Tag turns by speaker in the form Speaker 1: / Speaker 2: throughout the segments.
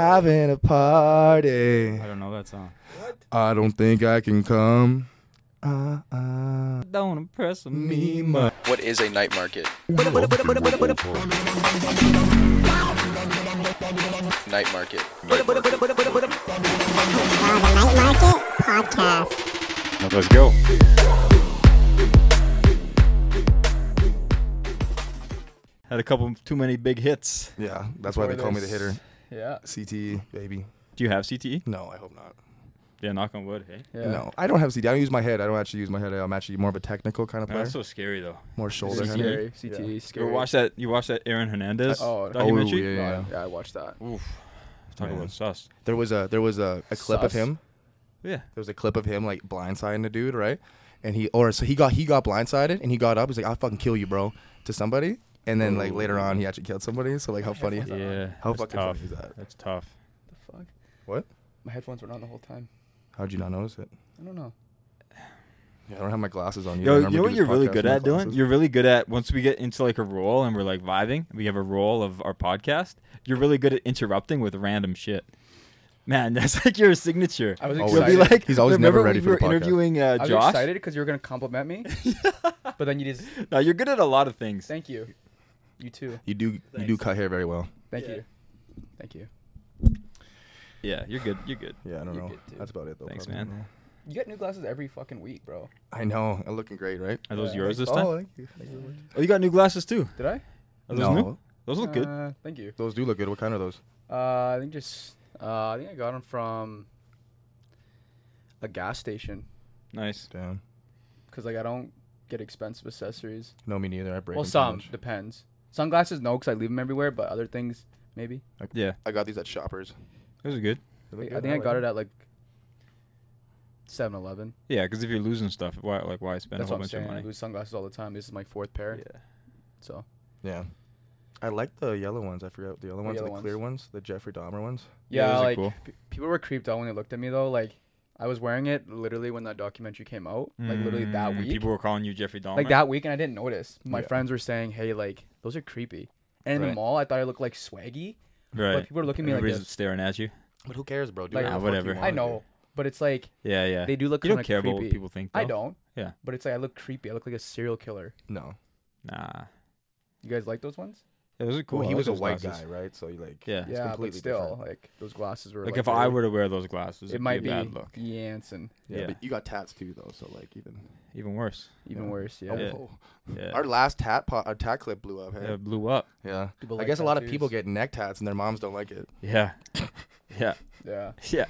Speaker 1: having a party.
Speaker 2: I don't know uh, that song.
Speaker 1: I don't think I can come. Uh, uh,
Speaker 2: Don't impress
Speaker 1: me much.
Speaker 3: What is a night market? Night market.
Speaker 4: The Night Market Podcast.
Speaker 5: Let's go.
Speaker 2: Had a couple too many big hits.
Speaker 1: Yeah, that's why they call me the hitter.
Speaker 2: Yeah.
Speaker 1: CTE, baby.
Speaker 2: Do you have E? CTE?
Speaker 1: No, I hope not.
Speaker 2: Yeah, knock on wood. Hey. Yeah.
Speaker 1: No, I don't have CTE. I don't use my head. I don't actually use my head. I'm actually more of a technical kind of player.
Speaker 2: that's so scary though.
Speaker 1: more shoulder.
Speaker 2: CTE.
Speaker 1: kind of-
Speaker 2: Scary.
Speaker 6: Scary. CTE.
Speaker 2: You
Speaker 6: Scary.
Speaker 2: watch that? You watch that Aaron Hernandez
Speaker 6: Oh, oh,
Speaker 1: Oh,
Speaker 2: documentary?
Speaker 1: yeah, yeah, yeah.
Speaker 6: Yeah, I watched that.
Speaker 2: Oof. Talk
Speaker 1: Man.
Speaker 2: about sus.
Speaker 1: There was a there was a, a clip of
Speaker 6: Sus.
Speaker 1: him.
Speaker 2: Yeah.
Speaker 1: There was a clip of him like blindsiding a dude, right? And he or so he got he got blindsided and he got up. He's like, "I'll fucking kill you, bro," to somebody. And then like later on, he actually killed somebody. So like, how funny?
Speaker 2: Yeah.
Speaker 1: How
Speaker 2: that's
Speaker 1: fucking
Speaker 2: tough.
Speaker 1: funny is that?
Speaker 2: That's tough.
Speaker 6: The fuck?
Speaker 1: What?
Speaker 6: My headphones were on the whole time.
Speaker 1: How'd you not notice it?
Speaker 6: I don't know.
Speaker 1: Yeah, I don't have my glasses on. I
Speaker 2: Yo, you
Speaker 1: remember
Speaker 2: know what
Speaker 1: doing
Speaker 2: you're
Speaker 1: this
Speaker 2: really
Speaker 1: podcast
Speaker 2: good
Speaker 1: with my
Speaker 2: at doing?
Speaker 1: glasses.
Speaker 2: You're really good at once we get into like a role and we're like vibing, we have a role of our podcast. You're really good at interrupting with random shit. Man, that's like your signature.
Speaker 6: I was
Speaker 1: Always.
Speaker 2: You'll be
Speaker 6: excited.
Speaker 2: like,
Speaker 1: He's always
Speaker 2: remember
Speaker 1: never ready
Speaker 2: when
Speaker 1: for
Speaker 2: you
Speaker 1: the
Speaker 2: were
Speaker 1: podcast.
Speaker 2: interviewing uh,
Speaker 6: I was
Speaker 2: Josh.
Speaker 6: excited because you were gonna compliment me, but then you just
Speaker 2: No, you're good at a lot of things.
Speaker 6: thank you. You too.
Speaker 1: You do you do cut hair very well.
Speaker 6: Thank you. Thank you.
Speaker 2: Yeah, you're good. You're good.
Speaker 1: Yeah, I don't
Speaker 6: You
Speaker 1: know.
Speaker 6: good, dude.
Speaker 1: That's about it though.
Speaker 2: Thanks,
Speaker 1: probably.
Speaker 2: man.
Speaker 6: You get new glasses every fucking week, bro.
Speaker 1: I know. I'm looking great, right?
Speaker 2: Are those
Speaker 6: Yeah.
Speaker 2: yours this time?
Speaker 1: Oh,
Speaker 2: Oh,
Speaker 1: thank you. Thank you very much.
Speaker 2: you got new glasses too.
Speaker 6: Did I?
Speaker 2: Are those new? Those look good.
Speaker 6: Uh, thank you.
Speaker 1: Those do look good. What kind are those?
Speaker 6: Uh, I think just uh, I think I got them from a gas station
Speaker 2: Nice.
Speaker 1: Damn.
Speaker 6: because like I don't get expensive accessories.
Speaker 1: No, me neither. I break.
Speaker 6: well,
Speaker 1: them too
Speaker 6: some
Speaker 1: much.
Speaker 6: depends. Sunglasses, no, because I leave them everywhere. But other things, maybe.
Speaker 2: Yeah,
Speaker 1: I got these at Shoppers.
Speaker 2: those are good.
Speaker 1: They look
Speaker 6: Like, I
Speaker 1: good.
Speaker 6: think I
Speaker 1: like
Speaker 6: got
Speaker 1: them.
Speaker 6: it at like 7-Eleven.
Speaker 2: Yeah, because if you're losing stuff, why like why spend
Speaker 6: That's
Speaker 2: a whole
Speaker 6: what I'm
Speaker 2: bunch of
Speaker 6: saying. I
Speaker 2: money?
Speaker 6: lose sunglasses all the time. This is my fourth pair,
Speaker 2: Yeah.
Speaker 6: so
Speaker 1: Yeah. I like the yellow ones. I forgot the yellow ones, and
Speaker 6: yellow
Speaker 1: the clear ones, the Jeffrey Dahmer ones.
Speaker 2: Yeah,
Speaker 6: yeah,
Speaker 2: those are
Speaker 6: like
Speaker 2: cool.
Speaker 6: p- people were creeped out when they looked at me though. Like I was wearing it literally when that documentary came out, like literally that
Speaker 2: Mm,
Speaker 6: week,
Speaker 2: People were calling you Jeffrey Dahmer.
Speaker 6: like that week, and I didn't notice. My
Speaker 1: Yeah.
Speaker 6: friends were saying, "Hey, like those are creepy." And in
Speaker 2: Right.
Speaker 6: the mall, I thought I looked like swaggy,
Speaker 2: Right.
Speaker 6: but people were looking at me like
Speaker 2: Everybody's
Speaker 6: this.
Speaker 2: staring at you.
Speaker 1: But who cares, bro? Do
Speaker 6: Like-
Speaker 1: whatever
Speaker 6: Nah,
Speaker 1: the fuck you
Speaker 2: whatever.
Speaker 1: wanna
Speaker 6: I know, but it's like
Speaker 2: Yeah, yeah.
Speaker 6: they do look
Speaker 2: you
Speaker 6: kind
Speaker 2: don't
Speaker 6: of
Speaker 2: care
Speaker 6: creepy.
Speaker 2: about what people think. Though.
Speaker 6: I don't.
Speaker 2: Yeah.
Speaker 6: but it's like I look creepy. I look like a serial killer.
Speaker 1: do. No.
Speaker 2: Nah.
Speaker 6: You guys like those ones?
Speaker 2: Yeah, those are cool.
Speaker 1: Well,
Speaker 2: I
Speaker 1: he
Speaker 2: like
Speaker 1: was a
Speaker 2: those
Speaker 1: white
Speaker 2: glasses.
Speaker 1: guy, right? So you like.
Speaker 2: Yeah.
Speaker 1: It's
Speaker 6: yeah, but
Speaker 1: completely
Speaker 6: still,
Speaker 1: different.
Speaker 6: like those glasses were
Speaker 2: Like
Speaker 6: like,
Speaker 2: if I
Speaker 6: really-
Speaker 2: were to wear those glasses,
Speaker 6: it
Speaker 2: it'd
Speaker 6: might
Speaker 2: be
Speaker 6: be
Speaker 2: a bad look.
Speaker 6: Jansen,
Speaker 1: Yeah,
Speaker 2: Yeah.
Speaker 1: But you got tats too, though. So like even.
Speaker 2: Even worse.
Speaker 6: even
Speaker 1: Yeah.
Speaker 6: worse. Yeah,
Speaker 1: Oh,
Speaker 2: Yeah.
Speaker 1: whoa.
Speaker 2: Yeah.
Speaker 1: Our last tat pot, our tat clip blew up. Hey?
Speaker 2: Yeah, blew up.
Speaker 1: Yeah.
Speaker 6: People
Speaker 1: I
Speaker 6: like
Speaker 1: guess a lot of
Speaker 6: tattoos.
Speaker 1: people get neck tats and their moms don't like it.
Speaker 2: Yeah. yeah.
Speaker 6: yeah.
Speaker 2: Yeah.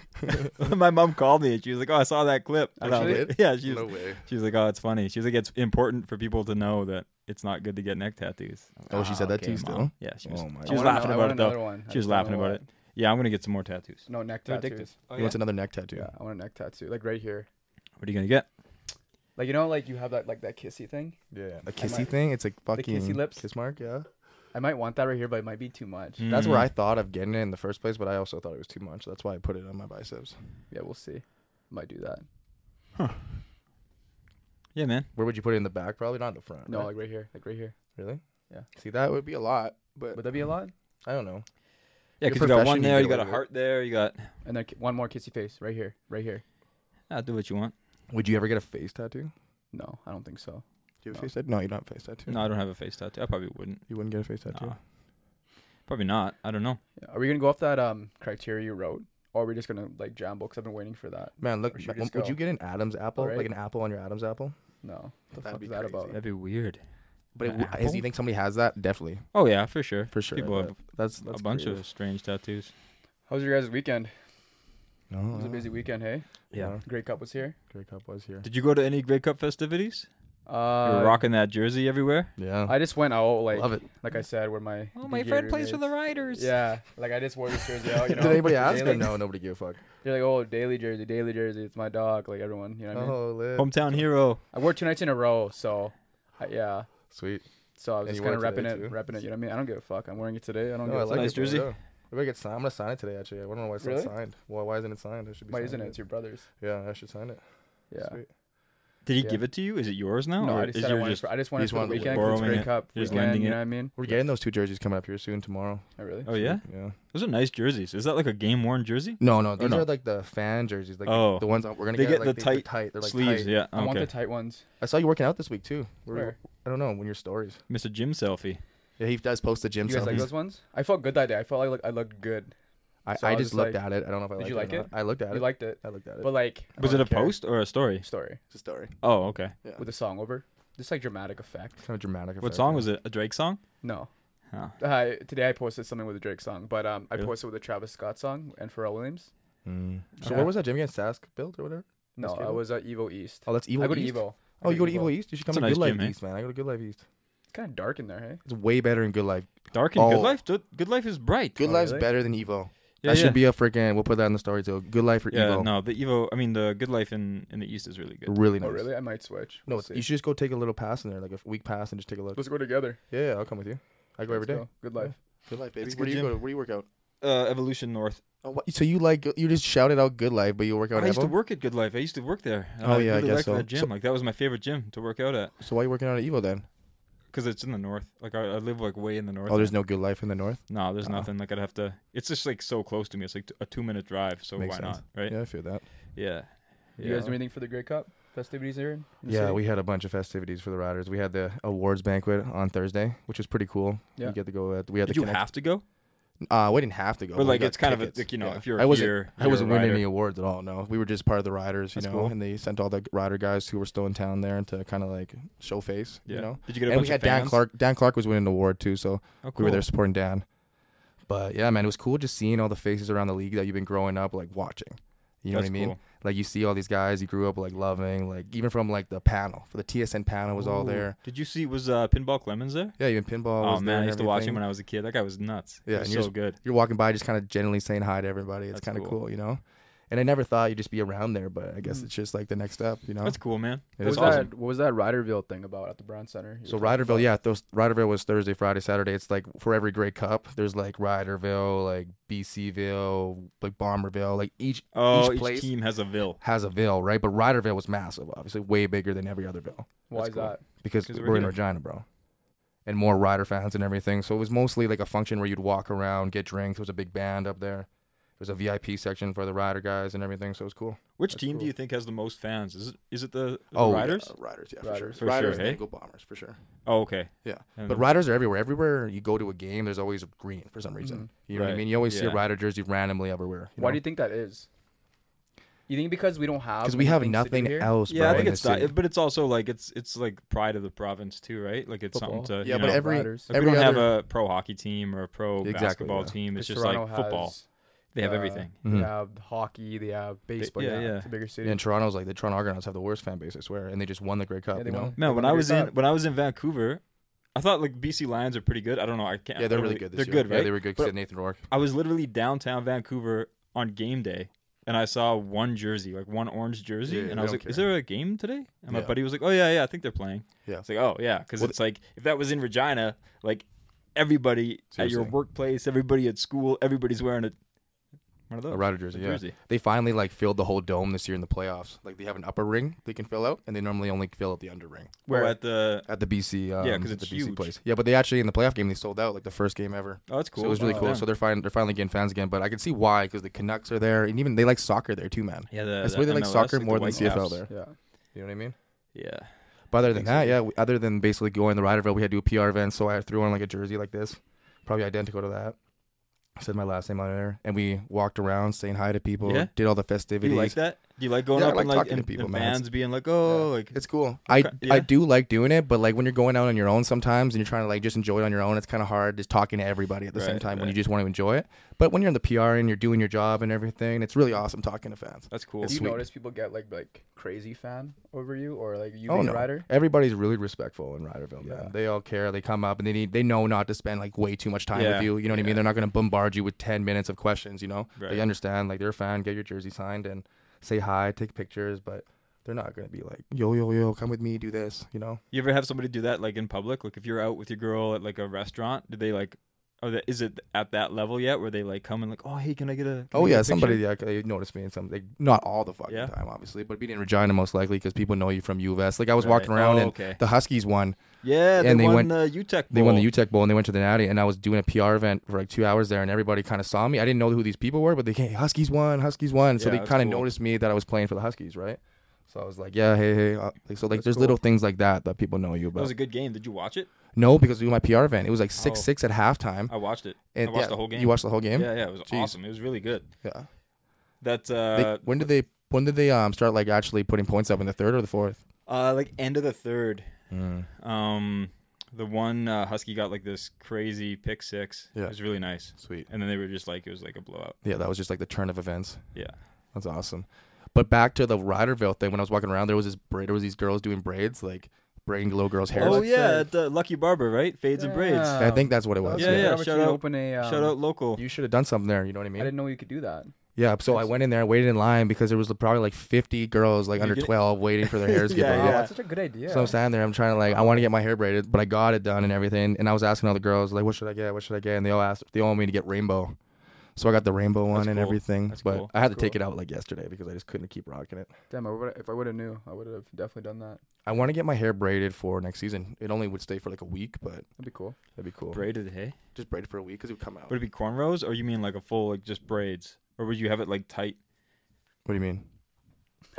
Speaker 2: My mom called me and she was like, "Oh, I saw that clip." And I
Speaker 1: Actually?
Speaker 2: was like- yeah, she was.
Speaker 1: No way.
Speaker 2: She was like, "Oh, it's funny." She was like, "It's important for people to know that it's not good to get neck tattoos." I was like,
Speaker 1: Oh, she
Speaker 2: "Ah,
Speaker 1: said that to
Speaker 2: okay,
Speaker 1: you
Speaker 2: Mom."
Speaker 1: still?
Speaker 2: Yeah, she was.
Speaker 1: Oh my
Speaker 2: she was
Speaker 6: God.
Speaker 2: laughing
Speaker 6: I
Speaker 2: about
Speaker 6: want
Speaker 2: it though.
Speaker 6: another one. I
Speaker 2: She was
Speaker 6: just don't
Speaker 2: laughing
Speaker 6: know
Speaker 2: about
Speaker 6: what.
Speaker 2: it. Yeah, I'm gonna get some more tattoos.
Speaker 6: No neck
Speaker 2: They're
Speaker 6: tattoos.
Speaker 2: addictive.
Speaker 1: he wants another neck tattoo.
Speaker 6: Yeah, I want a neck tattoo, like right here.
Speaker 2: What are you gonna get?
Speaker 6: Like you know, like you have that like that kissy thing.
Speaker 1: Yeah. A kissy
Speaker 6: might-
Speaker 1: thing? It's like fucking.
Speaker 6: kissy lips?
Speaker 1: Kiss mark, yeah.
Speaker 6: I might want that right here, but it might be too much.
Speaker 1: That's where
Speaker 2: Mm.
Speaker 1: I thought of getting it in the first place, but I also thought it was too much. That's why I put it on my biceps.
Speaker 6: Yeah, we'll see. Might do that.
Speaker 2: Yeah, man.
Speaker 1: Where would you put it in the back? Probably not in the front.
Speaker 6: No,
Speaker 1: right?
Speaker 6: like right here, like right here.
Speaker 1: really?
Speaker 6: yeah.
Speaker 1: See, that would be a lot, but
Speaker 6: Would that be a lot?
Speaker 1: I don't know.
Speaker 2: Yeah,
Speaker 1: Your
Speaker 2: because you got one
Speaker 1: profession, you
Speaker 2: there,
Speaker 1: get
Speaker 2: you got
Speaker 1: away
Speaker 2: a
Speaker 1: with it.
Speaker 2: heart there, you got.
Speaker 6: And then ki- one more kissy face, right here, right here.
Speaker 2: Ah, do what you want.
Speaker 1: Would you ever get a face tattoo?
Speaker 6: No, I don't think so.
Speaker 1: Do you have a
Speaker 6: No.
Speaker 1: face tattoo? No, you don't have a face tattoo.
Speaker 2: No, I don't have a face tattoo. I probably wouldn't.
Speaker 1: You wouldn't get a face tattoo.
Speaker 2: Nah. Probably not. I don't know.
Speaker 6: Yeah. Are we gonna go off that um criteria you wrote, or are we just gonna like jamble? Cause I've been waiting for that.
Speaker 1: Man, look,
Speaker 6: Or should we
Speaker 1: w-
Speaker 6: just
Speaker 1: would
Speaker 6: go?
Speaker 1: you get an Adam's apple?
Speaker 6: Alright.
Speaker 1: Like an apple on your Adam's apple?
Speaker 6: No, what the
Speaker 1: That'd
Speaker 6: fuck
Speaker 1: be
Speaker 6: is that
Speaker 1: crazy.
Speaker 6: about?
Speaker 2: That'd be weird.
Speaker 1: But
Speaker 2: An
Speaker 1: it, do
Speaker 2: apple?
Speaker 1: you think somebody has that? Definitely.
Speaker 2: Oh yeah, for sure.
Speaker 1: For sure.
Speaker 2: People
Speaker 1: I
Speaker 2: have
Speaker 1: bet. that's,
Speaker 2: a
Speaker 1: that's
Speaker 2: bunch
Speaker 1: creative.
Speaker 2: of strange tattoos.
Speaker 6: How was your guys' weekend?
Speaker 1: No,
Speaker 6: It was a
Speaker 2: Uh,
Speaker 6: busy weekend. Hey,
Speaker 1: Yeah.
Speaker 6: Great Cup was here.
Speaker 1: Grey Cup was here.
Speaker 2: Did you go to any Grey Cup festivities?
Speaker 6: Uh,
Speaker 2: you were rocking that jersey everywhere.
Speaker 1: Yeah.
Speaker 6: I just went out like
Speaker 1: Love it.
Speaker 6: like I said, where my
Speaker 2: Oh,
Speaker 6: big gay roommates-
Speaker 2: Riders.
Speaker 6: Yeah, like I just wore this jersey out. You know,
Speaker 1: Did anybody ask?
Speaker 6: Daily,
Speaker 1: Or no, nobody gave a fuck.
Speaker 6: They're like, oh, daily jersey, daily jersey. It's my dog. Like everyone, you know what I mean.
Speaker 1: Oh, lit.
Speaker 2: Hometown hero.
Speaker 6: I wore two nights in a row, so I, yeah.
Speaker 1: Sweet.
Speaker 6: So I
Speaker 1: And
Speaker 6: was just
Speaker 1: you wore
Speaker 6: kind
Speaker 1: it
Speaker 6: of repping
Speaker 1: today,
Speaker 6: it,
Speaker 1: too?
Speaker 6: repping it. You know what I mean? I don't give a fuck. I'm wearing it today. I don't
Speaker 1: No,
Speaker 6: give
Speaker 1: Oh, I
Speaker 6: a
Speaker 1: like
Speaker 2: nice
Speaker 1: it, bro.
Speaker 2: jersey.
Speaker 1: Yeah. I better get signed. I'm gonna sign it today. Actually, I don't know why it's
Speaker 6: Really?
Speaker 1: not signed. Well, why isn't it signed? I should be.
Speaker 6: Why
Speaker 1: signing
Speaker 6: isn't it?
Speaker 1: it?
Speaker 6: It's your brother's.
Speaker 1: Yeah, I should sign it.
Speaker 6: Yeah.
Speaker 1: Sweet.
Speaker 2: Did he
Speaker 6: Yeah.
Speaker 2: give it to you? Is it yours now?
Speaker 6: No,
Speaker 2: or
Speaker 6: I just
Speaker 2: is
Speaker 6: said I
Speaker 2: your
Speaker 6: wanted.
Speaker 2: just-
Speaker 6: for, I just wanted
Speaker 1: you just
Speaker 6: for the
Speaker 1: wanted to
Speaker 6: weekend. 'cause It's
Speaker 2: borrowing
Speaker 6: Grey
Speaker 2: it,
Speaker 6: Cup
Speaker 2: just
Speaker 6: weekend.
Speaker 2: lending
Speaker 6: You know
Speaker 2: it.
Speaker 6: what I mean?
Speaker 1: We're getting those two jerseys coming up here soon tomorrow.
Speaker 6: Oh, really?
Speaker 2: Oh yeah,
Speaker 1: Yeah.
Speaker 2: those are nice jerseys. Is that like a game worn jersey?
Speaker 1: No, no, these
Speaker 2: no.
Speaker 1: are like the fan jerseys, like
Speaker 2: Oh.
Speaker 1: the ones that we're gonna
Speaker 2: They
Speaker 1: get.
Speaker 2: get
Speaker 1: like,
Speaker 2: the
Speaker 1: these are
Speaker 2: tight
Speaker 1: tight. They're like
Speaker 2: Sleeves,
Speaker 1: tight.
Speaker 2: yeah.
Speaker 6: I want
Speaker 2: okay,
Speaker 6: the tight ones.
Speaker 1: I saw you working out this week too. Where-
Speaker 6: Where?
Speaker 1: I don't know when your stories.
Speaker 2: Mr. Jim selfie.
Speaker 1: Yeah, he does post the gym.
Speaker 6: You guys like
Speaker 1: selfies.
Speaker 6: those ones? I felt good that day. I felt like look- I looked good.
Speaker 1: I,
Speaker 6: So
Speaker 1: I
Speaker 6: I was
Speaker 1: just
Speaker 6: just
Speaker 1: looked
Speaker 6: like-
Speaker 1: at it. I don't know if I
Speaker 6: Did
Speaker 1: liked
Speaker 6: you
Speaker 1: it. or
Speaker 6: like
Speaker 1: not. I looked at
Speaker 6: You
Speaker 1: it.
Speaker 6: liked it,
Speaker 1: I looked at it.
Speaker 6: but like I
Speaker 2: Was it
Speaker 6: don't
Speaker 2: a
Speaker 6: care.
Speaker 2: post or a story?
Speaker 6: story
Speaker 1: it's a story.
Speaker 2: Oh, okay.
Speaker 6: with a song over? Just like dramatic effect.
Speaker 1: Kind of dramatic.
Speaker 2: What song was it? A Drake song?
Speaker 6: No.
Speaker 2: Huh.
Speaker 6: Uh, today I posted something with a Drake song, but um, I
Speaker 2: Really?
Speaker 6: posted with a Travis Scott song and Pharrell Williams.
Speaker 1: Mm. So
Speaker 2: Okay.
Speaker 1: what was that gym against Sask built or whatever?
Speaker 6: No, I
Speaker 1: Cable?
Speaker 6: was at Evo East.
Speaker 1: Oh, that's Evo
Speaker 6: I go to
Speaker 1: East.
Speaker 6: Evo. I
Speaker 1: Oh, you go to
Speaker 6: Evo.
Speaker 1: Evo East. You should come
Speaker 2: It's a
Speaker 1: to
Speaker 2: nice
Speaker 1: Good Life
Speaker 2: gym, eh?
Speaker 1: East, man. I go to Good Life East.
Speaker 6: It's kind of dark in there, hey?
Speaker 1: It's way better in Good Life.
Speaker 2: Dark and
Speaker 1: Oh.
Speaker 2: good life. Dude. Good life is bright.
Speaker 1: Good
Speaker 6: Oh,
Speaker 1: Life's
Speaker 6: really?
Speaker 1: better than Evo.
Speaker 2: Yeah,
Speaker 1: that
Speaker 2: yeah.
Speaker 1: should be a freaking. We'll put that in the story too. Good Life for
Speaker 2: yeah,
Speaker 1: Evo.
Speaker 2: no, the Evo. I mean, the good life in in the East is really good.
Speaker 1: Really nice.
Speaker 6: Oh, really? I might switch.
Speaker 1: No,
Speaker 6: We'll
Speaker 1: it's,
Speaker 6: see.
Speaker 1: you should just go take a little pass in there, like a week pass, and just take a look.
Speaker 6: Let's go together.
Speaker 1: Yeah, yeah, I'll come with you. I go every
Speaker 6: Let's
Speaker 1: day.
Speaker 6: go. Good life.
Speaker 1: Good life, baby.
Speaker 2: It's a
Speaker 1: Where
Speaker 2: good
Speaker 1: do you go?
Speaker 2: gym.
Speaker 1: To, where do you work out?
Speaker 2: Uh, Evolution North.
Speaker 1: Oh, what? So you like you just shouted out good life, but you work out
Speaker 2: I
Speaker 1: at
Speaker 2: used to
Speaker 1: Evo.
Speaker 2: work at Good Life. I used to work there. and
Speaker 1: Oh, yeah, I
Speaker 2: really
Speaker 1: guess
Speaker 2: liked
Speaker 1: so.
Speaker 2: That gym,
Speaker 1: So-
Speaker 2: like that was my favorite gym to work out at,
Speaker 1: So why are you working out at Evo then?
Speaker 2: because it's in the north. Like I, I live like way in the north.
Speaker 1: Oh, there's no good life in the north.
Speaker 2: no, there's
Speaker 1: Oh.
Speaker 2: nothing. Like I'd have to. It's just like so close to me. It's like t- a two minute drive. So
Speaker 1: Makes
Speaker 2: why
Speaker 1: sense.
Speaker 2: not? Right?
Speaker 1: Yeah, I feel that.
Speaker 2: Yeah.
Speaker 6: You
Speaker 2: Yeah.
Speaker 6: guys do anything for the Grey Cup festivities here? in the
Speaker 1: Yeah,
Speaker 6: city?
Speaker 1: we had a bunch of festivities for the riders. We had the awards banquet on Thursday, which was pretty cool.
Speaker 6: Yeah.
Speaker 1: You get to go. At, we had
Speaker 2: Did
Speaker 1: the
Speaker 2: you
Speaker 1: connect-
Speaker 2: have to go?
Speaker 1: Uh, we didn't have to go,
Speaker 2: But,
Speaker 1: we
Speaker 2: like,
Speaker 1: got
Speaker 2: it's kind of a-
Speaker 1: tickets.
Speaker 2: like, you know, if you're
Speaker 1: I wasn't,
Speaker 2: here,
Speaker 1: I
Speaker 2: you're a
Speaker 1: wasn't winning
Speaker 2: rider.
Speaker 1: any awards at all. No, we were just part of the riders, you
Speaker 2: That's
Speaker 1: know,
Speaker 2: cool.
Speaker 1: and they sent all the rider guys who were still in town there to kind of like show face,
Speaker 2: Yeah.
Speaker 1: you know.
Speaker 2: Did you get a
Speaker 1: and
Speaker 2: bunch
Speaker 1: we had
Speaker 2: of fans?
Speaker 1: Dan Clark. Dan Clark was winning an award too, so
Speaker 2: Oh,
Speaker 1: we
Speaker 2: cool.
Speaker 1: were there supporting Dan. But yeah, man, it was cool just seeing all the faces around the league that you've been growing up like watching. You know
Speaker 2: That's
Speaker 1: what I mean?
Speaker 2: cool.
Speaker 1: Like you see all these guys you grew up like loving, like even from like the panel for the TSN panel was all
Speaker 2: Ooh.
Speaker 1: there.
Speaker 2: Did you see? Was uh, Pinball Clemens there?
Speaker 1: Yeah, even pinball.
Speaker 2: Oh
Speaker 1: was there
Speaker 2: man, I
Speaker 1: and
Speaker 2: used to watch him
Speaker 1: everything.
Speaker 2: when I was a kid. That guy was nuts.
Speaker 1: Yeah,
Speaker 2: Yeah,
Speaker 1: and
Speaker 2: was
Speaker 1: you're
Speaker 2: so
Speaker 1: just-
Speaker 2: good.
Speaker 1: You're walking by, just kind of generally saying hi to everybody. It's
Speaker 2: That's
Speaker 1: kind of
Speaker 2: cool.
Speaker 1: cool, you know. And I never thought you'd just be around there, but I guess it's just like the next step, you know.
Speaker 2: That's cool, man.
Speaker 1: It uh,
Speaker 6: What
Speaker 1: is
Speaker 6: was,
Speaker 1: awesome.
Speaker 6: that, what was that Ryderville thing about at the Brown Center? you
Speaker 1: So
Speaker 6: were talking
Speaker 1: Ryderville,
Speaker 6: about?
Speaker 1: yeah, those Ryderville was Thursday, Friday, Saturday. It's like for every Grey Cup, there's like Ryderville, like BCville, like Bomberville, like each
Speaker 2: Oh,
Speaker 1: each
Speaker 2: each,
Speaker 1: place
Speaker 2: team has a ville.
Speaker 1: has a ville, right? But Ryderville was massive, obviously, way bigger than every other ville
Speaker 6: Why
Speaker 2: That's
Speaker 6: is
Speaker 2: cool.
Speaker 6: that?
Speaker 1: because
Speaker 2: 'Cause
Speaker 1: we're,
Speaker 2: we're
Speaker 1: in
Speaker 2: here.
Speaker 1: Regina, bro, and more Ryder fans and everything. So it was mostly like a function where you'd walk around, get drinks. There was a big band up there. There was a VIP section for the Ryder guys and everything. So it was cool.
Speaker 2: Which team do you think has the most fans? Is it is it the, the
Speaker 1: yeah,
Speaker 2: Riders?
Speaker 1: uh, Riders, yeah,
Speaker 6: Riders.
Speaker 1: for
Speaker 2: For
Speaker 1: sure. Riders
Speaker 2: sure,
Speaker 1: and then
Speaker 2: hey?
Speaker 1: go Bombers for sure.
Speaker 2: Oh, okay.
Speaker 1: Yeah,
Speaker 2: And
Speaker 1: but
Speaker 2: then-
Speaker 1: riders are everywhere. Everywhere you go to a game, there's always green for some reason. You know what I
Speaker 2: Mm-hmm. Right.
Speaker 1: mean? You always see a
Speaker 2: Yeah.
Speaker 1: rider jersey randomly everywhere.
Speaker 6: Mm. Why do you think that is? You think because we don't have
Speaker 1: Because we have
Speaker 6: anything to
Speaker 1: nothing
Speaker 6: do here?
Speaker 1: else.
Speaker 2: Yeah,
Speaker 1: bro,
Speaker 2: I think
Speaker 1: in
Speaker 2: it's
Speaker 1: this
Speaker 2: di-
Speaker 1: city.
Speaker 2: but it's also like it's it's like pride of the province too, right? Like it's something
Speaker 6: Football.
Speaker 2: to
Speaker 1: yeah,
Speaker 2: you
Speaker 1: but
Speaker 2: know,
Speaker 1: every
Speaker 6: riders.
Speaker 2: like,
Speaker 1: every
Speaker 2: we don't
Speaker 1: other,
Speaker 2: have a pro hockey team or a pro
Speaker 1: Exactly,
Speaker 2: basketball
Speaker 1: yeah.
Speaker 2: team. It's
Speaker 6: 'Cause
Speaker 2: just
Speaker 6: Toronto
Speaker 2: like football.
Speaker 6: has,
Speaker 2: They have
Speaker 6: uh,
Speaker 2: everything.
Speaker 6: They
Speaker 1: Mhm.
Speaker 6: have hockey. They have baseball.
Speaker 2: yeah,
Speaker 6: yeah,
Speaker 2: yeah.
Speaker 6: It's a bigger city.
Speaker 1: and Toronto's like the Toronto Argonauts have the worst fan base, I swear, and they just won the Grey Cup.
Speaker 6: Yeah, they
Speaker 1: you know?
Speaker 6: won.
Speaker 2: Man, when
Speaker 6: What
Speaker 2: I
Speaker 6: do you
Speaker 2: was in
Speaker 6: thought?
Speaker 2: when I was in Vancouver, I thought like BC Lions are pretty good. I don't know. I can't.
Speaker 1: Yeah,
Speaker 2: I
Speaker 1: they're
Speaker 2: don't
Speaker 1: really
Speaker 2: really-
Speaker 1: good. This
Speaker 2: They're
Speaker 1: year.
Speaker 2: good,
Speaker 1: Yeah,
Speaker 2: right?
Speaker 1: they were good
Speaker 2: But-
Speaker 1: because Nathan Rourke.
Speaker 2: I was literally downtown Vancouver on game day, and I saw one jersey, like one orange jersey,
Speaker 1: Yeah, yeah,
Speaker 2: and
Speaker 1: they
Speaker 2: I was
Speaker 1: don't
Speaker 2: like, "Is
Speaker 1: care.
Speaker 2: there a game today?" And my
Speaker 1: Yeah.
Speaker 2: buddy was like, "Oh yeah, yeah, I think they're playing."
Speaker 1: Yeah.
Speaker 2: it's like, "Oh yeah," because
Speaker 1: Well,
Speaker 2: it's like if that was in Regina, like everybody at
Speaker 1: Seriously.
Speaker 2: your workplace, everybody at school, everybody's wearing a one of those
Speaker 1: A rider jersey,
Speaker 2: a
Speaker 1: yeah. They finally like filled the whole dome this year in the playoffs. Like they have an upper ring they can fill out, and they normally only fill out the under ring
Speaker 2: Where at the
Speaker 1: at the BC. Um,
Speaker 2: 'cause
Speaker 1: at the
Speaker 2: it's
Speaker 1: BC
Speaker 2: huge.
Speaker 1: place. Yeah, but they actually in the playoff game they sold out like the first game ever.
Speaker 2: oh, that's cool.
Speaker 1: So it was really
Speaker 2: Wow.
Speaker 1: cool. So they're fin- they're finally getting fans again. But I can see why because the Canucks are there, and even they like soccer there too, man.
Speaker 2: yeah, the,
Speaker 1: That's
Speaker 2: the
Speaker 1: where they like
Speaker 2: MLS,
Speaker 1: soccer
Speaker 2: the
Speaker 1: more than
Speaker 2: White
Speaker 1: CFL
Speaker 2: Caps.
Speaker 1: there.
Speaker 6: yeah.
Speaker 1: You know what I mean?
Speaker 2: Yeah,
Speaker 1: But other than that, yeah. We, other than basically going to Ryderville, we had to do a PR event, so I threw on like a jersey like this, probably identical to that. Said my last name on there, and we walked around saying hi to people.
Speaker 2: Yeah?
Speaker 1: Did all the
Speaker 2: do
Speaker 1: festivities.
Speaker 2: you like that? Do you like going
Speaker 1: Yeah, I
Speaker 2: up
Speaker 1: like
Speaker 2: and like
Speaker 1: talking to
Speaker 2: and,
Speaker 1: people,
Speaker 2: and
Speaker 1: man. It's-
Speaker 2: fans being like, "Oh, like
Speaker 1: It's cool.
Speaker 2: Okay,
Speaker 1: I I
Speaker 2: yeah.
Speaker 1: do like doing it, but like when you're going out on your own sometimes and you're trying to like just enjoy it on your own, it's kind of hard just talking to everybody at the same
Speaker 2: Right,
Speaker 1: time when you
Speaker 2: right.
Speaker 1: just want to enjoy it. But when you're in the PR and you're doing your job and everything, it's really awesome talking to fans.
Speaker 2: that's cool."
Speaker 6: Do you
Speaker 1: Sweet.
Speaker 6: notice people get like like crazy fan over you or like you
Speaker 1: Oh
Speaker 6: being
Speaker 1: no!
Speaker 6: a rider?
Speaker 1: Everybody's really respectful in Ryderville, man.
Speaker 6: Yeah.
Speaker 1: They all care. They come up and they need. They know not to spend like way too much time
Speaker 2: Yeah,
Speaker 1: with you. You know what I mean?
Speaker 2: yeah.
Speaker 1: They're not going to bombard you with ten minutes of questions. You know,
Speaker 2: Right.
Speaker 1: they understand. Like they're a fan. Get your jersey signed and say hi, take pictures. But they're not going to be like yo yo yo, come with me, do this. You know?
Speaker 2: You ever have somebody do that like in public? Like if you're out with your girl at like a restaurant, do they like Or the, is it at that level yet where they like come and like, oh hey, can I get a? can
Speaker 1: Oh
Speaker 2: I get a
Speaker 1: yeah,
Speaker 2: picture?"
Speaker 1: somebody yeah, they noticed me and something. Like, not all the fucking
Speaker 2: Yeah.
Speaker 1: time, obviously, but being in Regina most likely because people know you from U of S. Like I was walking
Speaker 2: Right.
Speaker 1: around
Speaker 2: Oh,
Speaker 1: and
Speaker 2: okay.
Speaker 1: the Huskies won.
Speaker 2: Yeah, they,
Speaker 1: and they
Speaker 2: won
Speaker 1: went-
Speaker 2: the UTEC.
Speaker 1: They won the E
Speaker 2: Bowl.
Speaker 1: UTEC Bowl and they went to the Natty and I was doing a PR event for like two hours there and everybody kind of saw me. I didn't know who these people were, but they came, "Hey, Huskies won, Huskies won. So
Speaker 2: Yeah,
Speaker 1: they
Speaker 2: that's
Speaker 1: kind of
Speaker 2: cool.
Speaker 1: noticed me that I was playing for the Huskies, right? So I was like, yeah, hey, hey. uh, like, so like,
Speaker 2: That's
Speaker 1: there's
Speaker 2: cool.
Speaker 1: little things like that that people know you
Speaker 2: That
Speaker 1: about.
Speaker 2: was a good game. Did you watch it?
Speaker 1: no, because we do my PR event. It was like six six at halftime.
Speaker 2: I watched it.
Speaker 1: And,
Speaker 2: I watched
Speaker 1: yeah,
Speaker 2: the whole game.
Speaker 1: You watched the whole game.
Speaker 2: Yeah, yeah, it was
Speaker 1: Jeez.
Speaker 2: awesome. It was really good.
Speaker 1: Yeah.
Speaker 2: That
Speaker 1: They-
Speaker 2: uh,
Speaker 1: when did they? When did they um start like actually putting points up in the third or the fourth?
Speaker 2: uh, like end of the third.
Speaker 1: Mm.
Speaker 2: Um, the one uh, Husky got like this crazy pick six.
Speaker 1: Yeah.
Speaker 2: it was really nice.
Speaker 1: Sweet.
Speaker 2: And then they were just like, it was like a blowout.
Speaker 1: Yeah, that was just like the turn of events.
Speaker 2: Yeah.
Speaker 1: That's awesome. But back to the Ryderville thing. When I was walking around, there was this braid. There was these girls doing braids, like braiding little girls' hair.
Speaker 2: oh
Speaker 6: that's
Speaker 2: yeah,
Speaker 6: right.
Speaker 2: at the Lucky Barber, right? Fades and braids.
Speaker 6: Yeah.
Speaker 1: I think that's what it was.
Speaker 2: Yeah, yeah,
Speaker 6: Robert,
Speaker 2: shout
Speaker 6: you
Speaker 2: out-
Speaker 6: Open a, um,
Speaker 2: Shout out local.
Speaker 1: You should have done something there. You know what I
Speaker 6: I
Speaker 1: mean?
Speaker 6: didn't know you could do that.
Speaker 1: yeah. So I went in there, waited in line because there was probably like 50 girls, like
Speaker 2: You
Speaker 1: under
Speaker 2: get-
Speaker 1: 12, waiting for their hairs to
Speaker 2: Yeah,
Speaker 1: get
Speaker 6: Wow,
Speaker 1: braided.
Speaker 6: that's such a good idea.
Speaker 1: So I'm standing there, I'm trying to like, I want to get my hair braided, but I got it done and everything. And I was asking all the girls, like, what should I get? What should I get? And they all asked, they all wanted me to get rainbow. So I got the rainbow one and
Speaker 2: cool.
Speaker 1: everything.
Speaker 2: That's
Speaker 1: but
Speaker 2: cool.
Speaker 1: I had to
Speaker 2: That's
Speaker 1: take it out like yesterday because I just couldn't keep rocking it.
Speaker 6: Damn, I would if I would have knew, I would have definitely done that.
Speaker 1: I want to get my hair braided for next season. It only would stay for like a week, but
Speaker 6: That'd be cool.
Speaker 1: that'd be cool.
Speaker 2: Braided, hey?
Speaker 1: Just braid it for a week because it would come out.
Speaker 2: Would it be cornrows, or you mean like a full like just braids, or would you have it like tight?
Speaker 1: What do you mean?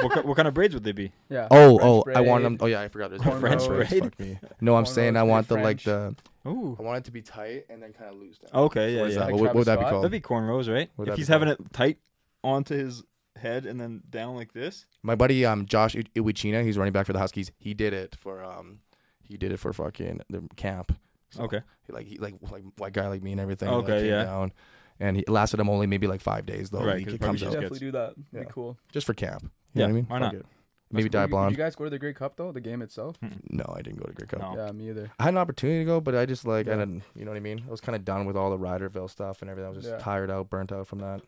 Speaker 2: What, ki- what kind of braids would they be?
Speaker 6: Yeah.
Speaker 1: Oh,
Speaker 6: French
Speaker 1: oh, I want
Speaker 6: braid.
Speaker 1: them. Oh yeah, I forgot. There's
Speaker 6: Cornrows.
Speaker 1: French
Speaker 2: French
Speaker 1: braids. Fuck me. No, I'm saying
Speaker 6: Cornrows,
Speaker 1: I
Speaker 6: maybe
Speaker 1: want the like
Speaker 6: French.
Speaker 1: the.
Speaker 2: Ooh.
Speaker 1: I want it to be tight and then kind of loose. down.
Speaker 2: Okay, yeah,
Speaker 1: What is
Speaker 2: yeah.
Speaker 1: that?
Speaker 6: Like
Speaker 1: What- what would that be
Speaker 6: Travis Scott?
Speaker 1: called?
Speaker 2: That'd be cornrows, right?
Speaker 1: Would that
Speaker 2: if
Speaker 1: be
Speaker 2: he's having it tight onto his head and then down like this.
Speaker 1: My buddy um Josh I- Iwichina, he's running back for the Huskies. He did it for um he did it for fucking the camp. So,
Speaker 2: Okay.
Speaker 1: He, like he like like white guy like me and everything.
Speaker 2: Okay,
Speaker 1: like, came
Speaker 2: yeah.
Speaker 1: Down, and he it lasted him only maybe like five days though.
Speaker 2: Right,
Speaker 1: He-
Speaker 2: 'cause
Speaker 1: It
Speaker 2: probably
Speaker 1: comes
Speaker 6: You should
Speaker 1: out
Speaker 2: just-
Speaker 6: definitely do that. That'd
Speaker 1: Yeah.
Speaker 6: be cool.
Speaker 1: just for camp. You know
Speaker 2: Yeah,
Speaker 1: what I mean?
Speaker 2: why
Speaker 1: Fuck
Speaker 2: not?
Speaker 1: it. Maybe
Speaker 6: Would
Speaker 1: dye
Speaker 6: you- Would you
Speaker 1: blonde.
Speaker 6: guys go to the Great Cup though? The game itself?
Speaker 1: No, I didn't go to Great Cup.
Speaker 2: No.
Speaker 6: Yeah, me either.
Speaker 1: I had an opportunity to go, but I just like I
Speaker 6: Yeah.
Speaker 1: didn't. You know what I mean? I was kind of done with all the Ryderville stuff and everything. I was just
Speaker 6: Yeah.
Speaker 1: tired out, burnt out from that.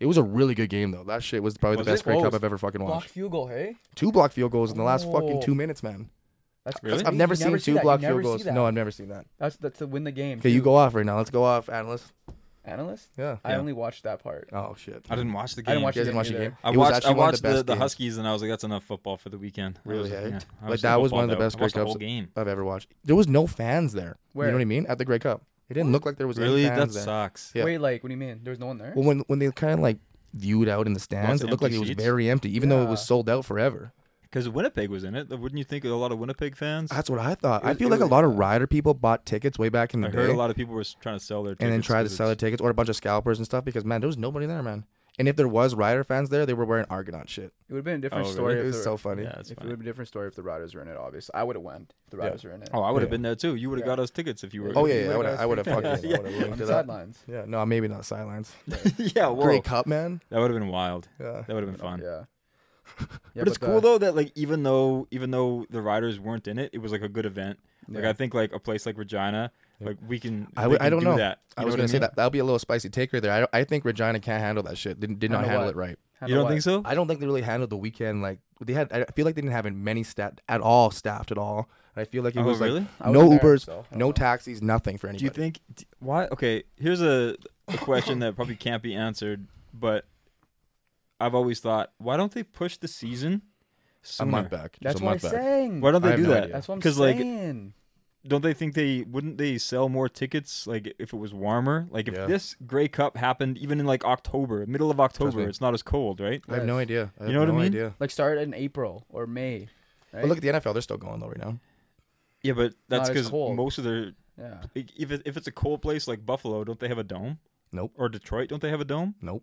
Speaker 1: It was a really good game though. That shit was probably
Speaker 2: Was
Speaker 1: the best
Speaker 2: it?
Speaker 1: Great
Speaker 2: Oh,
Speaker 1: Cup
Speaker 2: it's
Speaker 1: I've ever fucking watched.
Speaker 6: field goal, hey?
Speaker 1: Two block field goals in the last fucking
Speaker 6: Oh.
Speaker 1: two minutes, man.
Speaker 6: That's
Speaker 2: Really?
Speaker 6: crazy.
Speaker 1: I've never
Speaker 6: You
Speaker 1: seen
Speaker 6: see
Speaker 1: two
Speaker 6: that. You
Speaker 1: block
Speaker 6: never
Speaker 1: field goals.
Speaker 6: see that.
Speaker 1: No, I've never seen that.
Speaker 6: That's that's to win the game.
Speaker 1: Okay, you
Speaker 6: too.
Speaker 1: go off right now. Let's go off, analyst.
Speaker 6: Analyst?
Speaker 1: Yeah.
Speaker 6: I
Speaker 2: Yeah.
Speaker 6: only watched that part.
Speaker 1: Oh shit.
Speaker 2: I didn't watch the game.
Speaker 6: I didn't watch
Speaker 1: You guys didn't watch the
Speaker 6: either.
Speaker 1: game.
Speaker 2: I
Speaker 1: It was
Speaker 2: watched, I
Speaker 1: actually one of
Speaker 2: watched the, the,
Speaker 1: best games
Speaker 2: Huskies and I was like, that's enough football for the weekend. I
Speaker 1: Really,
Speaker 2: was,
Speaker 1: eh?
Speaker 2: yeah, I
Speaker 1: Like,
Speaker 2: was
Speaker 1: that was
Speaker 2: football
Speaker 1: one of the
Speaker 2: though.
Speaker 1: best
Speaker 2: I watched
Speaker 1: Grey
Speaker 2: the whole
Speaker 1: Cups.
Speaker 2: game.
Speaker 1: I've ever watched. There was no fans there. You
Speaker 6: Where?
Speaker 1: know what I mean? At the Grey Cup, it didn't look like there was any
Speaker 2: Really?
Speaker 1: fans
Speaker 2: That
Speaker 1: there.
Speaker 2: sucks.
Speaker 1: Yeah.
Speaker 6: Wait, like what do you mean? There was no one there?
Speaker 1: Well, when when they kind of like viewed out in the stands, it looked like
Speaker 2: empty
Speaker 1: it was
Speaker 2: seats?
Speaker 1: very empty, even though it was
Speaker 6: Yeah.
Speaker 1: sold out forever.
Speaker 2: Because Winnipeg was in it. Wouldn't you think a lot of Winnipeg fans?
Speaker 1: That's what I thought.
Speaker 6: It
Speaker 1: I
Speaker 6: was-
Speaker 1: feel
Speaker 6: it
Speaker 1: like a
Speaker 6: was-
Speaker 1: lot of rider people bought tickets way back in the
Speaker 2: I
Speaker 1: day,
Speaker 2: heard a lot of people were s- trying to sell their tickets.
Speaker 1: and then tried to
Speaker 2: 'cause
Speaker 1: sell their
Speaker 2: it's-
Speaker 1: tickets or a bunch of scalpers and stuff because man, there was nobody there, man. And if there was rider fans there, they were wearing Argonaut shit.
Speaker 6: It would have been a
Speaker 2: Oh,
Speaker 6: different
Speaker 2: really?
Speaker 6: story.
Speaker 1: It
Speaker 6: if
Speaker 1: was
Speaker 6: the-
Speaker 1: so funny.
Speaker 2: Yeah, that's
Speaker 6: If it
Speaker 2: funny.
Speaker 6: would have been a different story if the Riders were in it, obviously. I would have went if the Riders were in it.
Speaker 2: Oh, I would have
Speaker 1: Yeah.
Speaker 2: been there too. You would have
Speaker 6: Yeah.
Speaker 2: got us tickets if you were.
Speaker 1: Oh yeah,
Speaker 6: You
Speaker 1: yeah I
Speaker 6: would've
Speaker 1: would have,
Speaker 6: got
Speaker 1: I
Speaker 6: us
Speaker 1: would have
Speaker 6: free
Speaker 1: fucking,
Speaker 6: tickets.
Speaker 1: I would've linked
Speaker 6: on
Speaker 1: to
Speaker 6: the
Speaker 1: that.
Speaker 6: sidelines.
Speaker 1: Yeah, no, maybe not sidelines.
Speaker 2: yeah. Whoa.
Speaker 1: Great cup, man.
Speaker 2: That would have been wild.
Speaker 1: Yeah. uh,
Speaker 2: That would have been fun.
Speaker 6: Yeah. yeah
Speaker 2: but it's cool though that like even though even though the riders weren't in it, it was like a good event. Like
Speaker 6: Yeah.
Speaker 2: I think like a place like Regina, like we can.
Speaker 1: I
Speaker 2: they
Speaker 1: would- I
Speaker 2: can
Speaker 1: don't
Speaker 2: do
Speaker 1: know.
Speaker 2: that.
Speaker 1: I
Speaker 2: You
Speaker 1: was
Speaker 2: know
Speaker 1: gonna
Speaker 2: what
Speaker 1: say
Speaker 2: mean?
Speaker 1: that that'll be a little spicy taker there. I, don't- I think Regina can't handle that shit. Did, did not
Speaker 6: Handle
Speaker 1: handle
Speaker 6: what?
Speaker 1: it right.
Speaker 2: You don't think so?
Speaker 1: I don't think they really handled the weekend like they had. I feel like they didn't have many staff at all staffed at all. And I feel like it
Speaker 2: Oh,
Speaker 1: was like
Speaker 2: really?
Speaker 6: I
Speaker 1: no
Speaker 6: wasn't there,
Speaker 1: Ubers,
Speaker 6: so I don't
Speaker 1: no
Speaker 6: know.
Speaker 1: taxis, nothing for anybody.
Speaker 2: Do you think d- why? Okay, here's a, a question that probably can't be answered, but I've always thought why don't they push the season
Speaker 1: a
Speaker 2: sooner?
Speaker 1: month back? Just
Speaker 6: That's
Speaker 1: a
Speaker 6: what I'm
Speaker 1: month back.
Speaker 6: saying.
Speaker 2: Why
Speaker 1: I
Speaker 2: don't they
Speaker 1: have
Speaker 2: do
Speaker 1: no
Speaker 2: that?
Speaker 1: idea.
Speaker 6: That's what I'm
Speaker 2: Because
Speaker 6: saying.
Speaker 2: like, don't they think they wouldn't they sell more tickets like if it was warmer? Like if
Speaker 1: Yeah.
Speaker 2: this Grey Cup happened even in like October, middle of
Speaker 1: me.
Speaker 2: October, it's not as cold, right?
Speaker 1: I have no
Speaker 6: Yes.
Speaker 1: idea. I have
Speaker 2: You know what I
Speaker 1: no
Speaker 2: mean?
Speaker 1: Idea.
Speaker 6: like start in April or May. Right?
Speaker 1: But look at the NFL; they're still going though right now.
Speaker 2: Yeah, but that's
Speaker 6: as
Speaker 2: because
Speaker 6: cold.
Speaker 2: most of their
Speaker 6: yeah.
Speaker 2: Like, if it, if it's a cold place like Buffalo, don't they have a dome?
Speaker 1: Nope.
Speaker 2: Or Detroit, don't they have a dome?
Speaker 1: Nope.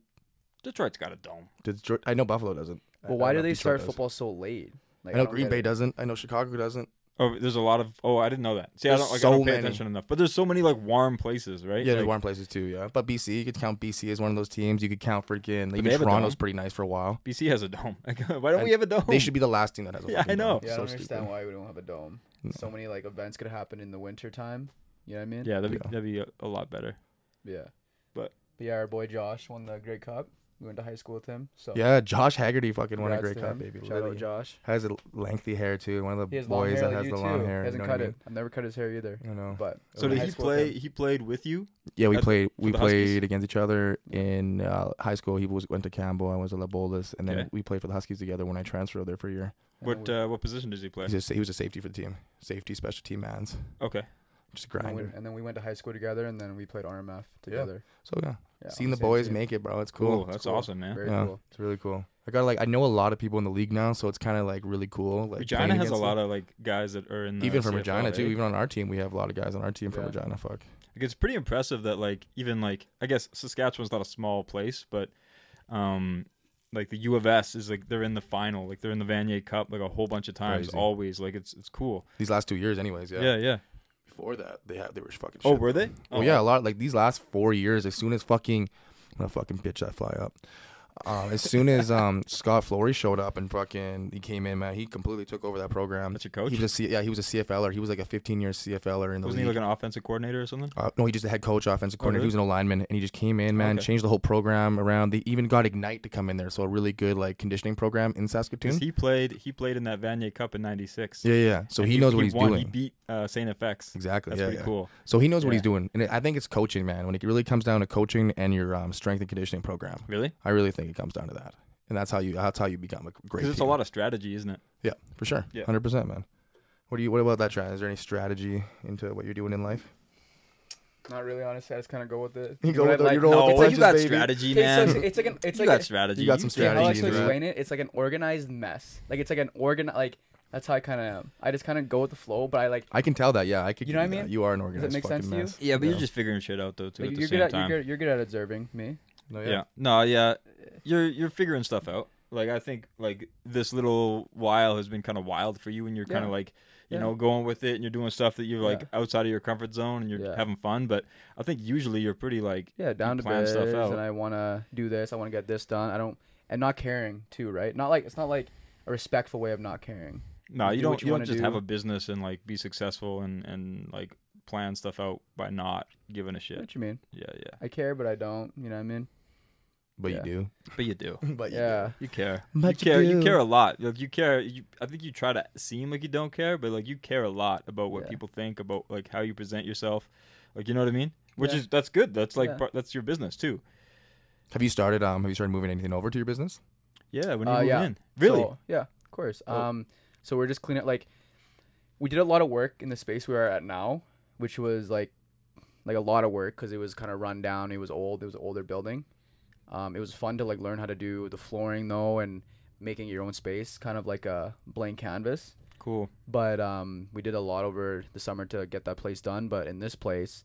Speaker 2: Detroit's got a dome.
Speaker 1: Detroit, I know Buffalo doesn't. I-
Speaker 6: Well,
Speaker 1: I
Speaker 6: why
Speaker 1: don't
Speaker 6: do
Speaker 1: know
Speaker 6: they
Speaker 1: if Detroit
Speaker 6: start
Speaker 1: does.
Speaker 6: football so late? Like,
Speaker 1: I know
Speaker 6: don't
Speaker 1: Green
Speaker 6: get
Speaker 1: Bay
Speaker 6: it.
Speaker 1: doesn't. I know Chicago doesn't.
Speaker 2: Oh, there's a lot of. Oh, I didn't know that. See, I
Speaker 1: There's
Speaker 2: don't like
Speaker 1: so
Speaker 2: I don't pay
Speaker 1: many.
Speaker 2: attention enough. But there's so many like warm places, right?
Speaker 1: Yeah, there's
Speaker 2: Like,
Speaker 1: warm places too. Yeah, but BC, you could count BC as one of those teams. You could count freaking like,
Speaker 2: they
Speaker 1: even
Speaker 2: have a
Speaker 1: Toronto's
Speaker 2: dome?
Speaker 1: pretty nice for a while.
Speaker 2: BC has a dome. Like, why don't
Speaker 1: And
Speaker 2: we have a dome?
Speaker 1: They should be the last team that has a.
Speaker 2: Yeah, I
Speaker 1: fucking dome.
Speaker 2: know.
Speaker 6: Yeah, I
Speaker 1: Oh, So
Speaker 6: don't understand
Speaker 1: stupid.
Speaker 6: why we don't have a dome. So many like events could happen in the winter time. You know what I mean?
Speaker 2: Yeah, that'd be
Speaker 1: Yeah.
Speaker 2: that'd be a, a lot better.
Speaker 6: Yeah.
Speaker 2: But
Speaker 6: But yeah, our boy Josh won the Great Cup. We went to high school with him. So
Speaker 1: Yeah, Josh Haggerty fucking won a
Speaker 6: congrats
Speaker 1: great
Speaker 6: to
Speaker 1: cup,
Speaker 6: him.
Speaker 1: baby.
Speaker 6: Shout
Speaker 1: Literally.
Speaker 6: out Josh.
Speaker 1: Has a lengthy hair too. One of the
Speaker 6: He has long
Speaker 1: boys
Speaker 6: hair
Speaker 1: that
Speaker 6: like
Speaker 1: has
Speaker 6: you
Speaker 1: the
Speaker 6: too.
Speaker 1: long hair.
Speaker 6: He
Speaker 1: you know
Speaker 6: hasn't
Speaker 1: what
Speaker 6: cut
Speaker 1: I
Speaker 6: it. I've never cut his hair either.
Speaker 1: mean? I know.
Speaker 6: But
Speaker 2: So did
Speaker 6: we went to
Speaker 2: he
Speaker 6: high school with
Speaker 2: play?
Speaker 6: him.
Speaker 2: He played with you.
Speaker 1: yeah, we
Speaker 2: at-
Speaker 1: played we
Speaker 2: the Huskies?
Speaker 1: played against each other in uh, high school. He was went to Campbell. I was at La Bolas, and then
Speaker 2: Okay.
Speaker 1: we played for the Huskies together when I transferred there for a year.
Speaker 6: I know
Speaker 2: What
Speaker 6: we-
Speaker 2: uh, what position does he play?
Speaker 1: He's a, he was a safety for the team, safety special team man's,
Speaker 2: Okay.
Speaker 1: just a
Speaker 6: and then we-
Speaker 1: grinder.
Speaker 6: And then we went to high school together, and then we played RMF together.
Speaker 1: So uh, yeah,
Speaker 6: Yeah,
Speaker 1: seeing
Speaker 6: on
Speaker 1: the
Speaker 6: same
Speaker 1: boys
Speaker 6: team.
Speaker 1: make it, bro, it's cool.
Speaker 2: Cool. That's
Speaker 6: cool.
Speaker 2: awesome, man.
Speaker 6: Very
Speaker 1: Yeah,
Speaker 6: cool.
Speaker 1: it's really cool. I got to like I know a lot of people in the league now, so it's kind of like really cool. Like
Speaker 2: Regina
Speaker 1: playing
Speaker 2: has a
Speaker 1: against
Speaker 2: lot
Speaker 1: them.
Speaker 2: of like guys that are in the
Speaker 1: even from
Speaker 2: CFL,
Speaker 1: Regina too.
Speaker 2: eh?
Speaker 1: Even on our team, we have a lot of guys on our team from
Speaker 6: Yeah.
Speaker 1: Regina. Fuck.
Speaker 2: Like, it's pretty impressive that like even like I guess Saskatchewan's not a small place, but um like the U of S is like they're in the final, like they're in the Vanier Cup like a whole bunch of times,
Speaker 1: Crazy.
Speaker 2: always. Like it's it's cool.
Speaker 1: These last two years, anyways. Yeah.
Speaker 2: Yeah, yeah.
Speaker 1: Before that, they had they were fucking.
Speaker 2: Oh,
Speaker 1: shit.
Speaker 2: were they?
Speaker 1: Oh yeah, a lot like these last four years. As soon as fucking, I'm gonna fucking bitch that fly up. Um, as soon as um Scott Flory showed up and fucking he came in, man, he completely took over that program.
Speaker 2: That's your coach?
Speaker 1: He was a C- yeah, he was a CFLer. He was like a 15 year CFLer er in the
Speaker 2: Wasn't he
Speaker 1: league.
Speaker 2: like an offensive coordinator or something?
Speaker 1: uh, no, he just the head coach, offensive coordinator.
Speaker 2: really?
Speaker 1: He was an old lineman, and he just came in, man,
Speaker 2: Okay.
Speaker 1: changed the whole program around. They even got Ignite to come in there, so a really good like conditioning program in Saskatoon.
Speaker 2: 'Cause he played he played in that Vanier Cup in '96.
Speaker 1: yeah, yeah, yeah. So
Speaker 2: And
Speaker 1: he, knows what he's
Speaker 2: won.
Speaker 1: doing.
Speaker 2: He beat uh, Saint FX.
Speaker 1: Exactly.
Speaker 2: That's
Speaker 1: yeah,
Speaker 2: pretty
Speaker 1: yeah.
Speaker 2: cool.
Speaker 1: So he knows what
Speaker 2: Yeah.
Speaker 1: he's doing, and it, I think it's coaching, man. When it really comes down to coaching and your um, strength and conditioning program,
Speaker 2: Really?
Speaker 1: I really think it comes down to that, and that's how you that's how you become a great.
Speaker 2: Because it's a
Speaker 1: team.
Speaker 2: lot of strategy, isn't it?
Speaker 1: Yeah, for sure.
Speaker 2: Yeah.
Speaker 1: hundred percent, man. What do you? What about that, Tran? Is there any strategy into what you're doing in life?
Speaker 6: Not really, honestly. I just kind of go with it.
Speaker 1: You
Speaker 6: Do
Speaker 1: go
Speaker 6: what
Speaker 1: with
Speaker 6: I
Speaker 1: it, you roll
Speaker 6: do
Speaker 1: with
Speaker 6: what
Speaker 1: the
Speaker 6: I
Speaker 1: punches,
Speaker 6: do.
Speaker 1: you got baby.
Speaker 2: strategy,
Speaker 6: Okay, so it's, it's like an it's
Speaker 2: you
Speaker 6: like
Speaker 2: got
Speaker 6: a-
Speaker 2: strategy.
Speaker 1: You got some
Speaker 6: Yeah, I'll
Speaker 1: strategy
Speaker 6: actually
Speaker 1: into that.
Speaker 6: explain it. It's like an organized mess. Like it's like an organ. Like that's how I kind of am. I just kind of go with the flow, but I like.
Speaker 1: I can tell that. Yeah, I could.
Speaker 6: You know
Speaker 1: give
Speaker 6: what I
Speaker 1: that.
Speaker 6: mean?
Speaker 1: You are an organized
Speaker 6: make
Speaker 1: fucking
Speaker 6: sense to you?
Speaker 1: mess.
Speaker 2: Yeah, but you're just figuring shit out though too
Speaker 6: like,
Speaker 2: at the
Speaker 6: you're
Speaker 2: same
Speaker 6: good at
Speaker 2: time.
Speaker 6: you're good you're good at observing me.
Speaker 1: No,
Speaker 2: yeah. No, yeah. You're you're figuring stuff out. Like I think like this little while has been kind of wild for you and you're kind
Speaker 6: Yeah.
Speaker 2: of like you
Speaker 6: Yeah.
Speaker 2: know going with it and you're doing stuff that you're like
Speaker 6: Yeah.
Speaker 2: outside of your comfort zone and you're
Speaker 6: Yeah.
Speaker 2: having fun, but I think usually you're pretty like
Speaker 6: Yeah, down to
Speaker 2: plan
Speaker 6: biz,
Speaker 2: stuff out.
Speaker 6: and I want to do this. I want to get this done. I don't and not caring too, right? Not like it's not like a respectful way of not caring.
Speaker 2: no,
Speaker 6: you
Speaker 2: you
Speaker 6: do
Speaker 2: don't
Speaker 6: what
Speaker 2: you,
Speaker 6: you
Speaker 2: don't
Speaker 6: wanna
Speaker 2: just have
Speaker 6: do.
Speaker 2: a business and like be successful and and like plan stuff out by not giving a
Speaker 6: You know
Speaker 2: shit.
Speaker 6: what you mean?
Speaker 2: Yeah, yeah.
Speaker 6: I care, but I don't. You know what I mean?
Speaker 1: but
Speaker 6: Yeah.
Speaker 1: you
Speaker 2: But you do.
Speaker 1: do. but you
Speaker 6: Yeah.
Speaker 2: You care.
Speaker 1: But
Speaker 2: you
Speaker 1: you
Speaker 2: care. You,
Speaker 1: do.
Speaker 2: care a lot. Like you care. You, I think you try to seem like you don't care, but like you care a lot about what
Speaker 6: Yeah.
Speaker 2: people think about like how you present yourself. Like you know what I mean? Which
Speaker 6: Yeah.
Speaker 2: is that's good. That's like
Speaker 6: Yeah.
Speaker 2: part, that's your business too.
Speaker 1: Have you started? Um, have you started moving anything over to your business?
Speaker 2: Yeah. When you
Speaker 6: Uh,
Speaker 2: move
Speaker 6: yeah.
Speaker 2: in, really? Oh.
Speaker 6: So, yeah, of course. Um, so we're just cleaning up. Like, we did a lot of work in the space we are at now, which was like, like a lot of work because it was kind of run down. It was old. It was an older building. Um, it was fun to like learn how to do the flooring though and making your own space, kind of like a blank canvas
Speaker 2: cool.
Speaker 6: but um, we did a lot over the summer to get that place done. But in this place,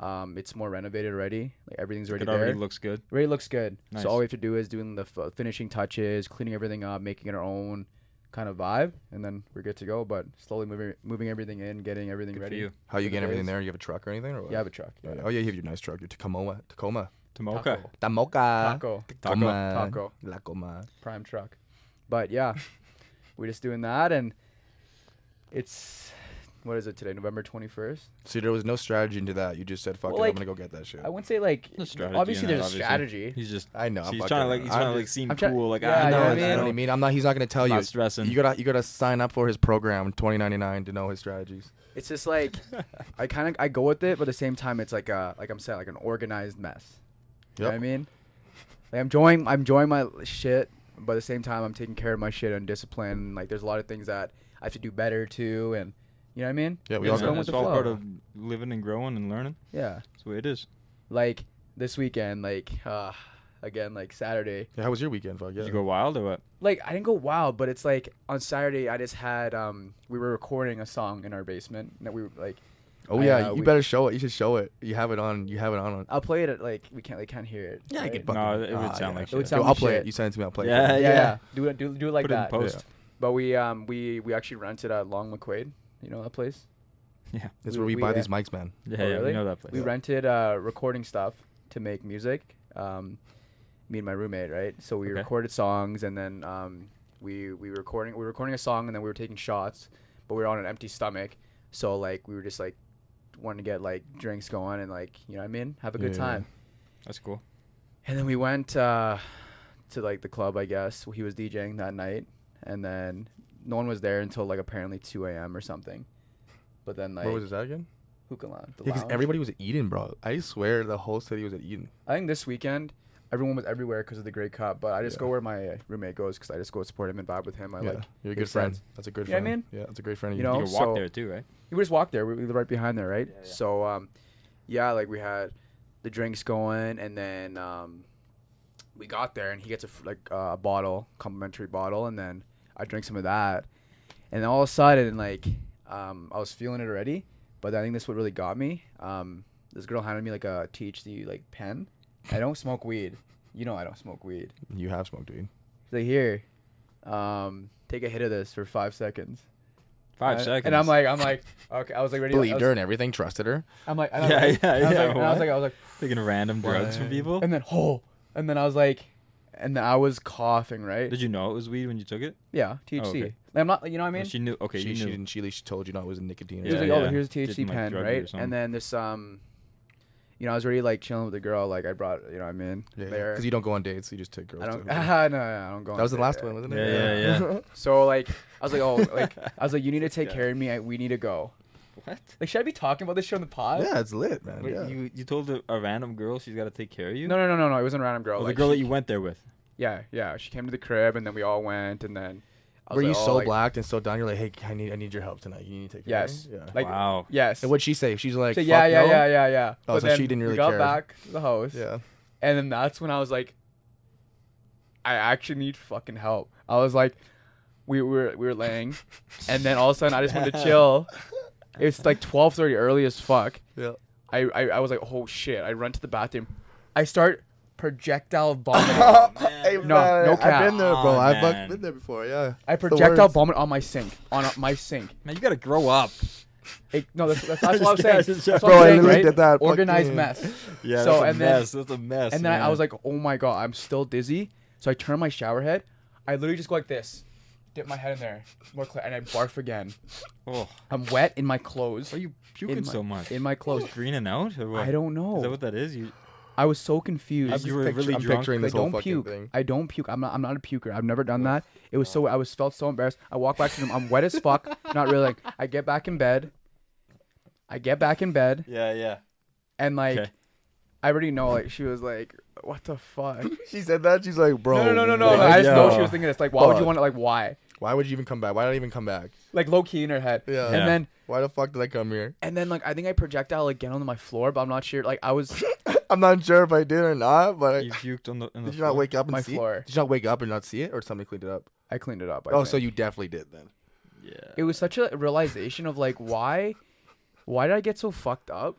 Speaker 6: um, it's more renovated already. Like everything's already
Speaker 2: It
Speaker 6: there.
Speaker 2: already
Speaker 6: Already,
Speaker 2: looks good.
Speaker 6: looks good.
Speaker 2: Nice.
Speaker 6: So all we have to do is doing the f- uh, finishing touches, cleaning everything up, making it our own kind of vibe, and then we're good to go. But slowly moving moving everything in, getting everything
Speaker 2: Good
Speaker 6: ready.
Speaker 2: for you.
Speaker 1: How you
Speaker 6: It
Speaker 1: get everything
Speaker 6: is.
Speaker 1: there? You have a truck or anything? Or what?
Speaker 6: Yeah, I have a truck. Yeah, yeah.
Speaker 1: Oh yeah, you have your nice truck. Your Tacoma. Tacoma.
Speaker 2: Tomoka.
Speaker 6: Taco.
Speaker 1: Tamoca.
Speaker 6: Taco.
Speaker 1: Tacoma.
Speaker 6: Taco.
Speaker 1: La coma.
Speaker 6: prime truck. But yeah, we're just doing that, and it's what is it today? November twenty first.
Speaker 1: So there was no strategy into that. You just said, "Fuck
Speaker 6: Well,
Speaker 1: it,
Speaker 6: like,
Speaker 1: I'm gonna go get that shit."
Speaker 6: I wouldn't say like
Speaker 2: No strategy
Speaker 6: obviously
Speaker 2: in it,
Speaker 6: there's
Speaker 2: obviously.
Speaker 6: a strategy.
Speaker 2: He's just.
Speaker 1: I know. I'm
Speaker 2: he's
Speaker 1: fucking-
Speaker 2: trying to like. He's
Speaker 1: I'm
Speaker 2: trying to like
Speaker 1: just-
Speaker 2: seem
Speaker 6: I'm try-
Speaker 2: cool. Like
Speaker 6: Yeah,
Speaker 2: I
Speaker 6: you
Speaker 2: know.
Speaker 6: know what
Speaker 2: I
Speaker 6: I mean?
Speaker 1: know what I
Speaker 2: don't-
Speaker 1: mean. I'm not. He's not gonna tell
Speaker 2: Not
Speaker 1: you.
Speaker 2: stressing.
Speaker 1: You gotta. You gotta sign up for his program. Twenty ninety nine to know his strategies.
Speaker 6: It's just like I kind of I go with it, but at the same time, it's like a like I'm saying like an organized mess. You know what I
Speaker 1: Yep.
Speaker 6: mean? Like I'm enjoying I'm enjoying my shit, but at the same time, I'm taking care of my shit and discipline. and, Like there's a lot of things that I have to do better too, and you know what I mean?
Speaker 1: Yeah, we
Speaker 2: Yeah,
Speaker 1: all
Speaker 6: Just
Speaker 1: go
Speaker 6: going
Speaker 2: man,
Speaker 6: with
Speaker 2: It's
Speaker 6: the
Speaker 2: all
Speaker 6: flow.
Speaker 2: part of living and growing and learning.
Speaker 6: yeah.
Speaker 2: That's the way it is.
Speaker 6: Like this weekend, like uh, again, like Saturday.
Speaker 1: Yeah, how was your weekend? Fuck yeah.
Speaker 2: Did you go wild or what?
Speaker 6: Like I didn't go wild, but it's like on Saturday I just had um we were recording a song in our basement that we were like
Speaker 1: oh
Speaker 6: I,
Speaker 1: yeah,
Speaker 6: uh,
Speaker 1: you
Speaker 6: we-
Speaker 1: better show it. You should show it. You have it on. You have it on.
Speaker 6: I'll play it at like we can't like can't hear it.
Speaker 1: Yeah, I
Speaker 6: right?
Speaker 1: could
Speaker 2: No,
Speaker 1: fucking-
Speaker 2: it would
Speaker 1: Ah,
Speaker 2: sound
Speaker 1: yeah.
Speaker 2: like
Speaker 6: It would
Speaker 2: shit.
Speaker 6: sound
Speaker 1: Yo, I'll
Speaker 6: like
Speaker 1: play it.
Speaker 6: shit.
Speaker 1: You send it to me. I'll play
Speaker 2: Yeah,
Speaker 1: it.
Speaker 6: yeah, yeah. Do it, do, do it like
Speaker 2: Put it in
Speaker 6: that.
Speaker 2: post.
Speaker 6: But we um we we actually rented a Long McQuaid. You know that place?
Speaker 2: Yeah.
Speaker 1: That's
Speaker 6: We-
Speaker 1: where we
Speaker 6: we,
Speaker 1: buy
Speaker 6: uh,
Speaker 1: these mics, man.
Speaker 2: Yeah,
Speaker 6: Oh,
Speaker 2: yeah, we
Speaker 6: really?
Speaker 2: know that place.
Speaker 6: We
Speaker 2: Yeah.
Speaker 6: rented uh, recording stuff to make music. Um, me and my roommate, right? So we
Speaker 2: Okay.
Speaker 6: recorded songs, and then um, we we were recording we were recording a song, and then we were taking shots, but we were on an empty stomach. So like we were just like wanting to get like drinks going and like you know what I mean have a good
Speaker 1: Yeah.
Speaker 6: time.
Speaker 2: That's cool.
Speaker 6: And then we went uh, to like the club, I guess. He was DJing that night, and then no one was there until like apparently 2 a.m. or something. But then like
Speaker 1: Where was that again?
Speaker 6: hookah lounge, the
Speaker 1: Because
Speaker 6: lounge.
Speaker 1: everybody was at Eden, bro. I swear the whole city was at Eden.
Speaker 6: I think this weekend everyone was everywhere because of the Great Cup. But I just
Speaker 1: Yeah.
Speaker 6: go where my uh, roommate goes because I just go support him and vibe with him. I
Speaker 1: yeah,
Speaker 6: like
Speaker 1: you're a
Speaker 6: makes
Speaker 1: good friend.
Speaker 6: sense.
Speaker 1: That's a good
Speaker 6: You know what I
Speaker 1: friend.
Speaker 6: mean?
Speaker 1: Yeah, that's a great friend. of
Speaker 6: You
Speaker 1: Eden.
Speaker 6: know?
Speaker 2: You can walk
Speaker 6: Oh, so-
Speaker 2: there too, right?
Speaker 6: we just walked there. We were right behind there, right? So, um, yeah, like we had the drinks going, and then um, we got there, and he gets a f- like uh, a bottle, complimentary bottle, and then I drink some of that, and then all of a sudden, like um, I was feeling it already, but I think this what really got me. Um, this girl handed me like a THC like pen. I don't smoke weed. You know I don't smoke weed.
Speaker 1: you have smoked weed.
Speaker 6: She's like, here, um, take a hit of this for five seconds.
Speaker 2: Five
Speaker 6: Uh,
Speaker 2: seconds.
Speaker 6: And I'm like, I'm like, okay. I was like ready. to- I
Speaker 1: Believed
Speaker 6: was-
Speaker 1: her and everything. Trusted her.
Speaker 6: I'm like, and
Speaker 2: Yeah,
Speaker 6: I was like,
Speaker 2: yeah,
Speaker 6: I was
Speaker 2: yeah,
Speaker 6: like, and I was
Speaker 2: what?
Speaker 6: like, I was like,
Speaker 2: taking random drugs from people.
Speaker 6: and then oh, and then I was like, and then I was coughing, right?
Speaker 2: Did you know it was weed when you took it?
Speaker 6: yeah, THC.
Speaker 2: okay. Oh,
Speaker 6: Like, I'm not, you know what I mean?
Speaker 2: she knew. Okay,
Speaker 1: she,
Speaker 2: you
Speaker 1: she
Speaker 2: knew.
Speaker 1: didn't. She, she told you not it was nicotine. or
Speaker 6: He was
Speaker 2: Yeah,
Speaker 6: like,
Speaker 1: something.
Speaker 6: oh,
Speaker 2: yeah.
Speaker 6: here's a
Speaker 2: Didn't,
Speaker 6: THC
Speaker 2: like,
Speaker 6: pen,
Speaker 2: drug you or
Speaker 6: right?
Speaker 2: something.
Speaker 6: And then this um, you know, I was already like chilling with the girl. Like I brought, you know, what I mean,
Speaker 1: Yeah,
Speaker 6: "Oh, there.
Speaker 1: because you don't go on dates. You just take girls.
Speaker 6: I
Speaker 1: to
Speaker 6: don't.
Speaker 1: hookah.
Speaker 6: Ah, no, no, I don't go.
Speaker 1: that was the last one, wasn't
Speaker 2: yeah,
Speaker 1: it?
Speaker 2: yeah, yeah.
Speaker 6: So like, I was like, oh, like I was like, you need to take care of me. I, we need to go.
Speaker 2: what?
Speaker 6: Like, should I be talking about this shit on the pod?
Speaker 1: Yeah, it's lit, man.
Speaker 2: Wait,
Speaker 1: yeah.
Speaker 2: you you told a, a random girl she's got to take care of you?
Speaker 6: No, no, no, no, no. It wasn't a random girl.
Speaker 2: Oh, the
Speaker 6: like,
Speaker 2: girl that
Speaker 6: she-
Speaker 2: you went there with.
Speaker 6: Yeah, yeah. She came to the crib, and then we all went, and then. I
Speaker 1: Were
Speaker 6: was
Speaker 1: you
Speaker 6: like, oh,
Speaker 1: so
Speaker 6: like-
Speaker 1: blacked and so done? You're like, hey, I need, I need your help tonight. You need to take. care of me?"
Speaker 6: Yes.
Speaker 1: Yeah.
Speaker 6: Like,
Speaker 2: wow.
Speaker 6: Yes.
Speaker 1: and what'd she say? She's like,
Speaker 6: So,
Speaker 1: "Fuck
Speaker 6: yeah, yeah,
Speaker 1: no?"
Speaker 6: yeah, yeah, yeah.
Speaker 1: Oh,
Speaker 6: But
Speaker 1: so she
Speaker 6: then
Speaker 1: didn't really
Speaker 6: we got
Speaker 1: care.
Speaker 6: back to the house.
Speaker 1: Yeah.
Speaker 6: And then that's when I was like, I actually need fucking help. I was like, we were we were laying, and then all of a sudden I just wanted to chill. It's like twelve thirty, early as fuck.
Speaker 1: Yeah.
Speaker 6: I, I I was like, oh shit! I run to the bathroom. I start projectile vomiting.
Speaker 1: Hey,
Speaker 6: No, no cap.
Speaker 1: I've been there, bro.
Speaker 2: Aw,
Speaker 1: I've
Speaker 2: man.
Speaker 1: fuck- been there before. Yeah.
Speaker 6: I
Speaker 1: It's the
Speaker 6: projectile
Speaker 1: worst.
Speaker 6: vomit on my sink, on uh, my sink.
Speaker 2: Man, you gotta grow up.
Speaker 6: It, no, that's, that's, that's
Speaker 2: This
Speaker 6: what I'm
Speaker 2: guy's
Speaker 6: saying.
Speaker 2: a
Speaker 6: That's
Speaker 2: joke.
Speaker 6: what
Speaker 1: Bro, I
Speaker 6: I'm saying,
Speaker 1: literally
Speaker 6: right?
Speaker 1: did that.
Speaker 6: Organized
Speaker 1: Fucking-
Speaker 6: mess.
Speaker 2: Yeah,
Speaker 6: So,
Speaker 2: that's a
Speaker 6: and then-
Speaker 2: mess. That's a mess.
Speaker 6: And then I
Speaker 2: man.
Speaker 6: was like, oh my god, I'm still dizzy. So I turn my shower head. I literally just go like this, dip my head in there, more clear, and I barf again.
Speaker 2: oh,
Speaker 6: I'm wet in my clothes.
Speaker 2: why are you
Speaker 6: in
Speaker 2: puking
Speaker 6: my-
Speaker 2: so much?
Speaker 6: In my
Speaker 2: was
Speaker 6: clothes.
Speaker 2: greening out? Or what?
Speaker 6: I
Speaker 2: Is
Speaker 6: don't
Speaker 2: that
Speaker 6: know.
Speaker 2: what that is? You,
Speaker 6: I was so confused.
Speaker 2: you were
Speaker 1: picture-
Speaker 2: really
Speaker 1: I'm
Speaker 2: drunk.
Speaker 1: picturing
Speaker 6: I
Speaker 1: this whole
Speaker 6: don't
Speaker 1: fucking
Speaker 6: puke.
Speaker 1: thing.
Speaker 6: I don't puke. I'm not. I'm not a puker. I've never done that. It was so. I was felt so embarrassed. I walk back to them. I'm wet as fuck. Not really. Like, I get back in bed. I get back in bed
Speaker 2: Yeah, yeah.
Speaker 6: and like,
Speaker 2: Okay.
Speaker 6: I already know. Like she was like, "What the fuck."
Speaker 1: She said that. She's like, bro.
Speaker 6: No, no, no, no, no.
Speaker 1: why-
Speaker 6: I just know
Speaker 2: yeah.
Speaker 6: she was thinking this. Like, why would you
Speaker 1: Fuck.
Speaker 6: want it? Like, why?
Speaker 1: Why would you even come back? Why did I even come back?
Speaker 6: Like, low key in her head.
Speaker 1: Yeah.
Speaker 6: And
Speaker 2: Yeah.
Speaker 6: then,
Speaker 1: Why the fuck did I come here?
Speaker 6: and then, like, I think I projectile again onto my floor, but I'm not sure. Like, I was
Speaker 1: I'm not sure if I did or not, but I,
Speaker 2: You puked on the. On the
Speaker 1: did you not
Speaker 2: floor?
Speaker 1: wake up and
Speaker 6: My
Speaker 1: see?
Speaker 6: floor.
Speaker 1: It? Did you not wake up and not see it, or somebody cleaned it up?
Speaker 6: I cleaned it up. I
Speaker 1: oh,
Speaker 6: think.
Speaker 1: so you definitely did then.
Speaker 2: Yeah.
Speaker 6: it was such a realization of like why, why did I get so fucked up,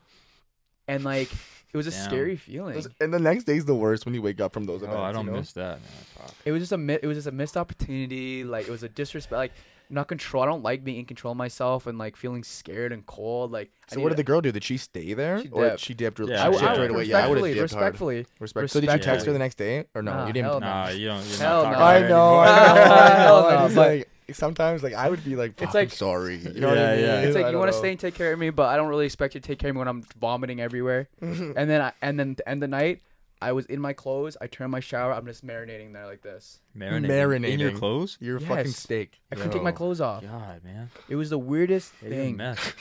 Speaker 6: and like it was a
Speaker 2: Damn.
Speaker 6: scary feeling.
Speaker 1: And the next day's the worst when you wake up from those events.
Speaker 2: Oh, I don't
Speaker 1: you know?
Speaker 2: miss that. Man. Fuck.
Speaker 6: It was just a mi- it was just a missed opportunity. Like it was a disrespect. Like not control. I don't like being in control of myself and like feeling scared and cold. Like I
Speaker 1: So what
Speaker 6: need
Speaker 1: did the girl do? Did she stay there,
Speaker 6: She
Speaker 1: or
Speaker 6: dipped.
Speaker 1: she dipped? re-
Speaker 2: Yeah,
Speaker 1: she
Speaker 6: I, I,
Speaker 2: she
Speaker 1: dipped
Speaker 2: dipped.
Speaker 1: right away. Yeah, I would have
Speaker 6: respectfully,
Speaker 1: dipped hard.
Speaker 6: respectfully,
Speaker 1: Respect. So did you text
Speaker 6: Respectfully.
Speaker 1: her the next day, or no?
Speaker 6: Nah,
Speaker 1: you didn't.
Speaker 6: hell no.
Speaker 2: Nah, you don't. You're
Speaker 6: Hell
Speaker 2: not
Speaker 6: no.
Speaker 2: talking
Speaker 1: I
Speaker 2: about it
Speaker 1: know.
Speaker 2: anymore.
Speaker 6: Hell no,
Speaker 1: I know. It's
Speaker 6: but-
Speaker 1: like sometimes, like I would be like,
Speaker 6: It's
Speaker 1: "Fuck, I'm
Speaker 6: like-
Speaker 1: sorry. You know
Speaker 2: Yeah,
Speaker 1: what I mean?
Speaker 2: yeah.
Speaker 6: It's
Speaker 1: I
Speaker 6: like you
Speaker 1: don't
Speaker 6: want to
Speaker 1: know.
Speaker 6: stay and take care of me, but I don't really expect you to take care of me when I'm vomiting everywhere. and then I, and then to end the night, I was in my clothes. I turned my shower. I'm just marinating there like this.
Speaker 2: Marinating. in your
Speaker 1: Marinating.
Speaker 2: clothes.
Speaker 1: You're a fucking
Speaker 6: Yes.
Speaker 1: steak.
Speaker 6: I couldn't take my clothes off.
Speaker 2: God, man,
Speaker 6: It was the weirdest
Speaker 2: Yeah, you're a
Speaker 6: thing.
Speaker 2: mess.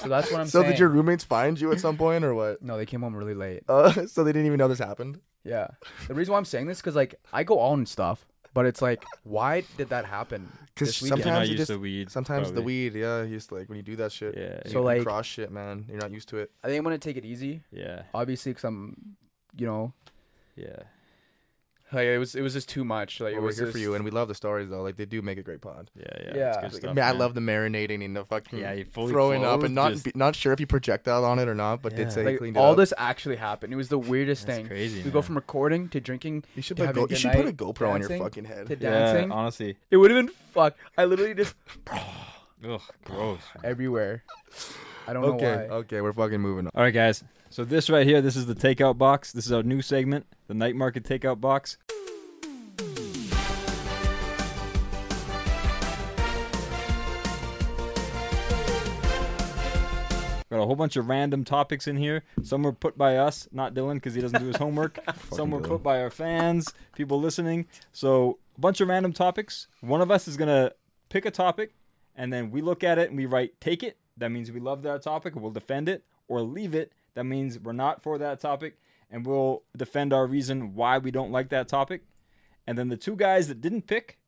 Speaker 6: So that's what I'm
Speaker 1: So
Speaker 6: saying.
Speaker 1: did your roommates find you at some point, or what?
Speaker 6: No, they came home really late.
Speaker 1: Uh, so they didn't even know this happened.
Speaker 6: Yeah. The reason why I'm saying this because like I go on and stuff, but it's like why did that happen?
Speaker 1: Because
Speaker 6: This weekend.
Speaker 1: sometimes
Speaker 2: You're not
Speaker 1: you
Speaker 2: used
Speaker 1: just
Speaker 2: to weed.
Speaker 1: sometimes the
Speaker 2: probably.
Speaker 1: weed, yeah, you just like when you do that shit,
Speaker 2: Yeah.
Speaker 1: you
Speaker 6: So, like-
Speaker 1: cross shit, man. You're not used to it.
Speaker 6: I think I'm gonna take it easy,
Speaker 2: Yeah.
Speaker 6: obviously, because I'm, you know,
Speaker 2: Yeah.
Speaker 6: like it was it was just too much. Like
Speaker 1: But
Speaker 6: it
Speaker 1: we're
Speaker 6: was
Speaker 1: here
Speaker 6: just,
Speaker 1: for you, and we love the stories though. Like they do make a great pod.
Speaker 2: Yeah. Yeah.
Speaker 6: Yeah.
Speaker 2: It's good
Speaker 6: Like,
Speaker 1: Like,
Speaker 2: stuff,
Speaker 1: man, I
Speaker 2: man.
Speaker 1: love the marinating and the fucking
Speaker 2: Yeah, you fully
Speaker 1: throwing up
Speaker 2: clothed,
Speaker 1: and not
Speaker 2: just-
Speaker 1: be, not sure if you projectile on it or not, but
Speaker 2: Yeah.
Speaker 1: did say he
Speaker 6: Like
Speaker 1: cleaned it
Speaker 6: all
Speaker 1: up.
Speaker 6: this actually happened. It was the weirdest
Speaker 2: That's
Speaker 6: thing.
Speaker 2: crazy,
Speaker 6: We go
Speaker 2: man.
Speaker 6: from recording to drinking
Speaker 1: You should,
Speaker 6: to
Speaker 1: put a, go-
Speaker 6: having a
Speaker 1: you
Speaker 6: good
Speaker 1: should put a
Speaker 6: night,
Speaker 1: GoPro on your
Speaker 6: dancing,
Speaker 1: fucking head.
Speaker 6: to
Speaker 2: Yeah. Um,
Speaker 6: dancing.
Speaker 2: Honestly.
Speaker 6: It would have been fuck. I literally just
Speaker 2: Ugh. Gross.
Speaker 6: everywhere. I don't
Speaker 1: okay,
Speaker 6: know why.
Speaker 1: okay, we're fucking moving on.
Speaker 2: All right, guys. So this right here, this is the takeout box. This is our new segment, the night market takeout box. Got a whole bunch of random topics in here. Some were put by us, not Dylan, because he doesn't do his homework. Some were
Speaker 1: Dylan.
Speaker 2: put by our fans, people listening. So a bunch of random topics. One of us is gonna pick a topic, and then we look at it and we write "take it." That means we love that topic. We'll defend it or leave it. That means we're not for that topic, and we'll defend our reason why we don't like that topic. And then the two guys that didn't pick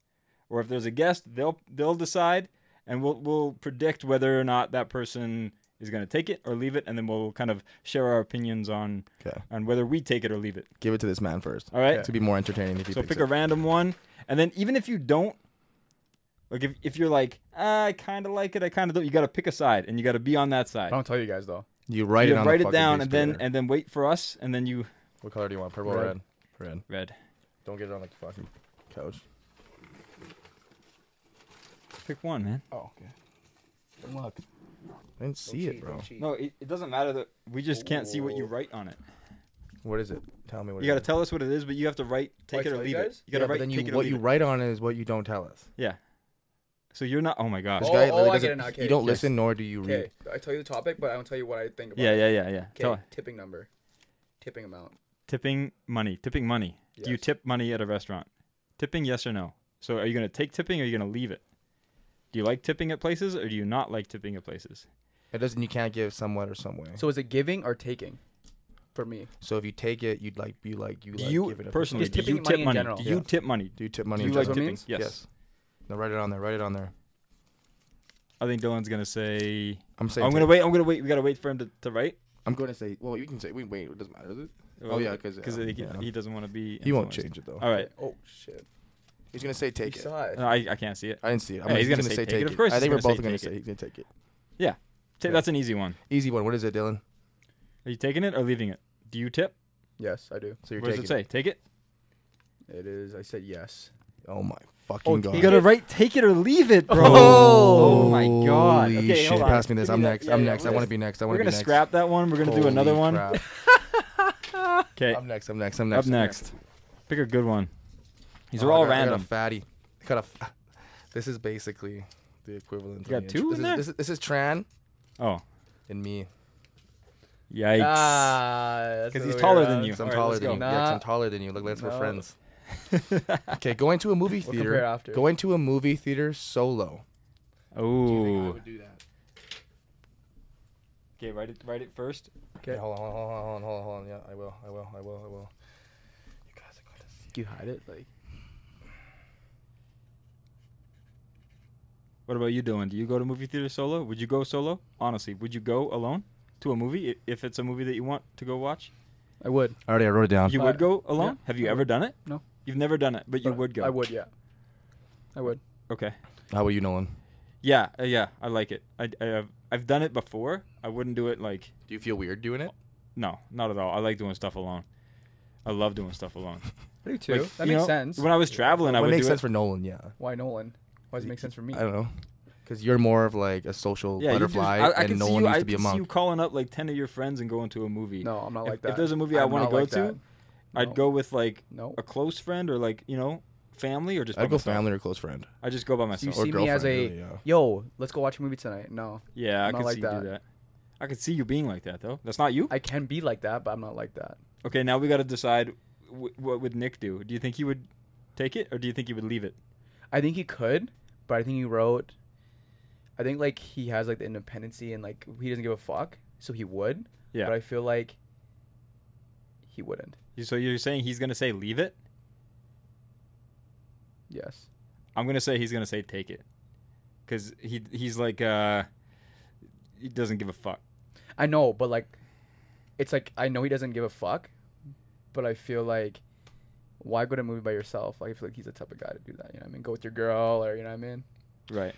Speaker 2: or if there's a guest, they'll they'll decide, and we'll we'll predict whether or not that person is going to take it or leave it, and then we'll kind of share our opinions on
Speaker 1: Okay.
Speaker 2: on whether we take it or leave it.
Speaker 1: Give it to this man first.
Speaker 2: All right.
Speaker 1: To be more entertaining if he
Speaker 2: So
Speaker 1: picks
Speaker 2: pick
Speaker 1: it.
Speaker 2: a random one, and then even if you don't, like if if you're like "Ah, I kind of like it, I kind of don't, you got to pick a side, and you got to be on that side.
Speaker 6: I don't tell you guys though.
Speaker 1: you write
Speaker 2: you
Speaker 1: it on
Speaker 2: write
Speaker 1: the
Speaker 2: it down, and then
Speaker 1: And
Speaker 2: and then wait for us, and then you
Speaker 1: what color do you want? Purple,
Speaker 6: Red.
Speaker 1: or red, red.
Speaker 2: red.
Speaker 1: Don't get it on like the fucking couch.
Speaker 2: Pick one, man.
Speaker 1: Oh, okay. Good luck. I didn't see it, bro.
Speaker 2: No, it, it doesn't matter that we just can't see what you
Speaker 6: Oh.
Speaker 2: write on it.
Speaker 1: What is it? Tell me what.
Speaker 2: You
Speaker 1: it
Speaker 2: got to
Speaker 1: is.
Speaker 2: tell us what it is, but you have to write, take it or
Speaker 6: tell you
Speaker 2: leave it.
Speaker 6: guys?
Speaker 2: You got to
Speaker 1: Yeah, but
Speaker 2: write,
Speaker 1: then you-
Speaker 2: take it or
Speaker 1: what
Speaker 2: leave
Speaker 1: you
Speaker 2: it.
Speaker 1: write on is what you don't tell us.
Speaker 2: Yeah. So you're not. Oh my gosh.
Speaker 1: This
Speaker 6: Oh,
Speaker 1: guy
Speaker 6: oh,
Speaker 1: literally
Speaker 6: I get
Speaker 1: doesn't-
Speaker 6: it now, okay,
Speaker 1: You don't
Speaker 6: yes.
Speaker 1: listen nor do you
Speaker 6: Okay,
Speaker 1: read.
Speaker 6: I tell you the topic, but I don't tell you what I think about.
Speaker 2: yeah,
Speaker 6: it.
Speaker 2: yeah, yeah, yeah.
Speaker 6: Okay,
Speaker 2: Tell-
Speaker 6: tipping number, tipping amount.
Speaker 2: tipping money. Tipping money. Do you
Speaker 6: Yes.
Speaker 2: tip money at a restaurant? Tipping, yes or no. So are you gonna take tipping or are you gonna leave it? Do you like tipping at places or do you not like tipping at places?
Speaker 1: It doesn't. You can't give somewhat or some way.
Speaker 6: So is it giving or taking? For me,
Speaker 1: So if you take it, you'd like you like you
Speaker 2: Do
Speaker 1: like
Speaker 2: you
Speaker 1: give it a
Speaker 2: personally
Speaker 6: Just
Speaker 2: do you
Speaker 6: tipping money
Speaker 2: tip
Speaker 6: in
Speaker 2: money?
Speaker 6: general.
Speaker 2: Do you
Speaker 1: Yeah.
Speaker 2: tip money?
Speaker 1: Do you tip money?
Speaker 2: Do you
Speaker 1: in
Speaker 2: like
Speaker 1: general?
Speaker 6: what it
Speaker 2: tipping?
Speaker 6: means?
Speaker 2: Yes.
Speaker 1: No, write it on there. Write it on there.
Speaker 2: I think Dylan's gonna say.
Speaker 1: I'm saying.
Speaker 2: I'm gonna wait. I'm gonna wait. We gotta wait for him to, to write.
Speaker 1: I'm going to say. Well, you can say. We wait. It doesn't matter, does it? Oh, yeah, 'cause,
Speaker 2: because
Speaker 1: yeah,
Speaker 2: he,
Speaker 1: yeah.
Speaker 2: he doesn't want to be.
Speaker 1: He won't
Speaker 2: influenced.
Speaker 1: change it though.
Speaker 2: All right.
Speaker 6: Oh shit!
Speaker 1: He's gonna say take
Speaker 6: You
Speaker 1: it.
Speaker 6: saw it.
Speaker 2: No, I, I can't see it.
Speaker 1: I didn't see it. I'm
Speaker 2: Yeah,
Speaker 1: gonna, he's
Speaker 2: he's gonna
Speaker 1: gonna
Speaker 2: say
Speaker 1: say
Speaker 2: take it.
Speaker 1: take
Speaker 2: Of
Speaker 1: it.
Speaker 2: course
Speaker 1: I
Speaker 2: he's
Speaker 1: think
Speaker 2: gonna
Speaker 1: we're
Speaker 2: say
Speaker 1: both gonna
Speaker 2: take
Speaker 1: say
Speaker 2: it.
Speaker 1: he's gonna take it.
Speaker 2: Yeah. Ta- That's an easy one.
Speaker 1: Easy one. What is it, Dylan?
Speaker 2: Are you taking it or leaving it? Do you tip?
Speaker 6: Yes, I do.
Speaker 1: So you're
Speaker 2: What does
Speaker 1: taking
Speaker 2: it say? Take it.
Speaker 6: It is. I said yes.
Speaker 1: Oh my fucking god.
Speaker 2: You gotta write, take it or leave it, bro.
Speaker 6: Oh.
Speaker 2: Oh my god.
Speaker 1: Holy
Speaker 2: Okay,
Speaker 1: shit.
Speaker 2: hold on.
Speaker 1: Pass me this.
Speaker 6: Give
Speaker 1: I'm
Speaker 6: me that.
Speaker 1: next.
Speaker 6: Yeah,
Speaker 1: I'm
Speaker 6: yeah,
Speaker 1: next. I
Speaker 6: we're
Speaker 1: want to
Speaker 6: gonna-
Speaker 1: be next. I
Speaker 2: We're
Speaker 1: want to be
Speaker 2: gonna
Speaker 1: next.
Speaker 2: scrap that one. We're gonna do another
Speaker 1: Holy
Speaker 2: one.
Speaker 1: crap.
Speaker 2: Okay,
Speaker 1: I'm next. I'm next. I'm next.
Speaker 2: up
Speaker 1: I'm
Speaker 2: next. Pick a good one. These
Speaker 1: Oh,
Speaker 2: are
Speaker 1: I
Speaker 2: all
Speaker 1: got- I got a
Speaker 2: random.
Speaker 1: fatty. I got a. F- this is basically the equivalent.
Speaker 2: You
Speaker 1: of
Speaker 2: got
Speaker 1: me and-
Speaker 2: two in
Speaker 1: this is,
Speaker 2: there?
Speaker 1: This is, this is Tran
Speaker 2: Oh,
Speaker 1: and me.
Speaker 2: yikes!
Speaker 6: Ah,
Speaker 2: 'Cause he's taller than you.
Speaker 1: Cause I'm
Speaker 2: All right,
Speaker 1: taller
Speaker 2: let's
Speaker 1: than
Speaker 2: go.
Speaker 1: you. Yeah, 'cause
Speaker 6: Nah.
Speaker 1: I'm taller than you. Look, let's
Speaker 6: No.
Speaker 1: we're friends. okay, going to a movie theater.
Speaker 6: compare after.
Speaker 1: Going to a movie theater solo.
Speaker 2: Ooh.
Speaker 1: do that.
Speaker 2: Okay, write it. Write it first.
Speaker 1: Okay, hold on, hold on, hold on, hold on, hold on. Yeah, I will, I will, I will, I will. You guys are gonna see.
Speaker 6: You hide it like.
Speaker 2: What about you, Dylan? Do you go to movie theater solo? Would you go solo? Honestly, would you go alone to a movie i- if it's a movie that you want to go watch?
Speaker 6: I would.
Speaker 1: I already wrote it down.
Speaker 2: You
Speaker 6: Uh,
Speaker 2: would go alone?
Speaker 6: yeah,
Speaker 2: Have you
Speaker 6: I
Speaker 2: ever done it?
Speaker 6: No.
Speaker 2: You've never done it, but you
Speaker 6: but
Speaker 2: would go.
Speaker 6: I would. Yeah. I would.
Speaker 2: Okay.
Speaker 1: How about you, Nolan?
Speaker 2: Yeah, uh, yeah, I like it. I, I have, I've done it before. I wouldn't do it like
Speaker 1: Do you feel weird doing it?
Speaker 2: no, not at all. I like doing stuff alone. I love doing stuff alone.
Speaker 6: I do too.
Speaker 2: Like,
Speaker 6: that
Speaker 2: you
Speaker 6: makes
Speaker 2: know,
Speaker 6: sense.
Speaker 2: When I was traveling, I
Speaker 1: it
Speaker 2: would
Speaker 1: makes
Speaker 2: do
Speaker 1: sense
Speaker 2: it.
Speaker 1: for Nolan. Yeah.
Speaker 6: Why Nolan? Why does it make sense for me?
Speaker 1: I don't know. Because you're more of like a social
Speaker 2: yeah, you just-
Speaker 1: butterfly,
Speaker 2: I, I
Speaker 1: and
Speaker 2: can
Speaker 1: Nolan
Speaker 2: see you,
Speaker 1: used
Speaker 2: I
Speaker 1: to be a
Speaker 2: can see you
Speaker 1: monk.
Speaker 2: calling up like ten of your friends and going to a movie.
Speaker 6: No, I'm not
Speaker 2: If-
Speaker 6: like that.
Speaker 2: If there's a movie I
Speaker 6: I'm
Speaker 2: want to
Speaker 6: not
Speaker 2: go
Speaker 6: like
Speaker 2: to,
Speaker 6: that. No.
Speaker 2: I'd go with like
Speaker 6: No.
Speaker 2: a close friend or like you know family or just. by
Speaker 1: I'd go
Speaker 2: myself.
Speaker 1: family or close friend.
Speaker 2: I just go by
Speaker 6: So you
Speaker 2: myself.
Speaker 1: or
Speaker 6: see me as a
Speaker 1: girlfriend, really, yeah.
Speaker 6: yo, let's go watch a movie tonight. No,
Speaker 2: yeah, I
Speaker 6: not
Speaker 2: could
Speaker 6: like
Speaker 2: see you
Speaker 6: that.
Speaker 2: do that. I could see you being like that though. That's not you.
Speaker 6: I can be like that, but I'm not like that.
Speaker 2: Okay, now we got to decide w- what would Nick do. Do you think he would take it or do you think he would leave it?
Speaker 6: I think he could, but I think he wrote. I think like he has like the independency and like he doesn't give a fuck, so he would.
Speaker 2: Yeah.
Speaker 6: But I feel like he wouldn't.
Speaker 2: So you're saying he's gonna say leave it?
Speaker 6: Yes.
Speaker 2: I'm gonna say he's gonna say take it, because he he's like uh, he doesn't give a fuck.
Speaker 6: I know, but like, it's like I know he doesn't give a fuck, but I feel like, why go to a movie by yourself? Like, I feel like he's the type of guy to do that. You know what I mean? Go with your girl, or you know what I mean?
Speaker 2: Right.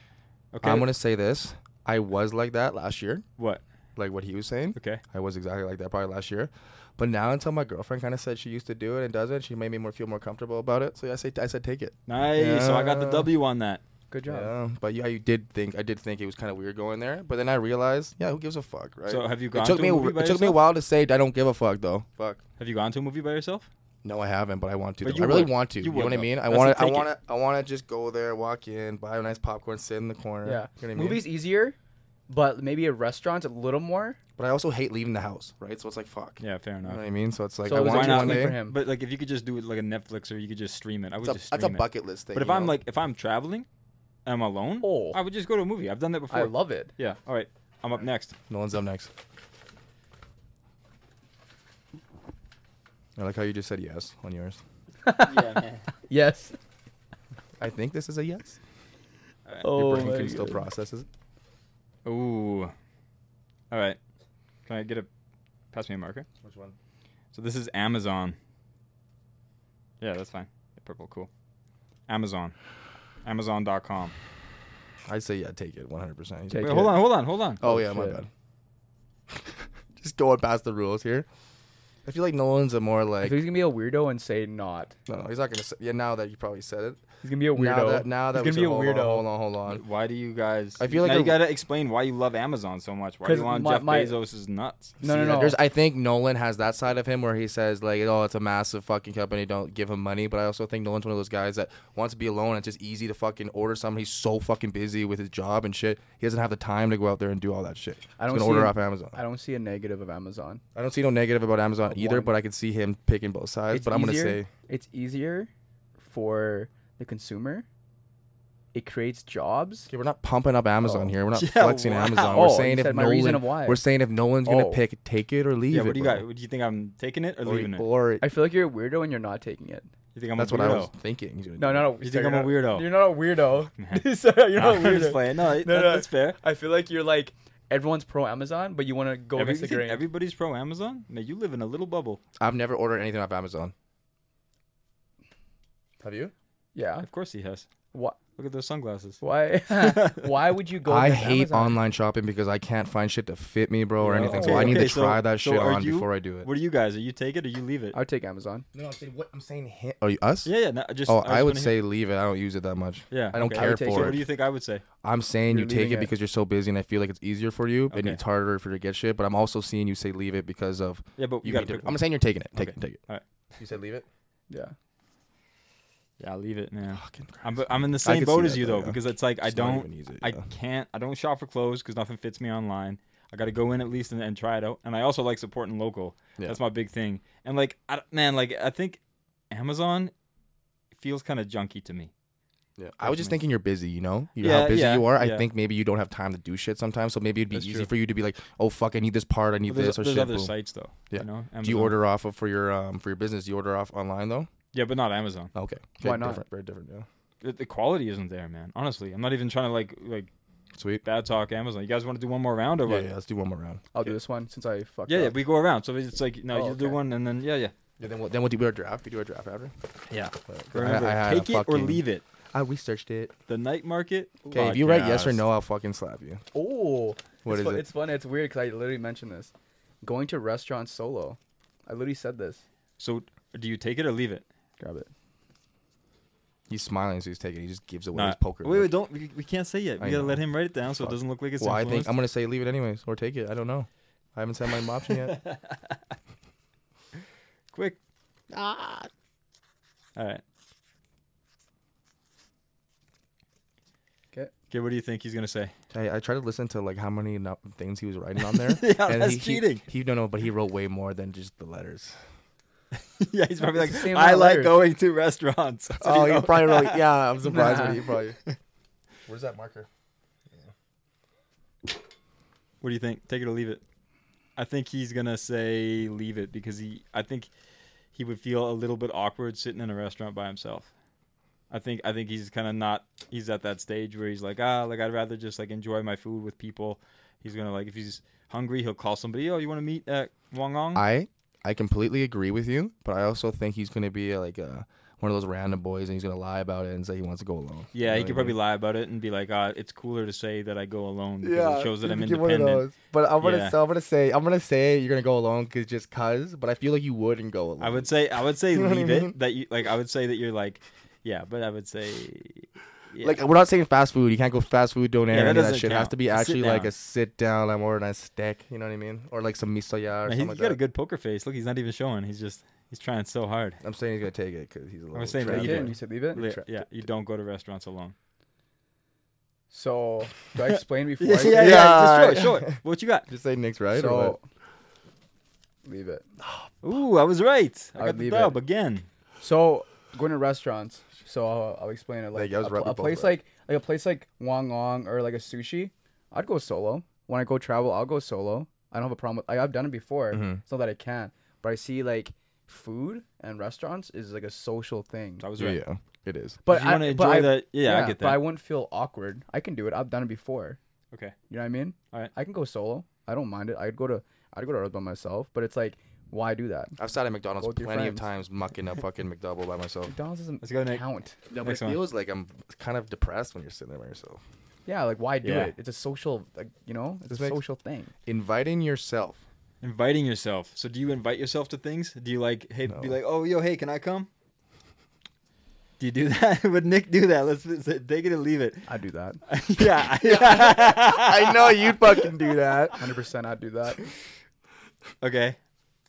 Speaker 2: Okay.
Speaker 1: I'm gonna say this. I was like that last year,
Speaker 2: What?
Speaker 1: like what he was saying.
Speaker 2: Okay.
Speaker 1: I was exactly like that probably last year, but now until my girlfriend kind of said she used to do it and doesn't, she made me more feel more comfortable about it. So yeah, I say I said take it.
Speaker 2: Nice. So I got the
Speaker 1: Yeah.
Speaker 2: W on that.
Speaker 6: Good job.
Speaker 1: Yeah, but yeah, you did think I did think it was kind of weird going there, but then I realized, yeah, who gives a fuck, right?
Speaker 2: So have you
Speaker 1: it
Speaker 2: gone
Speaker 1: took
Speaker 2: to
Speaker 1: me
Speaker 2: a
Speaker 1: a
Speaker 2: movie
Speaker 1: wh-
Speaker 2: by
Speaker 1: it took me a
Speaker 2: yourself?
Speaker 1: while to say I don't give a fuck though. Fuck.
Speaker 2: Have you gone to a movie by yourself?
Speaker 1: No, I haven't, but I want to.
Speaker 2: But
Speaker 1: though.
Speaker 2: you
Speaker 1: I really
Speaker 2: would.
Speaker 1: want to.
Speaker 2: You
Speaker 1: You, know
Speaker 2: would,
Speaker 1: what I
Speaker 2: though.
Speaker 1: mean? I
Speaker 2: That's a
Speaker 1: want to. I
Speaker 2: take it.
Speaker 1: want to. I want to just go there, walk in, buy a nice popcorn, sit in the corner.
Speaker 6: Yeah.
Speaker 1: You know what I mean?
Speaker 6: Movies easier but maybe at restaurants a little more.
Speaker 1: But I also hate leaving the house, right? So it's like fuck.
Speaker 2: Yeah, fair
Speaker 1: You know
Speaker 2: enough.
Speaker 1: what I mean? So it's like
Speaker 6: So
Speaker 1: I
Speaker 6: it was
Speaker 1: want
Speaker 6: like
Speaker 1: to
Speaker 2: not
Speaker 1: one
Speaker 6: like
Speaker 1: day.
Speaker 6: for him.
Speaker 2: But like, if you could just do it like a Netflix or you could just stream it, I would
Speaker 1: That's
Speaker 2: just
Speaker 1: a,
Speaker 2: stream
Speaker 1: that's a
Speaker 2: it.
Speaker 1: bucket list thing.
Speaker 2: But if
Speaker 1: you
Speaker 2: I'm
Speaker 1: know?
Speaker 2: like, if I'm traveling, I'm alone.
Speaker 6: Oh.
Speaker 2: I would just go to a movie. I've done that before.
Speaker 6: I love it.
Speaker 2: Yeah. All right. I'm up next.
Speaker 1: no one's up next. I like how you just said yes on yours.
Speaker 2: yeah, man.
Speaker 6: Yes.
Speaker 1: I think this is a yes. Your
Speaker 6: Oh
Speaker 1: brain
Speaker 6: my
Speaker 1: can still
Speaker 6: God.
Speaker 1: process it.
Speaker 2: Ooh. All right. Can I get a pass me a marker?
Speaker 1: Which one?
Speaker 2: So this is Amazon. Yeah, that's fine. Purple, cool. Amazon. Amazon.com.
Speaker 1: I'd say yeah, take it 100%.
Speaker 6: Take
Speaker 2: Wait,
Speaker 6: it.
Speaker 2: hold on, hold on, hold on.
Speaker 1: Oh, yeah, my
Speaker 6: shit.
Speaker 1: bad. Just going past the rules here. I feel like Nolan's a more
Speaker 6: If
Speaker 1: like
Speaker 6: he's gonna be a weirdo and say not,
Speaker 1: no, no, he's not gonna. Say, yeah, now that you probably said it.
Speaker 6: he's gonna be a weirdo.
Speaker 1: Now that now that
Speaker 6: he's
Speaker 1: we
Speaker 6: gonna
Speaker 1: said,
Speaker 6: be a weirdo.
Speaker 1: Hold on, hold on, hold on.
Speaker 2: Why do you guys?
Speaker 1: I feel like
Speaker 2: now you
Speaker 1: a-
Speaker 2: gotta explain why you love Amazon so much. Why do
Speaker 6: 'Cause
Speaker 2: you want
Speaker 6: my-
Speaker 2: Jeff
Speaker 6: my-
Speaker 2: Bezos' nuts?
Speaker 6: No,
Speaker 1: See,
Speaker 6: no, no.
Speaker 1: There's, I think Nolan has that side of him where he says like, "Oh, it's a massive fucking company. Don't give him money." But I also think Nolan's one of those guys that wants to be alone. It's just easy to fucking order something. He's so fucking busy with his job and shit. He doesn't have the time to go out there and do all that shit.
Speaker 6: I don't
Speaker 1: He's
Speaker 6: see
Speaker 1: gonna order
Speaker 6: him-
Speaker 1: off Amazon.
Speaker 6: I don't see a negative of Amazon.
Speaker 1: I don't see no negative about Amazon either,
Speaker 6: one.
Speaker 1: but I can see him picking both sides.
Speaker 6: It's
Speaker 1: but I'm
Speaker 6: easier-
Speaker 1: gonna say
Speaker 6: it's easier for the consumer. It creates jobs.
Speaker 1: Okay, we're not pumping up Amazon
Speaker 6: Oh.
Speaker 1: here. We're not
Speaker 2: Yeah,
Speaker 1: flexing
Speaker 2: wow.
Speaker 1: Amazon.
Speaker 6: Oh,
Speaker 1: We're
Speaker 6: you
Speaker 1: saying if
Speaker 6: said my
Speaker 1: Nolan,
Speaker 6: reason of why.
Speaker 1: we're saying if Nolan's gonna
Speaker 6: Oh.
Speaker 1: pick, take it or leave
Speaker 2: Yeah,
Speaker 1: it.
Speaker 2: what do you
Speaker 1: bro.
Speaker 2: got? Do you think I'm taking it or
Speaker 1: Or-
Speaker 2: leaving it?
Speaker 1: or
Speaker 6: I feel like you're a weirdo and you're not taking it.
Speaker 2: You think I'm
Speaker 1: that's
Speaker 2: a
Speaker 1: what I was
Speaker 2: weirdo?
Speaker 1: thinking. he's gonna
Speaker 6: No,
Speaker 1: do.
Speaker 6: no, no.
Speaker 2: You
Speaker 6: sorry,
Speaker 2: think I'm
Speaker 6: you're
Speaker 2: a
Speaker 6: not-
Speaker 2: weirdo?
Speaker 6: You're not a weirdo.
Speaker 2: man.
Speaker 6: Sorry, you're
Speaker 2: No,
Speaker 6: not a
Speaker 2: I'm just
Speaker 6: weirdo.
Speaker 2: playing. No, it-
Speaker 6: No,
Speaker 2: that-
Speaker 6: no.
Speaker 2: that's fair.
Speaker 6: I feel like you're like everyone's pro Amazon, but you want to go
Speaker 2: Every-
Speaker 6: against the
Speaker 2: you think
Speaker 6: grain.
Speaker 2: everybody's pro Amazon. Man, you live in a little bubble.
Speaker 1: I've never ordered anything off Amazon. Have you?
Speaker 6: yeah.
Speaker 2: Of course he has.
Speaker 6: Why?
Speaker 2: Look at those sunglasses.
Speaker 6: Why? why would you go?
Speaker 1: I
Speaker 6: against
Speaker 1: hate
Speaker 6: Amazon?
Speaker 1: online shopping because I can't find shit to fit me, bro, or
Speaker 2: No.
Speaker 1: anything.
Speaker 6: Okay,
Speaker 1: so I need
Speaker 2: okay,
Speaker 1: to
Speaker 2: so-
Speaker 1: try that
Speaker 2: so
Speaker 1: shit
Speaker 2: are
Speaker 1: on
Speaker 2: you-
Speaker 1: before I do it.
Speaker 2: What do you guys? Are you take it or you leave it?
Speaker 6: I would take Amazon.
Speaker 1: No, I'm saying what I'm saying. Him. Are you us?
Speaker 2: yeah, yeah. No, just.
Speaker 1: Oh,
Speaker 2: was
Speaker 1: I, would
Speaker 2: wanna hear-
Speaker 1: say leave it. I don't use it that much.
Speaker 2: Yeah,
Speaker 1: I don't
Speaker 2: okay. I
Speaker 1: care
Speaker 6: would take-
Speaker 1: for
Speaker 6: so
Speaker 2: So
Speaker 1: it.
Speaker 2: what do you think I would say?
Speaker 1: I'm saying
Speaker 6: You're
Speaker 1: you take
Speaker 6: leaving
Speaker 1: it,
Speaker 6: it.
Speaker 1: because you're so busy, and I feel like it's easier for you, and
Speaker 2: Okay.
Speaker 1: it's harder for you to get shit. But I'm also seeing you say leave it because of
Speaker 2: Yeah, but
Speaker 1: you.
Speaker 2: you got
Speaker 1: need to,
Speaker 2: to.
Speaker 1: I'm saying you're taking it. Take
Speaker 2: Okay.
Speaker 1: it. Take it.
Speaker 2: All right.
Speaker 1: You said leave it.
Speaker 6: Yeah.
Speaker 2: Yeah, leave it, man.
Speaker 1: Fucking Christ.
Speaker 2: I'm, I'm in the
Speaker 1: I
Speaker 2: same
Speaker 1: could
Speaker 2: boat
Speaker 1: see
Speaker 2: as
Speaker 1: that
Speaker 2: you
Speaker 1: though,
Speaker 2: though
Speaker 1: yeah.
Speaker 2: because it's like I
Speaker 1: Just not
Speaker 2: don't
Speaker 1: even use it,
Speaker 2: I
Speaker 1: yeah.
Speaker 2: can't I don't shop for clothes because nothing fits me online. I got to go in at least and, and try it out. And I also like supporting local.
Speaker 1: Yeah.
Speaker 2: That's my big thing. And like I, don't- man, like I think Amazon feels kind of junky to me.
Speaker 1: Yeah, I was just thinking you're busy, you know? You know
Speaker 2: Yeah,
Speaker 1: how busy
Speaker 2: yeah,
Speaker 1: you are. I
Speaker 2: yeah.
Speaker 1: think maybe you don't have time to do shit sometimes. So maybe it'd be
Speaker 2: That's
Speaker 1: easy
Speaker 2: true.
Speaker 1: for you to be like, oh, fuck, I need this part. I need
Speaker 2: But there's
Speaker 1: this or
Speaker 2: there's
Speaker 1: shit.
Speaker 2: other
Speaker 1: boom.
Speaker 2: sites though.
Speaker 1: Yeah.
Speaker 2: You know?
Speaker 1: Do you
Speaker 2: Amazon.
Speaker 1: order off of for your um for your business? Do you order off online though?
Speaker 2: Yeah, but not Amazon.
Speaker 1: Okay.
Speaker 6: Why not?
Speaker 1: Different, very different. Yeah.
Speaker 2: The, the quality isn't there, man. Honestly, I'm not even trying to like like
Speaker 1: Sweet.
Speaker 2: bad talk Amazon. You guys want to do one more round or
Speaker 1: Yeah,
Speaker 2: what?
Speaker 1: yeah. Let's do one more round.
Speaker 6: I'll do this one since I fucked
Speaker 2: Yeah, yeah,
Speaker 6: up.
Speaker 2: we go around. So it's like no,
Speaker 6: Oh,
Speaker 2: you
Speaker 6: okay.
Speaker 2: do one and then yeah, yeah.
Speaker 1: Yeah, then we'll then we'll do our draft. We do our draft after.
Speaker 2: Yeah.
Speaker 1: But
Speaker 2: Remember,
Speaker 1: I, I had a
Speaker 2: take it or
Speaker 1: fucking-
Speaker 2: leave it.
Speaker 1: I researched it.
Speaker 2: The night market. Oh
Speaker 1: Okay, if you write yes or
Speaker 2: podcast.
Speaker 1: no, I'll fucking slap you.
Speaker 6: Oh,
Speaker 1: What
Speaker 6: it's
Speaker 1: is
Speaker 6: fu-
Speaker 1: it?
Speaker 6: It's funny. It's weird because I literally mentioned this. Going to restaurants solo. I literally said this.
Speaker 2: So do you take it or leave it?
Speaker 6: Grab it.
Speaker 1: He's smiling, so he's taking. It. He just gives away
Speaker 2: Nah.
Speaker 1: his poker.
Speaker 2: Wait,
Speaker 1: look.
Speaker 2: wait, don't. We, we can't say yet. We
Speaker 1: I
Speaker 2: gotta
Speaker 1: know.
Speaker 2: let him write it down so it
Speaker 1: Fuck.
Speaker 2: doesn't look like it's.
Speaker 1: Well, I think I'm
Speaker 2: influenced.
Speaker 1: gonna say leave it anyways or take it. I don't know. I haven't said my option yet.
Speaker 2: quick. All right.
Speaker 6: Okay.
Speaker 2: Okay, what do you think he's gonna say?
Speaker 1: I, I tried to listen to like how many no- things he was writing on there.
Speaker 2: Yeah,
Speaker 1: and
Speaker 2: that's
Speaker 1: he,
Speaker 2: cheating.
Speaker 1: He, he no no, but he wrote way more than just the letters.
Speaker 2: yeah, he's probably
Speaker 6: It's
Speaker 2: like,
Speaker 6: the same
Speaker 2: I
Speaker 6: amount of
Speaker 2: like
Speaker 6: letters."
Speaker 2: going to restaurants. That's what
Speaker 1: oh,
Speaker 2: he
Speaker 1: you
Speaker 2: wrote.
Speaker 1: probably wrote. Yeah, I'm surprised.
Speaker 6: Nah.
Speaker 1: What you probably. Where's that marker?
Speaker 2: What do you think? Take it or leave it. I think he's gonna say leave it because he. I think he would feel a little bit awkward sitting in a restaurant by himself. I think I think he's kind of not. He's at that stage where he's like, ah, like I'd rather just like enjoy my food with people. He's gonna like if he's hungry, he'll call somebody. Oh, you want to meet at Wong Ong?
Speaker 1: I I completely agree with you, but I also think he's gonna be like uh one of those random boys, and he's gonna lie about it and say he wants to go alone.
Speaker 2: yeah,
Speaker 1: You
Speaker 2: he
Speaker 1: know
Speaker 2: could
Speaker 1: what I
Speaker 2: probably
Speaker 1: mean?
Speaker 2: lie about it and be like, ah, it's cooler to say that I go alone because it shows that I'm independent.
Speaker 1: But I'm
Speaker 2: gonna- Yeah.
Speaker 1: I'm gonna say I'm gonna say you're gonna go alone because just cause. But I feel like you wouldn't go alone.
Speaker 2: I would say I would say
Speaker 1: know what I
Speaker 2: leave
Speaker 1: mean?
Speaker 2: it that you like. I would say that you're like, yeah, but I would say. Yeah.
Speaker 1: Like we're not saying fast food. You can't go fast food donair
Speaker 2: Yeah, that
Speaker 1: any of that
Speaker 2: doesn't
Speaker 1: shit. It has
Speaker 2: count.
Speaker 1: to be
Speaker 2: Sit
Speaker 1: actually like
Speaker 2: down.
Speaker 1: a sit down. I'm ordering a steak. You know what I mean? Or like some misoya or
Speaker 2: No,
Speaker 1: something
Speaker 2: he, has
Speaker 1: like
Speaker 2: got
Speaker 1: that.
Speaker 2: a good poker face. Look, he's not even showing. He's just he's trying so hard.
Speaker 1: I'm saying he's gonna take it because he's a little.
Speaker 2: saying
Speaker 1: trap
Speaker 2: leave
Speaker 6: Leave
Speaker 2: it.
Speaker 6: it.
Speaker 1: boy.
Speaker 6: You said leave it.
Speaker 2: Li-
Speaker 1: attracted
Speaker 2: Yeah, you don't go to restaurants alone.
Speaker 6: So do I explain before? I
Speaker 2: Yeah, yeah, yeah.
Speaker 1: Yeah.
Speaker 2: Just show it, show it. What you got?
Speaker 1: Just say Nick's right. or
Speaker 6: So
Speaker 1: what?
Speaker 6: leave it.
Speaker 2: Ooh, I was right. I
Speaker 6: I'd
Speaker 2: got the
Speaker 6: leave
Speaker 2: dub again.
Speaker 6: So going to restaurants. So I'll, I'll explain it. Like
Speaker 1: you, I was
Speaker 6: a,
Speaker 1: right,
Speaker 6: pl-
Speaker 1: we
Speaker 6: a
Speaker 1: both
Speaker 6: place
Speaker 1: right.
Speaker 6: like like a place like Wong Long or like a sushi. I'd go solo. When I go travel, I'll go solo. I don't have a problem. With, I, I've done it before. It's not that I can't, but I see like food and restaurants is like a social thing.
Speaker 2: I was
Speaker 1: Yeah,
Speaker 2: right.
Speaker 1: yeah, it is.
Speaker 6: But
Speaker 2: you
Speaker 6: I
Speaker 2: wanna
Speaker 6: but
Speaker 2: enjoy
Speaker 6: I-
Speaker 2: that- yeah, I get
Speaker 6: But I
Speaker 2: that.
Speaker 6: wouldn't feel awkward. I can do it. I've done it before.
Speaker 2: Okay.
Speaker 6: You know what I mean?
Speaker 2: Alright.
Speaker 6: I can go solo. I don't mind it. I'd go to I'd go to Earth by myself. But it's like, why do that?
Speaker 1: I've sat at McDonald's
Speaker 6: Go with your
Speaker 1: plenty of
Speaker 6: friends.
Speaker 1: times mucking up fucking McDouble by myself.
Speaker 6: McDonald's doesn't
Speaker 2: Let's go, Nick.
Speaker 6: count.
Speaker 1: No, but it
Speaker 2: Next one.
Speaker 1: feels like I'm kind of depressed when you're sitting there by yourself.
Speaker 6: Yeah, like why do
Speaker 2: Yeah.
Speaker 6: it? It's a social, like you know, it's
Speaker 1: This
Speaker 6: a
Speaker 1: makes-
Speaker 6: social thing.
Speaker 1: Inviting yourself.
Speaker 2: Inviting yourself. So do you invite yourself to things? Do you like hey be
Speaker 1: No.
Speaker 2: like, "Oh, yo, hey, can I come?" Do you do that? Would Nick do that? Let's, let's take it and leave it.
Speaker 6: I do that.
Speaker 2: yeah. I-
Speaker 1: I know you'd fucking do that.
Speaker 6: Hundred percent, I do that.
Speaker 2: okay.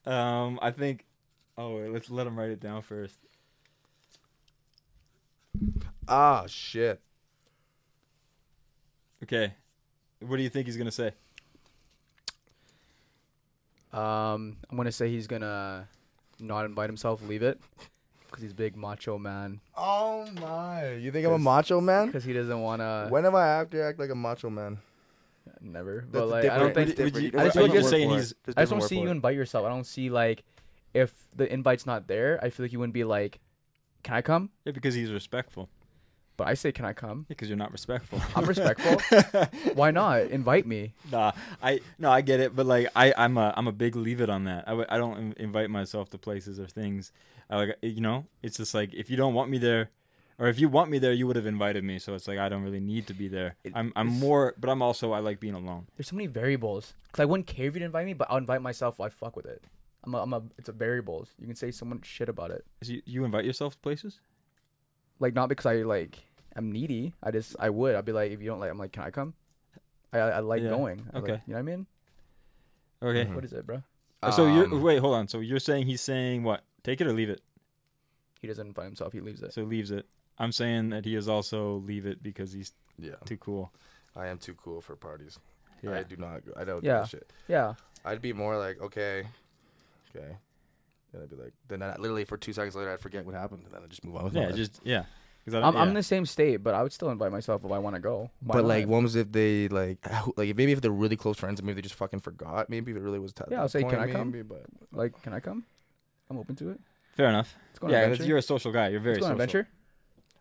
Speaker 2: Um, I think Oh, wait, let's let him write it down first.
Speaker 1: Ah, shit.
Speaker 2: Okay. What do you think he's going to say?
Speaker 6: Um, I'm gonna say he's gonna not invite himself, leave it, because he's a big macho man.
Speaker 1: Oh my! You think I'm a macho man?
Speaker 6: Because he doesn't wanna.
Speaker 1: When have I have to act like a macho man?
Speaker 6: Never.
Speaker 1: That's
Speaker 6: But like, I
Speaker 1: different-
Speaker 6: don't
Speaker 2: Would you-
Speaker 6: think.
Speaker 2: would
Speaker 1: different.
Speaker 2: you-
Speaker 1: There's
Speaker 6: I
Speaker 1: a different
Speaker 6: just don't-
Speaker 1: word
Speaker 6: just
Speaker 2: saying
Speaker 1: for it.
Speaker 2: he's-
Speaker 1: There's
Speaker 6: I
Speaker 1: different
Speaker 6: just don't
Speaker 1: word
Speaker 6: see
Speaker 1: for
Speaker 6: you
Speaker 1: it.
Speaker 6: invite yourself. I don't see like if the invite's not there. I feel like you wouldn't be like, "Can I come?"
Speaker 2: Yeah, because he's respectful.
Speaker 6: But I say, "Can I come?"
Speaker 2: Because you're not respectful.
Speaker 6: I'm respectful. Why not invite me?
Speaker 2: Nah, I no, I get it, but like I, I'm a, I'm a big leave it on that. I, w- I don't in- invite myself to places or things. I like, you know, it's just like if you don't want me there, or if you want me there, you would have invited me. So it's like I don't really need to be there. I'm, I'm more, but I'm also I like being alone.
Speaker 6: There's so many variables. Cause I wouldn't care if you didn't invite me, but I'll invite myself. Why fuck with it? I'm a, I'm a. It's a variables. You can say so much shit about it.
Speaker 2: So you, you invite yourself to places?
Speaker 6: Like not because I like I'm needy. I just I would. I'd be like, if you don't like, I'm like, can I come? I I, I like
Speaker 2: Yeah.
Speaker 6: going. I like-
Speaker 2: Okay.
Speaker 6: you know what I mean?
Speaker 2: Okay.
Speaker 6: What is it, bro?
Speaker 2: So you're
Speaker 1: Um,
Speaker 2: wait, hold on. So you're saying he's saying what? Take it or leave it.
Speaker 6: He doesn't invite himself. He leaves it.
Speaker 2: So leaves it. I'm saying that he is also leave it because he's
Speaker 1: Yeah,
Speaker 2: too cool.
Speaker 1: I am too cool for parties. I
Speaker 2: Yeah.
Speaker 1: do not. I don't do
Speaker 6: Yeah.
Speaker 1: that shit.
Speaker 6: Yeah.
Speaker 1: I'd be more like, okay, okay. And I'd be like, then I, literally for two seconds later, I'd forget what happened, and then I'd just move on. With my
Speaker 2: Yeah,
Speaker 1: life.
Speaker 2: just yeah. 'Cause I don't-
Speaker 6: I'm, I'm
Speaker 2: uh, yeah.
Speaker 6: in the same state, but I would still invite myself if I want to go. Why
Speaker 1: But
Speaker 6: not?
Speaker 1: like, what was if they like, like maybe if they're really close friends, and maybe they just fucking forgot. Maybe if it really was. T-
Speaker 6: Yeah, I'll
Speaker 1: the
Speaker 6: say, "Can
Speaker 1: point,
Speaker 6: I come?"
Speaker 1: maybe, But
Speaker 6: like, can I come? I'm open to it.
Speaker 2: fair enough.
Speaker 6: Let's go on
Speaker 2: Yeah,
Speaker 6: an
Speaker 2: 'cause
Speaker 6: adventure.
Speaker 2: you're a social guy. You're very
Speaker 6: Let's go on an
Speaker 2: social.
Speaker 6: adventure.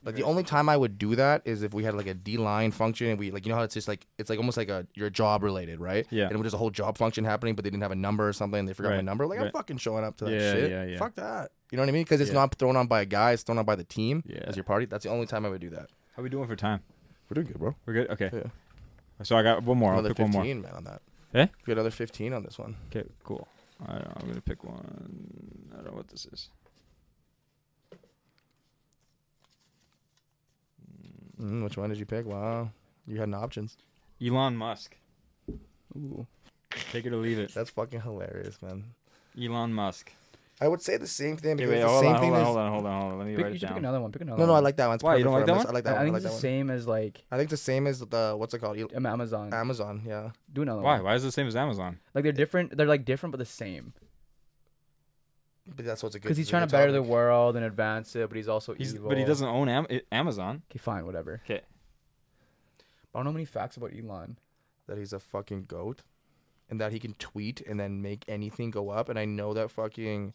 Speaker 1: like the only time I would do that is if we had like a D line function, and we like, you know how it's just like, it's like almost like a your job related, right?
Speaker 2: Yeah.
Speaker 1: And it was just a whole job function happening, but they didn't have a number or something, and they forgot my
Speaker 2: Right,
Speaker 1: number. Like I'm
Speaker 2: right.
Speaker 1: fucking showing up to that
Speaker 2: Yeah,
Speaker 1: shit.
Speaker 2: yeah, yeah.
Speaker 1: Fuck that. You know what I mean? Because it's
Speaker 2: Yeah.
Speaker 1: not thrown on by a guy; it's thrown on by the team
Speaker 2: Yeah.
Speaker 1: as your party. That's the only time I would do that.
Speaker 2: How we doing for time?
Speaker 1: We're doing good, bro.
Speaker 2: We're good. Okay.
Speaker 1: Yeah.
Speaker 2: So I got one more. I'll
Speaker 1: another
Speaker 2: pick
Speaker 1: 15,
Speaker 2: one more.
Speaker 1: man, on that.
Speaker 2: Eh?
Speaker 1: We got another 15 on this one.
Speaker 2: Okay. Cool. I don't know, I'm gonna pick one. I don't know what this is.
Speaker 1: Mm, which one did you pick? Wow. You had no options.
Speaker 2: Elon Musk.
Speaker 6: Ooh.
Speaker 2: Take it or leave it.
Speaker 1: That's fucking hilarious, man.
Speaker 2: Elon Musk.
Speaker 1: I would say the same thing
Speaker 2: Okay,
Speaker 1: because
Speaker 2: wait.
Speaker 1: it's the
Speaker 2: Hold
Speaker 1: same
Speaker 2: on.
Speaker 1: thing
Speaker 2: Hold on.
Speaker 1: as-
Speaker 2: Hold on. Hold on. Hold on. Let me
Speaker 6: Pick,
Speaker 2: write
Speaker 6: you
Speaker 2: it
Speaker 6: should pick
Speaker 2: down.
Speaker 6: another one. Pick another
Speaker 1: No, no,
Speaker 6: one.
Speaker 1: I like that one. It's
Speaker 2: Why, you don't
Speaker 1: perfect
Speaker 2: like
Speaker 1: for
Speaker 2: that
Speaker 1: us. I like that
Speaker 6: I,
Speaker 1: one. I
Speaker 6: think
Speaker 1: like
Speaker 6: it's
Speaker 1: that
Speaker 6: the
Speaker 1: one.
Speaker 6: same as like
Speaker 1: I think the same as the what's it called? El-
Speaker 6: um, Amazon.
Speaker 1: Amazon, yeah.
Speaker 6: Do another
Speaker 2: Why?
Speaker 6: one.
Speaker 2: Why is it the same as Amazon?
Speaker 6: Like they're different. They're like different but the same.
Speaker 1: But that's what's a good.
Speaker 6: Because he's
Speaker 1: it's a
Speaker 6: trying to
Speaker 1: good
Speaker 6: better the
Speaker 1: topic.
Speaker 6: world and advance it, but he's also
Speaker 2: He's,
Speaker 6: evil.
Speaker 2: but he doesn't own Am- I- Amazon.
Speaker 6: Okay, fine, whatever.
Speaker 2: Okay.
Speaker 6: I don't know many facts about Elon.
Speaker 1: that he's a fucking goat, and that he can tweet and then make anything go up. And I know that fucking.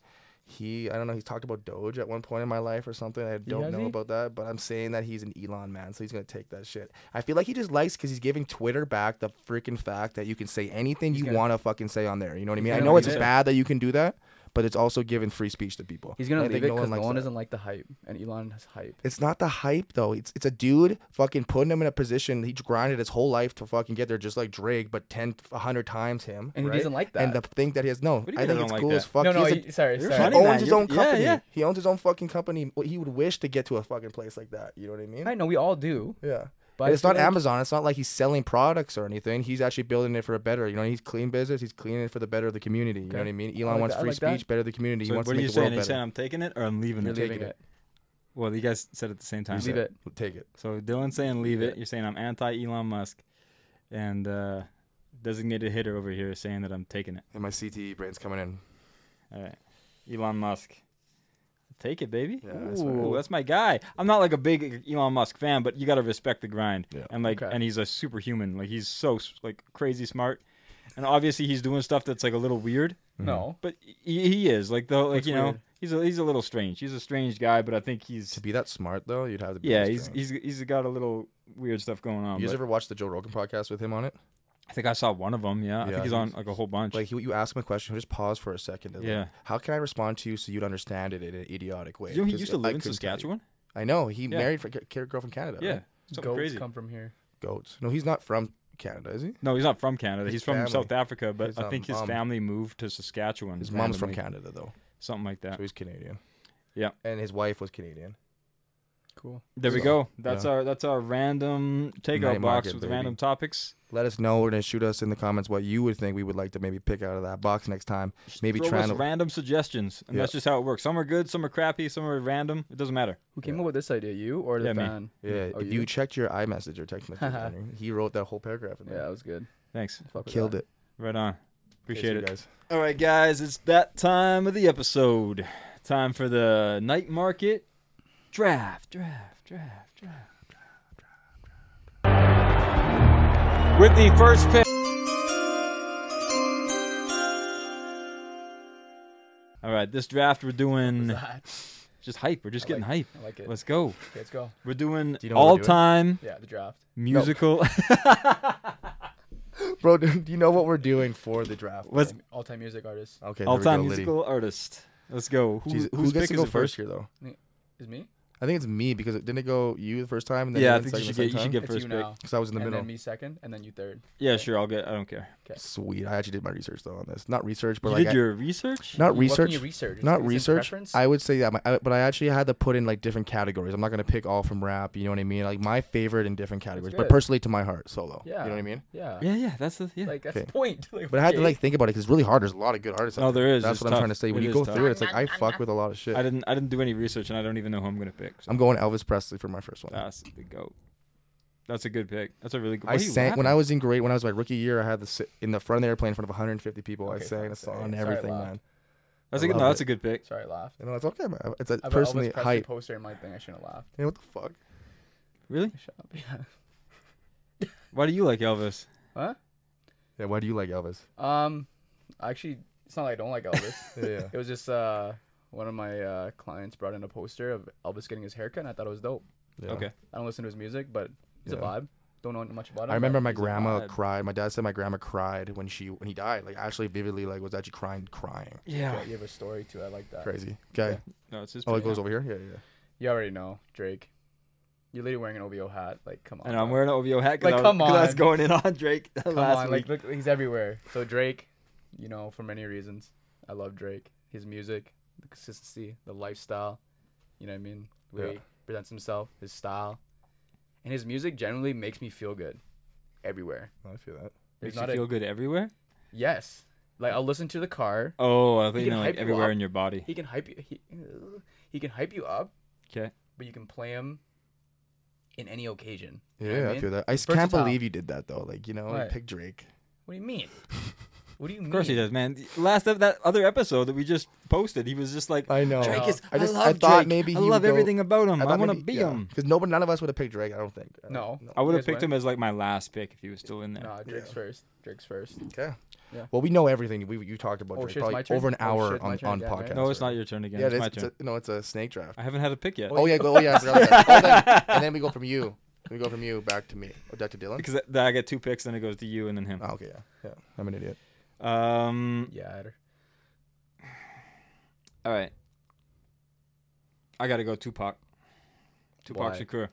Speaker 1: He, I don't know. He's talked about Doge at one point in my life or something. I don't
Speaker 6: has
Speaker 1: know
Speaker 6: he?
Speaker 1: about that, but I'm saying that he's an Elon man, so he's gonna take that shit. I feel like he just likes because he's giving Twitter back the freaking fact that you can say anything you
Speaker 6: gonna-
Speaker 1: want to fucking say on there. You know what I mean? I
Speaker 6: gonna
Speaker 1: know it's
Speaker 6: leave it.
Speaker 1: bad that you can do that, but it's also giving free speech to people.
Speaker 6: He's gonna
Speaker 1: And I
Speaker 6: leave
Speaker 1: think
Speaker 6: it because no,
Speaker 1: likes
Speaker 6: one
Speaker 1: that.
Speaker 6: doesn't like the hype, and Elon has hype.
Speaker 1: It's not the hype though. It's it's a dude fucking putting him in a position he grinded his whole life to fucking get there, just like Drake, but 10, 100 times him.
Speaker 6: And he
Speaker 1: right?
Speaker 6: doesn't like
Speaker 1: And the
Speaker 6: that.
Speaker 1: thing that he has no,
Speaker 2: do you
Speaker 1: I
Speaker 2: mean
Speaker 1: think
Speaker 2: I
Speaker 1: it's
Speaker 2: don't
Speaker 1: cool
Speaker 2: like
Speaker 1: as
Speaker 2: that?
Speaker 1: fuck.
Speaker 6: no,
Speaker 1: He
Speaker 6: no,
Speaker 1: has a-
Speaker 6: he- sorry,
Speaker 2: You're
Speaker 1: he
Speaker 6: sorry.
Speaker 2: funny.
Speaker 1: owns
Speaker 2: man.
Speaker 1: his
Speaker 2: You're-
Speaker 1: own
Speaker 2: yeah,
Speaker 1: company.
Speaker 2: yeah.
Speaker 1: He owns his own fucking company. Well, He would wish to get to a fucking place like that. You know what I mean?
Speaker 6: I know we all do.
Speaker 1: yeah.
Speaker 6: But
Speaker 1: And
Speaker 6: I
Speaker 1: it's not
Speaker 6: feel like-
Speaker 1: Amazon. It's not like he's selling products or anything. He's actually building it for a better. You know, he's clean business. He's cleaning it for the better of the community. You know
Speaker 6: Okay.
Speaker 1: what I mean? Elon
Speaker 6: like
Speaker 1: wants
Speaker 6: that, I
Speaker 1: free
Speaker 6: like that.
Speaker 1: speech, better the community.
Speaker 2: So
Speaker 1: he
Speaker 2: what
Speaker 1: wants
Speaker 2: are
Speaker 1: to make
Speaker 2: you
Speaker 1: the world
Speaker 2: saying? Are you
Speaker 1: better.
Speaker 2: saying I'm taking it or I'm leaving
Speaker 6: You're
Speaker 2: it?
Speaker 6: leaving it.
Speaker 2: Well, you guys said it at the same time.
Speaker 6: Leave it.
Speaker 1: Take it.
Speaker 2: So Dylan's saying leave it. You're saying I'm anti Elon Musk, and uh, designated hitter over here is saying that I'm taking it.
Speaker 1: And my CTE brain's coming in.
Speaker 2: All right, Elon Musk, take it, baby.
Speaker 1: Yeah, that's right.
Speaker 2: Ooh, that's my guy. I'm not like a big Elon Musk fan, but you gotta respect the grind.
Speaker 1: Yeah.
Speaker 2: And like,
Speaker 6: Okay.
Speaker 2: and he's a superhuman. Like he's so s- like crazy smart, and obviously he's doing stuff that's like a little weird.
Speaker 1: Mm-hmm.
Speaker 6: No.
Speaker 2: But he, he is like though, like
Speaker 6: What's
Speaker 2: you know,
Speaker 6: weird?
Speaker 2: he's a he's a little strange. He's a strange guy, but I think he's
Speaker 1: To be that smart though, you'd have to. be
Speaker 2: yeah,
Speaker 1: really
Speaker 2: he's
Speaker 1: strange.
Speaker 2: he's he's got a little weird stuff going on.
Speaker 1: You guys
Speaker 2: but-
Speaker 1: ever watched the Joe Rogan podcast with him on it?
Speaker 2: I think I saw one of them. Yeah, I
Speaker 1: Yeah,
Speaker 2: think he's on like a whole bunch.
Speaker 1: Like he, you ask him a question, he'll just pause for a second. and like,
Speaker 2: Yeah.
Speaker 1: how can I respond to you so you'd understand it in an idiotic way?
Speaker 2: you know, he
Speaker 1: 'Cause
Speaker 2: used to
Speaker 1: I
Speaker 2: live in
Speaker 1: couldn't tell you.
Speaker 2: Saskatchewan.
Speaker 1: I know. He
Speaker 2: Yeah.
Speaker 1: married for a girl from Canada.
Speaker 2: Yeah,
Speaker 1: right?
Speaker 2: something
Speaker 6: Goats
Speaker 2: crazy.
Speaker 6: come from here.
Speaker 1: Goats. No, he's not from Canada, is he?
Speaker 2: No, he's not from Canada.
Speaker 1: His
Speaker 2: He's from
Speaker 1: family.
Speaker 2: South Africa, but
Speaker 1: His,
Speaker 2: I
Speaker 1: um,
Speaker 2: think his
Speaker 1: mom.
Speaker 2: family moved to Saskatchewan.
Speaker 1: His mom's from
Speaker 2: randomly,
Speaker 1: Canada though,
Speaker 2: Something like that.
Speaker 1: so he's Canadian.
Speaker 2: Yeah.
Speaker 1: And his wife was Canadian.
Speaker 6: Cool.
Speaker 2: There we
Speaker 1: So,
Speaker 2: go. That's
Speaker 1: yeah.
Speaker 2: our that's our random
Speaker 1: Night
Speaker 2: takeout box
Speaker 1: market,
Speaker 2: with
Speaker 1: baby.
Speaker 2: random topics.
Speaker 1: Let us know. We're gonna shoot us in the comments what you would think we would like to maybe pick out of that box next time. Maybe
Speaker 2: Throw
Speaker 1: trying
Speaker 2: us
Speaker 1: to.
Speaker 2: random suggestions, and
Speaker 1: Yeah.
Speaker 2: that's just how it works. Some are good, some are crappy, some are random. It doesn't matter.
Speaker 6: Who came up with this idea? You or the
Speaker 2: Yeah, me.
Speaker 6: fan?
Speaker 1: yeah,
Speaker 6: Oh,
Speaker 1: if you? checked your iMessage or text message, Henry, he wrote that whole paragraph in
Speaker 6: Yeah, that
Speaker 1: there.
Speaker 6: was good.
Speaker 2: Thanks.
Speaker 6: Fuck with
Speaker 1: Killed
Speaker 6: that.
Speaker 1: it.
Speaker 2: Right on. Appreciate
Speaker 1: you
Speaker 2: it.
Speaker 1: guys.
Speaker 2: All right, guys, it's that time of the episode. Time for the night market draft, draft, draft, draft.
Speaker 5: With the first pick.
Speaker 2: All right, this draft we're doing just hype. We're just
Speaker 6: I
Speaker 2: getting
Speaker 6: like-
Speaker 2: hype.
Speaker 6: I like it.
Speaker 2: Let's go.
Speaker 6: Okay, let's go.
Speaker 2: We're doing
Speaker 1: you know what we're
Speaker 2: all
Speaker 1: doing?
Speaker 2: time
Speaker 6: Yeah, the draft.
Speaker 2: musical.
Speaker 1: Bro, do you know what we're doing for the draft?
Speaker 2: Let's
Speaker 6: All time music artist.
Speaker 1: Okay, there we
Speaker 2: all time
Speaker 1: go, Liddy.
Speaker 2: musical artist. Let's go. Who,
Speaker 1: Jeez,
Speaker 2: whose
Speaker 1: who gets
Speaker 2: pick
Speaker 1: to
Speaker 2: is
Speaker 1: go
Speaker 2: it
Speaker 1: first, here though?
Speaker 6: Is me?
Speaker 1: I think it's me because it, didn't it go you the first time and then
Speaker 2: Yeah,
Speaker 1: me
Speaker 2: I
Speaker 1: and
Speaker 2: think you
Speaker 1: second
Speaker 2: should
Speaker 1: the
Speaker 2: get you
Speaker 1: same
Speaker 2: should get
Speaker 6: It's
Speaker 2: first
Speaker 6: you
Speaker 2: pick.
Speaker 6: now.
Speaker 1: Because I was in the
Speaker 6: and
Speaker 1: middle.
Speaker 6: then me second, and then you third.
Speaker 2: Yeah, sure. I'll get. I don't care.
Speaker 1: Sweet. I actually did my research though on this. Not research, but
Speaker 2: You
Speaker 1: like
Speaker 2: did
Speaker 1: I-
Speaker 2: your research.
Speaker 1: not
Speaker 6: You- what can
Speaker 1: research.
Speaker 6: you research? Is-
Speaker 1: Not
Speaker 6: is it
Speaker 1: research.
Speaker 6: preference?
Speaker 1: I would say that, my, I, but I actually had to put in like different categories. I'm not gonna pick all from rap. You know what I mean? Like my favorite in different categories, but
Speaker 6: good.
Speaker 1: personally to my heart, solo.
Speaker 6: Yeah.
Speaker 1: You know what I mean?
Speaker 6: Yeah.
Speaker 2: Yeah, yeah. That's the yeah.
Speaker 6: Like that's
Speaker 1: Okay.
Speaker 6: the point. Like,
Speaker 1: But I had to
Speaker 6: okay.
Speaker 1: like think about it because it's really hard. There's a lot of good artists. out
Speaker 2: No, there is.
Speaker 1: That's
Speaker 2: It's
Speaker 1: what I'm
Speaker 2: tough.
Speaker 1: trying to say. When
Speaker 2: It
Speaker 1: you
Speaker 2: is
Speaker 1: go
Speaker 2: tough.
Speaker 1: through it, it's like I fuck with a lot of shit.
Speaker 2: I didn't. I didn't do any research, and I don't even know who I'm gonna pick. So
Speaker 1: I'm going Elvis Presley for my first one.
Speaker 2: that's the goat. That's a good pick. That's a really good.
Speaker 1: I sang when I was in grade when I was my rookie year. I had this in the front of the airplane in front of 150 people. I
Speaker 6: Okay,
Speaker 1: sang a
Speaker 6: sorry,
Speaker 1: song and
Speaker 6: sorry,
Speaker 1: everything,
Speaker 6: loud.
Speaker 1: man.
Speaker 2: That's
Speaker 1: I
Speaker 2: a good.
Speaker 1: love
Speaker 2: No, that's
Speaker 1: it.
Speaker 2: a good pick.
Speaker 6: Sorry, I laughed.
Speaker 1: You know, it's okay, man. It's a
Speaker 6: I have
Speaker 1: personally
Speaker 6: personally a Elvis Presley
Speaker 1: hype.
Speaker 6: poster in my thing. I shouldn't have laughed.
Speaker 1: You know what the fuck?
Speaker 2: Really?
Speaker 6: I shut up. Yeah.
Speaker 2: Why do you like Elvis?
Speaker 6: What?
Speaker 1: Yeah. Why do you like Elvis?
Speaker 6: Um, actually, it's not like I don't like Elvis.
Speaker 1: Yeah.
Speaker 6: It was just uh one of my uh, clients brought in a poster of Elvis getting his haircut, and I thought it was dope.
Speaker 1: yeah.
Speaker 2: Okay.
Speaker 6: I don't listen to his music, but it's
Speaker 1: Yeah.
Speaker 6: a vibe. Don't know much about him.
Speaker 1: I remember
Speaker 6: but
Speaker 1: my
Speaker 6: he's a
Speaker 1: grandma
Speaker 6: vibe.
Speaker 1: cried. My dad said my grandma cried when she when he died. Like actually vividly, like was actually crying, crying.
Speaker 2: Yeah.
Speaker 6: Yeah, you have a story too. I like that.
Speaker 1: Crazy. Okay.
Speaker 2: No, it's his.
Speaker 1: Oh, it
Speaker 2: pick.
Speaker 1: goes over here. Yeah, yeah.
Speaker 6: You already know Drake. You're literally wearing an OVO hat. Like, come on.
Speaker 2: And I'm
Speaker 6: bro.
Speaker 2: wearing an OVO hat. 'cause
Speaker 6: Like,
Speaker 2: I was-
Speaker 6: come
Speaker 2: 'cause I was
Speaker 6: on.
Speaker 2: going in on Drake
Speaker 6: Come
Speaker 2: last
Speaker 6: on,
Speaker 2: week.
Speaker 6: like look, he's everywhere. So Drake, you know, for many reasons, I love Drake. His music, the consistency, the lifestyle. You know what I mean? The way
Speaker 1: Yeah.
Speaker 6: he presents himself, his style, and his music generally makes me feel good, everywhere.
Speaker 1: I feel that.
Speaker 6: There's
Speaker 2: Makes you feel
Speaker 6: a,
Speaker 2: good everywhere.
Speaker 6: Yes, like I'll listen to the car.
Speaker 2: Oh, I
Speaker 6: He
Speaker 2: think
Speaker 6: can
Speaker 2: you know, like
Speaker 6: hype you
Speaker 2: everywhere
Speaker 6: up.
Speaker 2: in your body.
Speaker 6: He can hype you. He, he can hype you up,
Speaker 2: Okay.
Speaker 6: but you can play him in any occasion. You know
Speaker 1: Yeah,
Speaker 6: what
Speaker 1: I,
Speaker 6: I mean?
Speaker 1: feel that. I
Speaker 6: He's
Speaker 1: can't
Speaker 6: versatile.
Speaker 1: believe you did that though. Like you know, you
Speaker 6: What?
Speaker 1: picked Drake.
Speaker 6: What do you mean? What do you mean?
Speaker 2: Of course he does, man. Last of that other episode that we just posted, he was just like,
Speaker 1: I
Speaker 6: Oh.
Speaker 1: know.
Speaker 2: Drake is.
Speaker 1: I
Speaker 2: I,
Speaker 1: just-
Speaker 2: love
Speaker 1: I thought
Speaker 2: Drake.
Speaker 1: maybe
Speaker 2: I
Speaker 1: he
Speaker 2: love
Speaker 1: would go-
Speaker 2: everything about him. I, want to be him.
Speaker 1: because nobody, none of us would have picked Drake. I don't think. Uh, I don't-
Speaker 6: No.
Speaker 2: I would
Speaker 6: You
Speaker 2: have
Speaker 6: guys
Speaker 2: picked
Speaker 6: went?
Speaker 2: him as like my last pick if he was still in there.
Speaker 6: No, Drake's first. Drake's first.
Speaker 1: Okay.
Speaker 6: Yeah.
Speaker 1: Well, we know everything. We you talked about
Speaker 6: Oh,
Speaker 1: Drake
Speaker 6: shit, it's my
Speaker 1: probably
Speaker 6: turn?
Speaker 1: over an
Speaker 6: Oh,
Speaker 1: hour
Speaker 6: shit, it's my
Speaker 1: on,
Speaker 6: turn
Speaker 1: on
Speaker 6: again, right?
Speaker 1: podcast.
Speaker 2: no, it's not your turn again.
Speaker 1: Yeah,
Speaker 2: it's my
Speaker 1: it's,
Speaker 2: turn.
Speaker 1: it's a, no, it's a snake draft.
Speaker 2: I I haven't had a pick yet
Speaker 1: Oh yeah, go, oh yeah, I forgot about that. Oh, then- and then we go from you. We go from you back to me. Oh, back to Dylan.
Speaker 2: because th- I get two picks, then it goes to you and then him.
Speaker 1: Oh, okay, yeah, yeah. I'm an idiot.
Speaker 2: Um.
Speaker 6: Yeah, I had her.
Speaker 2: All right. I gotta go Tupac. Tupac
Speaker 6: Why?
Speaker 2: Shakur.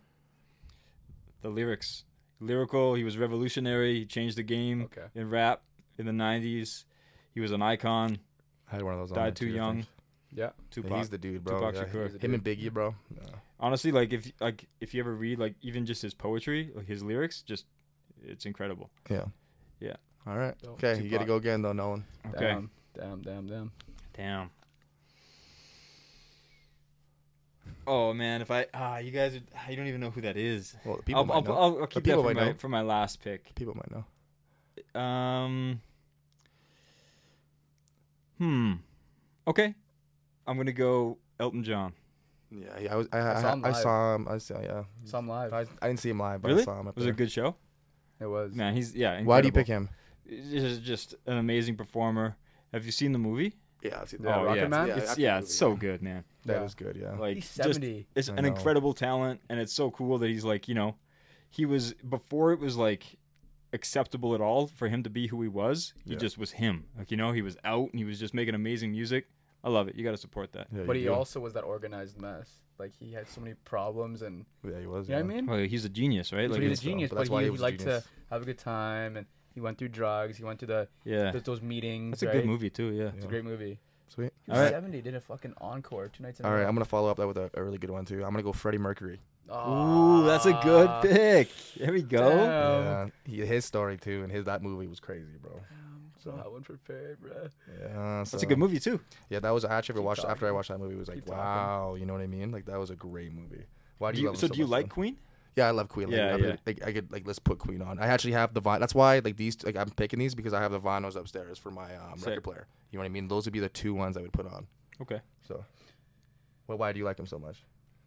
Speaker 2: The lyrics, lyrical. He was revolutionary. He changed the game
Speaker 6: Okay.
Speaker 2: in rap in the '90s. He was an icon.
Speaker 1: I had one of those. on
Speaker 2: Died
Speaker 1: there,
Speaker 2: too
Speaker 1: I
Speaker 2: young.
Speaker 1: think.
Speaker 6: Yeah.
Speaker 1: Yeah,
Speaker 2: Tupac.
Speaker 1: He's the dude, bro.
Speaker 2: Tupac
Speaker 1: yeah.
Speaker 2: Shakur.
Speaker 6: He's the
Speaker 1: Him and Biggie, bro.
Speaker 2: honestly like if like if you ever read like even just his poetry like his lyrics just it's incredible
Speaker 1: Yeah.
Speaker 2: Yeah.
Speaker 1: All right.
Speaker 6: Dope.
Speaker 1: Okay, you got to
Speaker 6: Tupac.
Speaker 1: go again though, Nolan.
Speaker 2: okay
Speaker 6: Damn, damn, damn, damn.
Speaker 2: damn Oh man, if I ah, you guys, are, you don't even know who that is.
Speaker 1: Well, the people
Speaker 2: I'll,
Speaker 1: might
Speaker 2: I'll,
Speaker 1: know.
Speaker 2: I'll, I'll keep that
Speaker 1: people
Speaker 2: for
Speaker 1: might
Speaker 2: my,
Speaker 1: know.
Speaker 2: for my last pick.
Speaker 1: people might know.
Speaker 2: Um. Hmm. Okay, I'm gonna go Elton John.
Speaker 1: Yeah, yeah. I, was, I, I,
Speaker 6: saw
Speaker 1: saw
Speaker 6: him
Speaker 1: I
Speaker 6: live.
Speaker 1: saw him. I saw. Yeah,
Speaker 6: Saw him live.
Speaker 1: I, I didn't see him live, but
Speaker 2: really?
Speaker 1: I saw him. Up
Speaker 2: was it
Speaker 1: there.
Speaker 2: a good show?
Speaker 6: It was.
Speaker 2: Man, he's yeah. Incredible.
Speaker 1: Why do you pick him?
Speaker 2: He's just an amazing performer. Have you seen the movie?
Speaker 1: Yeah, I've seen
Speaker 6: Yeah,
Speaker 2: oh
Speaker 6: Rocket
Speaker 2: yeah,
Speaker 6: Man?
Speaker 1: Yeah,
Speaker 2: It's,
Speaker 1: that's
Speaker 2: yeah,
Speaker 1: a
Speaker 2: it's
Speaker 1: movie,
Speaker 2: so good, man.
Speaker 1: That
Speaker 6: Yeah.
Speaker 1: was good. Yeah.
Speaker 2: Like
Speaker 6: He's
Speaker 2: just-
Speaker 6: 70.
Speaker 2: it's
Speaker 1: I
Speaker 2: an
Speaker 1: know.
Speaker 2: incredible talent, and it's so cool that he's like, you know, he was before it was like acceptable at all for him to be who he was. He
Speaker 1: Yeah.
Speaker 2: just was him. Like you know, he was out and he was just making amazing music. I love it. You got to support that.
Speaker 1: Yeah,
Speaker 6: But
Speaker 1: you
Speaker 6: he
Speaker 1: do.
Speaker 6: also was that organized mess. Like he had so many problems, and
Speaker 1: Yeah, he was.
Speaker 6: you know
Speaker 1: yeah.
Speaker 6: what I mean.
Speaker 2: Well, he's a genius, right?
Speaker 6: But
Speaker 2: Like,
Speaker 6: he
Speaker 1: he
Speaker 6: was
Speaker 1: is,
Speaker 6: a
Speaker 1: though,
Speaker 6: genius.
Speaker 1: but
Speaker 6: But
Speaker 1: that's why
Speaker 6: he,
Speaker 1: he
Speaker 6: he
Speaker 1: was a
Speaker 6: liked to
Speaker 1: genius.
Speaker 6: have a good time, and he went through drugs. He went to the
Speaker 2: yeah,
Speaker 6: th- those meetings.
Speaker 2: that's a good
Speaker 6: right?
Speaker 2: movie too. Yeah.
Speaker 6: It's a great movie.
Speaker 1: Sweet.
Speaker 6: He
Speaker 2: All
Speaker 6: was
Speaker 2: right.
Speaker 6: 70. Did a fucking encore two nights in a
Speaker 1: All right,
Speaker 6: row.
Speaker 1: I'm gonna follow up that with a, a really good one too. I'm gonna go Freddie Mercury.
Speaker 2: Ooh, that's a good
Speaker 6: Ah,
Speaker 2: pick. There we go.
Speaker 6: damn.
Speaker 1: yeah, he, his story too, and his that movie was crazy, bro.
Speaker 6: So I wasn't prepared, bro.
Speaker 1: Yeah, so,
Speaker 2: That's a good movie too.
Speaker 1: Yeah, that was I actually ever watched after I
Speaker 6: talking.
Speaker 1: watched that movie. It was like,
Speaker 6: Keep talking.
Speaker 1: wow, you know what I mean? Like that was a great movie. Why do
Speaker 2: Do
Speaker 1: you,
Speaker 2: you-
Speaker 1: love him
Speaker 2: so, do you
Speaker 1: much,
Speaker 2: like
Speaker 1: then?
Speaker 2: Queen?
Speaker 1: Yeah, I love Queen. Like,
Speaker 2: Yeah,
Speaker 1: I,
Speaker 2: yeah.
Speaker 1: Like, I could like let's put Queen on. I actually have the vinyl. That's why like these like I'm picking these because I have the vinyls upstairs for my um,
Speaker 2: Sick.
Speaker 1: record player. You know what I mean? Those would be the two ones I would put on.
Speaker 2: Okay.
Speaker 1: So, well, why do you like him so much?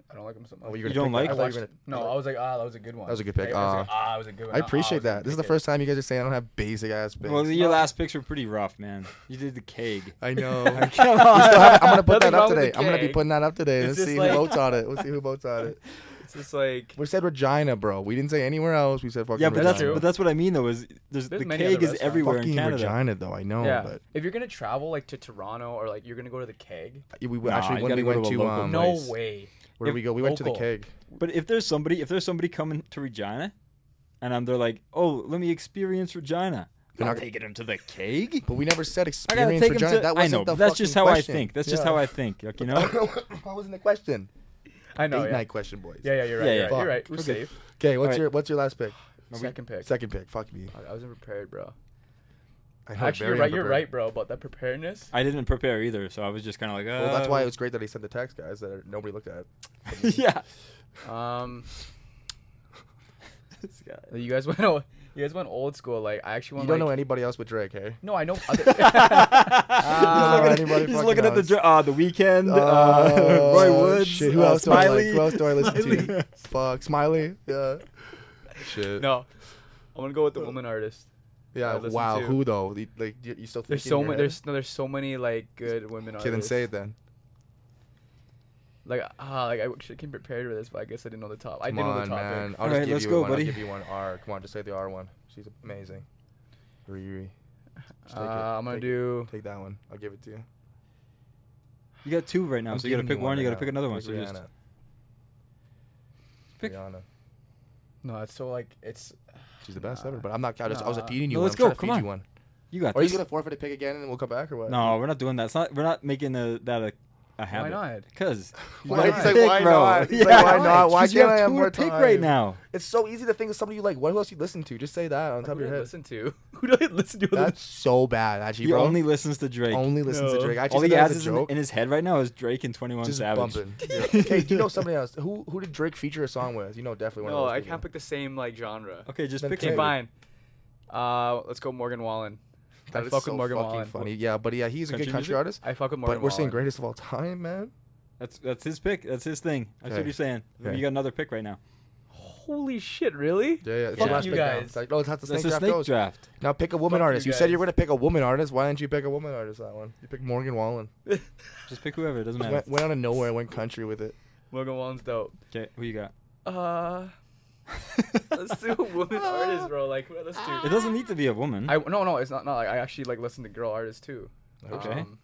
Speaker 6: I don't like him so much.
Speaker 1: Oh, you're
Speaker 2: You
Speaker 1: gonna
Speaker 2: don't
Speaker 1: pick
Speaker 2: like-
Speaker 1: That. I thought you were
Speaker 6: watched-
Speaker 1: gonna-
Speaker 6: no, I was like, ah, that was a good one.
Speaker 1: That was a good pick.
Speaker 6: Like, I was like,
Speaker 1: Ah.
Speaker 6: ah, that was a good one.
Speaker 1: I
Speaker 6: Ah, was
Speaker 1: appreciate
Speaker 6: gonna
Speaker 1: that. This is the
Speaker 6: pick it.
Speaker 1: first time you guys are saying I don't have basic ass picks.
Speaker 2: Well, your last picks were pretty rough, man. You did the keg.
Speaker 1: I know. We still
Speaker 2: Come on.
Speaker 1: have- I'm gonna put
Speaker 6: Nothing
Speaker 1: that up
Speaker 6: wrong with
Speaker 1: today.
Speaker 6: the
Speaker 1: I'm gonna be
Speaker 6: cake.
Speaker 1: putting that up today.
Speaker 6: It's
Speaker 1: Let's
Speaker 6: just
Speaker 1: see
Speaker 6: like-
Speaker 1: who votes on it. Let's see who votes on it.
Speaker 6: It's just like
Speaker 1: We said Regina, bro. We didn't say anywhere else. We said fucking
Speaker 2: Yeah, but
Speaker 1: Regina.
Speaker 2: that's but that's what I mean though. Is there's,
Speaker 6: There's
Speaker 2: the
Speaker 6: many other
Speaker 2: keg is
Speaker 6: restaurants.
Speaker 2: everywhere
Speaker 1: fucking
Speaker 2: in Canada.
Speaker 1: Regina, though. I know,
Speaker 6: yeah.
Speaker 1: but
Speaker 6: If you're gonna travel like to Toronto or like you're gonna go to the keg,
Speaker 1: we, we
Speaker 2: Nah,
Speaker 1: actually
Speaker 2: you
Speaker 1: when
Speaker 2: gotta
Speaker 1: we
Speaker 2: go to
Speaker 1: went
Speaker 2: a
Speaker 1: to,
Speaker 2: local
Speaker 1: um,
Speaker 6: no
Speaker 2: Nice.
Speaker 6: way.
Speaker 1: where did we go? We went to the
Speaker 6: Local.
Speaker 1: keg.
Speaker 2: But if there's somebody, if there's somebody coming to Regina, and I'm they're like, oh, let me experience Regina.
Speaker 1: You're
Speaker 2: I'm
Speaker 1: not-
Speaker 2: taking him to the keg.
Speaker 1: But we never said
Speaker 2: I gotta
Speaker 1: experience
Speaker 2: take him
Speaker 1: Regina.
Speaker 2: to.
Speaker 1: That
Speaker 2: I
Speaker 1: wasn't
Speaker 2: know.
Speaker 1: the
Speaker 2: But that's just
Speaker 1: fucking
Speaker 2: how
Speaker 1: question.
Speaker 2: I think. That's just how I think. like, you know.
Speaker 1: that wasn't the question.
Speaker 6: I know.
Speaker 1: Eight
Speaker 6: Yeah.
Speaker 1: night question, boys.
Speaker 6: yeah, yeah, you're right.
Speaker 2: Yeah,
Speaker 6: you're,
Speaker 2: yeah.
Speaker 6: Right. you're right. We're
Speaker 1: Okay.
Speaker 6: safe.
Speaker 1: Okay, what's
Speaker 2: Alright.
Speaker 1: your what's your last pick?
Speaker 6: Second pick.
Speaker 1: Second pick. Fuck me.
Speaker 6: I wasn't prepared, bro.
Speaker 1: I know,
Speaker 6: Actually,
Speaker 1: very
Speaker 6: you're right. You're
Speaker 1: unprepared.
Speaker 6: right, bro. About that preparedness.
Speaker 2: I didn't prepare either, so I was just kind of like, uh,
Speaker 1: Well, that's why it was great that he sent the text, guys. That nobody looked at. it.
Speaker 2: yeah.
Speaker 6: Um, you guys went. You guys went old school. Like I actually
Speaker 1: You
Speaker 6: want.
Speaker 1: don't know
Speaker 6: like,
Speaker 1: anybody else but Drake, hey?
Speaker 6: No, I know. Other,
Speaker 1: don't know
Speaker 2: he's
Speaker 1: anybody
Speaker 2: looking, at, he's
Speaker 1: fucking
Speaker 2: looking at the
Speaker 1: else.
Speaker 2: dr- uh, the weekend, uh,
Speaker 1: Oh,
Speaker 2: Roy Woods,
Speaker 1: Shit, who
Speaker 2: uh,
Speaker 1: else
Speaker 2: Smiley.
Speaker 1: do I like? Who else do I listen
Speaker 2: Smiley.
Speaker 1: to? Fuck, Smiley. Yeah. Shit.
Speaker 6: no, I'm gonna go with the woman artist. I
Speaker 1: Yeah.
Speaker 6: listen
Speaker 1: Wow.
Speaker 6: to-
Speaker 1: Who though? You- Like you, you still think
Speaker 6: There's so many. There's no. There's so many like good women
Speaker 1: Okay, then
Speaker 6: artists.
Speaker 1: say it then.
Speaker 6: Like ah, like I should came prepared for this, but I guess I didn't know the top. I
Speaker 1: Come
Speaker 6: didn't know
Speaker 1: on,
Speaker 6: the
Speaker 1: man.
Speaker 6: topic.
Speaker 1: I'll
Speaker 2: All
Speaker 1: just
Speaker 2: right,
Speaker 1: give
Speaker 2: let's
Speaker 1: you
Speaker 2: go,
Speaker 1: one.
Speaker 2: buddy.
Speaker 1: I'll give you one R. Come on, just say the R one. She's amazing. Riri. Just take it.
Speaker 6: Uh, I'm gonna
Speaker 1: Take it.
Speaker 6: do.
Speaker 1: Take that one. I'll give it to you.
Speaker 2: You got two right now,
Speaker 1: I'm
Speaker 2: so you gotta
Speaker 1: giving
Speaker 2: pick one. You
Speaker 1: right
Speaker 2: gotta
Speaker 1: now.
Speaker 2: pick another one.
Speaker 1: Pick
Speaker 2: So you just
Speaker 1: Rihanna.
Speaker 2: Pick-
Speaker 1: Rihanna.
Speaker 6: No, it's so like it's.
Speaker 1: She's the best ever. But I'm not. I, just, I was
Speaker 6: Nah.
Speaker 1: feeding you.
Speaker 2: No,
Speaker 1: one.
Speaker 2: let's
Speaker 1: I'm trying
Speaker 2: go,
Speaker 1: to
Speaker 2: come
Speaker 1: feed
Speaker 2: on.
Speaker 1: you one.
Speaker 2: you got.
Speaker 1: Are you
Speaker 2: this.
Speaker 1: gonna forfeit a pick again and then we'll come back or what?
Speaker 2: No, we're not doing that. It's not. We're not making a, that a, a habit.
Speaker 6: not?
Speaker 2: Because
Speaker 1: Why-
Speaker 6: he's
Speaker 1: like, why not? He's like, why not? Why
Speaker 2: you
Speaker 1: can't
Speaker 2: have
Speaker 1: I have
Speaker 2: two
Speaker 1: more
Speaker 2: to pick right
Speaker 1: time?
Speaker 2: now?
Speaker 1: It's so easy to think of somebody you like. What else you listen to? Just say that on top of
Speaker 6: Who
Speaker 1: your
Speaker 6: do I
Speaker 1: head.
Speaker 6: listen to? Who do I listen to?
Speaker 1: That's so bad, actually,
Speaker 2: He
Speaker 1: bro.
Speaker 2: only listens to Drake.
Speaker 1: only listens
Speaker 6: No.
Speaker 1: to Drake. I just
Speaker 2: All he
Speaker 1: said that
Speaker 2: has
Speaker 1: as
Speaker 2: is
Speaker 1: a
Speaker 2: in,
Speaker 1: joke.
Speaker 2: in his head right now is Drake and Twenty One
Speaker 1: just
Speaker 2: Savage.
Speaker 1: bumping. Yeah. hey, do you know somebody else? Who who did Drake feature a song with? You know, definitely one of
Speaker 6: no,
Speaker 1: those
Speaker 6: I
Speaker 1: people.
Speaker 6: can't pick the same like genre.
Speaker 2: Okay, just
Speaker 1: Then
Speaker 2: pick
Speaker 1: take
Speaker 6: Okay,
Speaker 1: Hey.
Speaker 2: somebody.
Speaker 1: it.
Speaker 6: fine. Uh, let's go Morgan Wallen.
Speaker 1: That
Speaker 6: I
Speaker 1: is
Speaker 6: fuck
Speaker 1: so
Speaker 6: with Morgan
Speaker 1: fucking
Speaker 6: Wallen.
Speaker 1: funny. Yeah, but yeah, he's a
Speaker 2: Country
Speaker 1: good country
Speaker 2: music?
Speaker 1: artist.
Speaker 6: I fuck with Morgan
Speaker 1: But we're saying
Speaker 6: Wallen.
Speaker 1: greatest of all time, man.
Speaker 2: That's that's his pick. That's his thing. That's what
Speaker 1: Okay.
Speaker 2: you're saying.
Speaker 1: Okay.
Speaker 2: You got another pick right now.
Speaker 6: Holy shit, really?
Speaker 1: Yeah, yeah. It's
Speaker 6: Fuck
Speaker 1: the last
Speaker 6: you
Speaker 1: pick now.
Speaker 6: guys.
Speaker 1: It's like, no, it's not the snake,
Speaker 2: That's a
Speaker 1: draft,
Speaker 2: snake
Speaker 1: goes.
Speaker 2: draft.
Speaker 1: Now pick a woman
Speaker 6: Fuck you
Speaker 1: artist. You, said you
Speaker 6: guys.
Speaker 1: were gonna pick a woman artist. Why didn't you pick a woman artist that one? You picked Morgan Wallen.
Speaker 2: Just pick whoever. It doesn't matter.
Speaker 1: Went, went out of nowhere, went country with it.
Speaker 6: Morgan Wallen's dope.
Speaker 2: Okay, who you got?
Speaker 6: Uh, let's do a woman artist, bro. Like, what- let's
Speaker 2: It
Speaker 6: do.
Speaker 2: doesn't need to be a woman.
Speaker 6: I no no, it's not not. Like, I actually like listen to girl artists too.
Speaker 2: Okay.
Speaker 6: Um,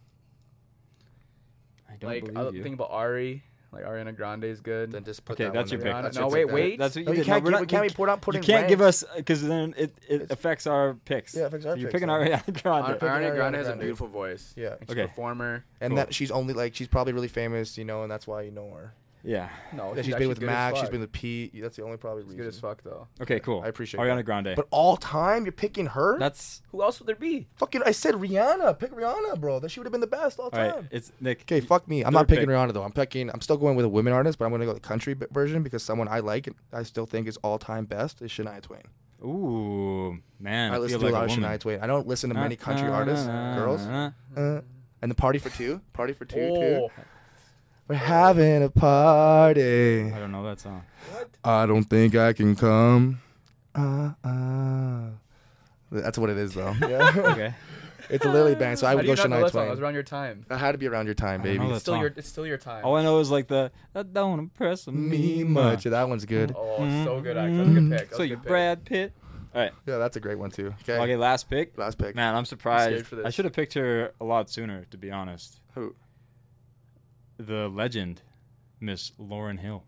Speaker 2: I don't
Speaker 6: like I
Speaker 2: believe you.
Speaker 6: think about Ari. Like Ariana Grande is good.
Speaker 1: Then just put
Speaker 2: Okay,
Speaker 1: that
Speaker 2: that's
Speaker 1: one
Speaker 2: your
Speaker 1: there.
Speaker 2: pick.
Speaker 1: That's
Speaker 6: No,
Speaker 1: your
Speaker 6: wait,
Speaker 1: pick.
Speaker 6: wait.
Speaker 2: That's what
Speaker 1: No,
Speaker 2: you
Speaker 1: you
Speaker 2: did.
Speaker 1: can't
Speaker 2: No,
Speaker 1: give-
Speaker 2: we're not-
Speaker 1: we can't be put up
Speaker 2: You
Speaker 1: putting
Speaker 2: can't give
Speaker 1: ranks.
Speaker 2: us because then it, it affects our picks.
Speaker 1: Yeah, it affects our
Speaker 2: You're
Speaker 1: picks,
Speaker 2: picking
Speaker 1: yeah.
Speaker 2: Ariana
Speaker 6: Ar-
Speaker 2: Grande.
Speaker 1: picking
Speaker 6: Ariana Grande
Speaker 1: Ariana
Speaker 6: has a
Speaker 1: Grande.
Speaker 6: beautiful voice.
Speaker 1: Yeah.
Speaker 6: And she's a
Speaker 2: Okay.
Speaker 6: performer.
Speaker 1: And
Speaker 2: Cool.
Speaker 1: that she's only like she's probably really famous, you know, and that's why you know her.
Speaker 2: Yeah.
Speaker 6: No,
Speaker 1: she's
Speaker 6: actually
Speaker 1: been with
Speaker 6: good as
Speaker 1: Mac. She's
Speaker 6: fuck.
Speaker 1: been with Pete. That's the only probably
Speaker 6: She's good as
Speaker 1: reason.
Speaker 6: fuck though.
Speaker 2: Okay, cool.
Speaker 1: I appreciate
Speaker 2: Ariana
Speaker 1: that.
Speaker 2: Grande.
Speaker 1: But all time, you're picking her.
Speaker 7: That's
Speaker 6: Who else would there be?
Speaker 1: fucking. I said Rihanna. Pick Rihanna, bro. That she would have been the best all
Speaker 2: all
Speaker 1: time.
Speaker 2: right, it's Nick.
Speaker 1: Okay,
Speaker 2: y-
Speaker 1: fuck me. I'm not
Speaker 2: third
Speaker 1: picking
Speaker 2: pick.
Speaker 1: Rihanna though. I'm picking. I'm still going with a women artist, but I'm gonna go the country b- version because someone I like and I still think is all time best is Shania Twain.
Speaker 2: Ooh, man.
Speaker 1: I,
Speaker 2: I,
Speaker 1: listen
Speaker 2: feel
Speaker 1: to
Speaker 2: like
Speaker 1: a lot
Speaker 2: a
Speaker 1: of
Speaker 2: woman.
Speaker 1: Shania Twain. I don't listen to many country
Speaker 2: Na, na,
Speaker 1: artists,
Speaker 2: na,
Speaker 1: girls.
Speaker 2: na, na.
Speaker 1: Uh, and the party for two. Party for two.
Speaker 6: Oh,
Speaker 1: Too. We're having a party.
Speaker 2: I don't know that song.
Speaker 1: I don't think I can come. Uh, uh. That's what it is though. Yeah.
Speaker 2: Okay.
Speaker 1: it's a Lily band, so I
Speaker 6: How
Speaker 1: would
Speaker 6: do
Speaker 1: go
Speaker 6: you not know
Speaker 1: Shania
Speaker 6: that song? It was
Speaker 1: Twain.
Speaker 6: around your time.
Speaker 1: I had to be around your time,
Speaker 2: don't know
Speaker 1: baby.
Speaker 2: That
Speaker 6: It's still your.
Speaker 2: song.
Speaker 6: It's still your time. Oh,
Speaker 2: All I know is like the that don't impress
Speaker 1: Me much. That one's good.
Speaker 6: Oh, so good. Actually, that's a good pick. That's
Speaker 2: So
Speaker 6: a
Speaker 2: you
Speaker 6: good pick.
Speaker 2: Brad Pitt. All right.
Speaker 1: Yeah, that's a great one too. Okay.
Speaker 2: Okay, last pick.
Speaker 1: Last pick.
Speaker 2: Man, I'm
Speaker 6: scared
Speaker 2: surprised.
Speaker 6: for this.
Speaker 2: I should have picked her a lot sooner, to be honest.
Speaker 1: Who?
Speaker 2: The legend, Miss Lauren Hill.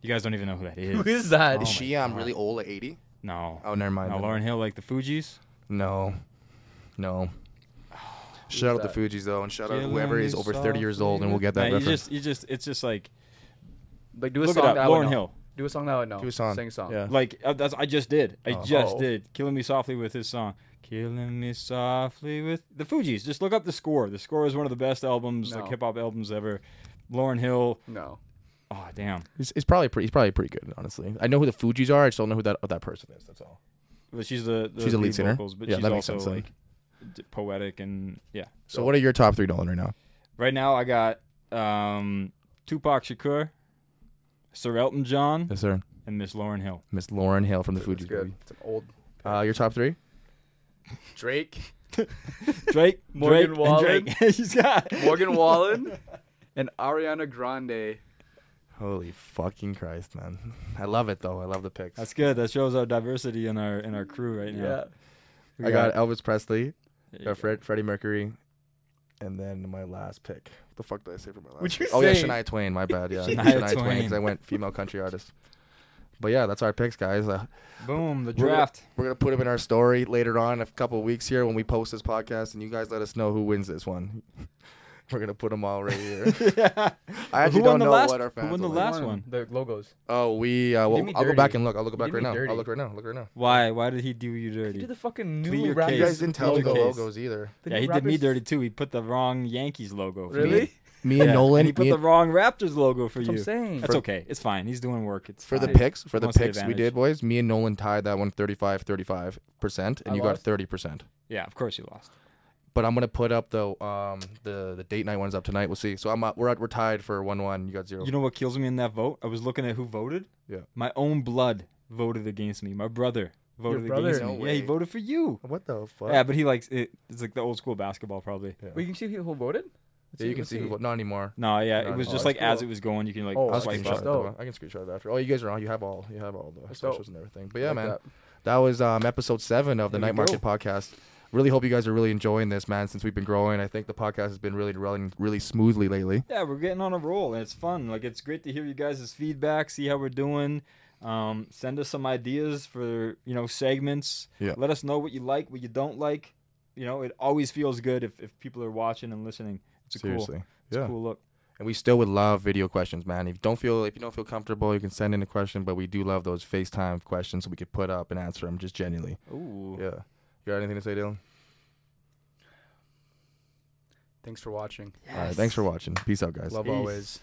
Speaker 2: You guys don't even know who that is.
Speaker 6: Who is that?
Speaker 2: Oh
Speaker 1: Is
Speaker 2: my
Speaker 1: she um
Speaker 2: God.
Speaker 1: really old at 80?
Speaker 2: No.
Speaker 1: Oh, never mind.
Speaker 2: No,
Speaker 1: then.
Speaker 2: Lauren Hill, like the Fugees.
Speaker 1: No. No. Shout out the
Speaker 6: that?
Speaker 1: Fugees though, and shout out
Speaker 2: Killing
Speaker 1: whoever is
Speaker 2: me
Speaker 1: over 30 years old, and we'll get that
Speaker 2: Man, you
Speaker 1: reference.
Speaker 2: just, you just, it's just like,
Speaker 6: Like do a
Speaker 2: look it
Speaker 6: song
Speaker 2: up.
Speaker 6: that I would
Speaker 2: Lauren
Speaker 6: know.
Speaker 2: Hill.
Speaker 6: Do a song that I would know.
Speaker 1: Do a song.
Speaker 6: Sing a song.
Speaker 1: Yeah.
Speaker 2: Like uh, that's I just did. I
Speaker 1: Oh.
Speaker 2: just
Speaker 6: Oh.
Speaker 2: did. Killing me softly with his song. Killing me softly with the Fugees. Just look up the score. The score is one of the best albums, like
Speaker 6: No.
Speaker 2: hip hop albums ever. Lauren Hill.
Speaker 6: No.
Speaker 2: Oh damn.
Speaker 1: He's, he's probably pretty. He's probably pretty good, honestly. I know who the Fugees are. I just don't know who that that person is. That's all.
Speaker 2: But she's the, the
Speaker 1: She's a lead singer?
Speaker 2: Vocals, but
Speaker 1: Yeah,
Speaker 2: she's
Speaker 1: that makes
Speaker 2: also
Speaker 1: sense then.
Speaker 2: like d- poetic and yeah.
Speaker 1: So, what are your top three, Nolan, right now?
Speaker 2: Right now I got um, Tupac Shakur, Sir Elton John,
Speaker 1: Yes, sir.
Speaker 2: and Miss Lauren Hill.
Speaker 1: Miss Lauren Hill from the
Speaker 6: It's
Speaker 1: Fugees.
Speaker 6: good.
Speaker 1: baby.
Speaker 6: It's an old
Speaker 1: Uh, your top three?
Speaker 6: Drake,
Speaker 2: Drake,
Speaker 6: Morgan
Speaker 2: Drake,
Speaker 6: Wallen.
Speaker 2: and Drake. she's got
Speaker 6: Morgan Wallen, and Ariana Grande.
Speaker 1: Holy fucking Christ, man! I love it though. I love the picks.
Speaker 2: That's good. That shows our diversity in our in our crew right now.
Speaker 6: Yeah.
Speaker 1: I got Elvis Presley,
Speaker 2: There you
Speaker 1: uh,
Speaker 2: go.
Speaker 1: Fred, Freddie Mercury, and then my last pick. What the fuck did I say for my last?
Speaker 6: What'd you
Speaker 1: pick? Oh yeah,
Speaker 6: say?
Speaker 1: Shania Twain. My bad. Yeah,
Speaker 2: Shania
Speaker 1: Shania, Twain.
Speaker 2: Twain.
Speaker 1: Because I went female country artist. But yeah, that's our picks, guys. Uh,
Speaker 2: Boom,
Speaker 1: We're gonna-
Speaker 2: the draft.
Speaker 1: We're gonna put them in our story later on in a couple weeks here when we post this podcast, and you guys let us know who wins this one. We're gonna put them all right here.
Speaker 2: yeah.
Speaker 1: I actually
Speaker 2: Who won
Speaker 1: don't
Speaker 2: the
Speaker 1: know
Speaker 2: last-
Speaker 1: what our
Speaker 2: who
Speaker 1: fans
Speaker 2: won the
Speaker 1: will
Speaker 2: last
Speaker 1: like.
Speaker 2: one.
Speaker 6: The logos.
Speaker 1: Oh, we. Uh, well,
Speaker 6: me
Speaker 1: I'll go back
Speaker 6: dirty.
Speaker 1: and look. I'll go back
Speaker 6: did
Speaker 1: right
Speaker 6: me
Speaker 1: now.
Speaker 6: dirty.
Speaker 1: I'll look right now. Look right now.
Speaker 2: Why? Why did he do you dirty?
Speaker 6: He did the fucking
Speaker 2: Plead
Speaker 6: new
Speaker 2: your
Speaker 6: rap.
Speaker 2: case.
Speaker 1: You guys didn't tell me
Speaker 2: Plead
Speaker 1: the
Speaker 2: your case.
Speaker 1: logos either.
Speaker 6: the
Speaker 2: yeah,
Speaker 6: new
Speaker 2: he did me
Speaker 6: rappers-
Speaker 2: dirty too. He put the wrong Yankees logo. For
Speaker 6: Really?
Speaker 2: You.
Speaker 1: Me
Speaker 2: Yeah,
Speaker 1: and Nolan.
Speaker 2: And he put
Speaker 1: me-
Speaker 2: the wrong Raptors logo for
Speaker 6: That's
Speaker 2: you.
Speaker 6: what I'm saying.
Speaker 2: That's okay. It's fine. He's doing work. It's
Speaker 1: for the
Speaker 2: fine.
Speaker 1: picks for the
Speaker 2: Almost the
Speaker 1: picks we
Speaker 2: advantage.
Speaker 1: did boys me and nolan tied that one 35 35 percent and
Speaker 6: I
Speaker 1: you got
Speaker 6: lost.
Speaker 1: 30 percent
Speaker 2: Yeah, of course you lost.
Speaker 1: but i'm gonna put up the um the the date night ones up tonight we'll see so i'm up, we're at, we're tied for one one you got zero
Speaker 2: You know what kills me in that vote? I was looking at who voted.
Speaker 1: Yeah.
Speaker 2: My own blood voted against me. My brother voted
Speaker 6: brother?
Speaker 2: against me.
Speaker 1: No
Speaker 2: Yeah, he
Speaker 1: way.
Speaker 2: voted for you.
Speaker 1: what the fuck
Speaker 2: Yeah, but he likes it. It's like the old school basketball, probably.
Speaker 6: Wait, you can see who voted. Let's
Speaker 1: Yeah, you can
Speaker 6: let's
Speaker 1: see who, vo- not anymore
Speaker 2: No, yeah,
Speaker 1: No,
Speaker 2: it was
Speaker 1: no,
Speaker 2: just
Speaker 6: that's
Speaker 2: like as it
Speaker 6: cool.
Speaker 2: was going, you can like
Speaker 6: Oh,
Speaker 1: I'll
Speaker 6: that's
Speaker 2: swipe
Speaker 6: screenshot
Speaker 1: screenshot
Speaker 2: up.
Speaker 1: it,
Speaker 6: dope.
Speaker 1: though. I can screenshot it after. Oh, you guys are on. You have all. You have all the
Speaker 6: That's dope.
Speaker 1: socials and everything. But yeah,
Speaker 6: Like
Speaker 1: man,
Speaker 6: that.
Speaker 1: that was um, episode seven of the
Speaker 2: There
Speaker 1: Night
Speaker 2: we
Speaker 1: Market podcast. Really hope you guys are really enjoying this, man. Since we've been growing, I think the podcast has been really running really smoothly lately.
Speaker 2: Yeah, we're getting on a roll, and it's fun. Like it's great to hear you guys' feedback, see how we're doing. Um, send us some ideas for you know segments.
Speaker 1: Yeah.
Speaker 2: Let us know what you like, what you don't like. You know, it always feels good if, if people are watching and listening. It's a cool,
Speaker 1: Seriously,
Speaker 2: it's a cool look.
Speaker 1: And we still would love video questions, man. If you don't feel if you don't feel comfortable, you can send in a question, but we do love those FaceTime questions so we could put up and answer them just genuinely.
Speaker 2: Ooh,
Speaker 1: Yeah. You got anything to say, Dylan?
Speaker 6: Thanks for watching.
Speaker 1: All right. Thanks for watching. Peace out, guys.
Speaker 6: Love always.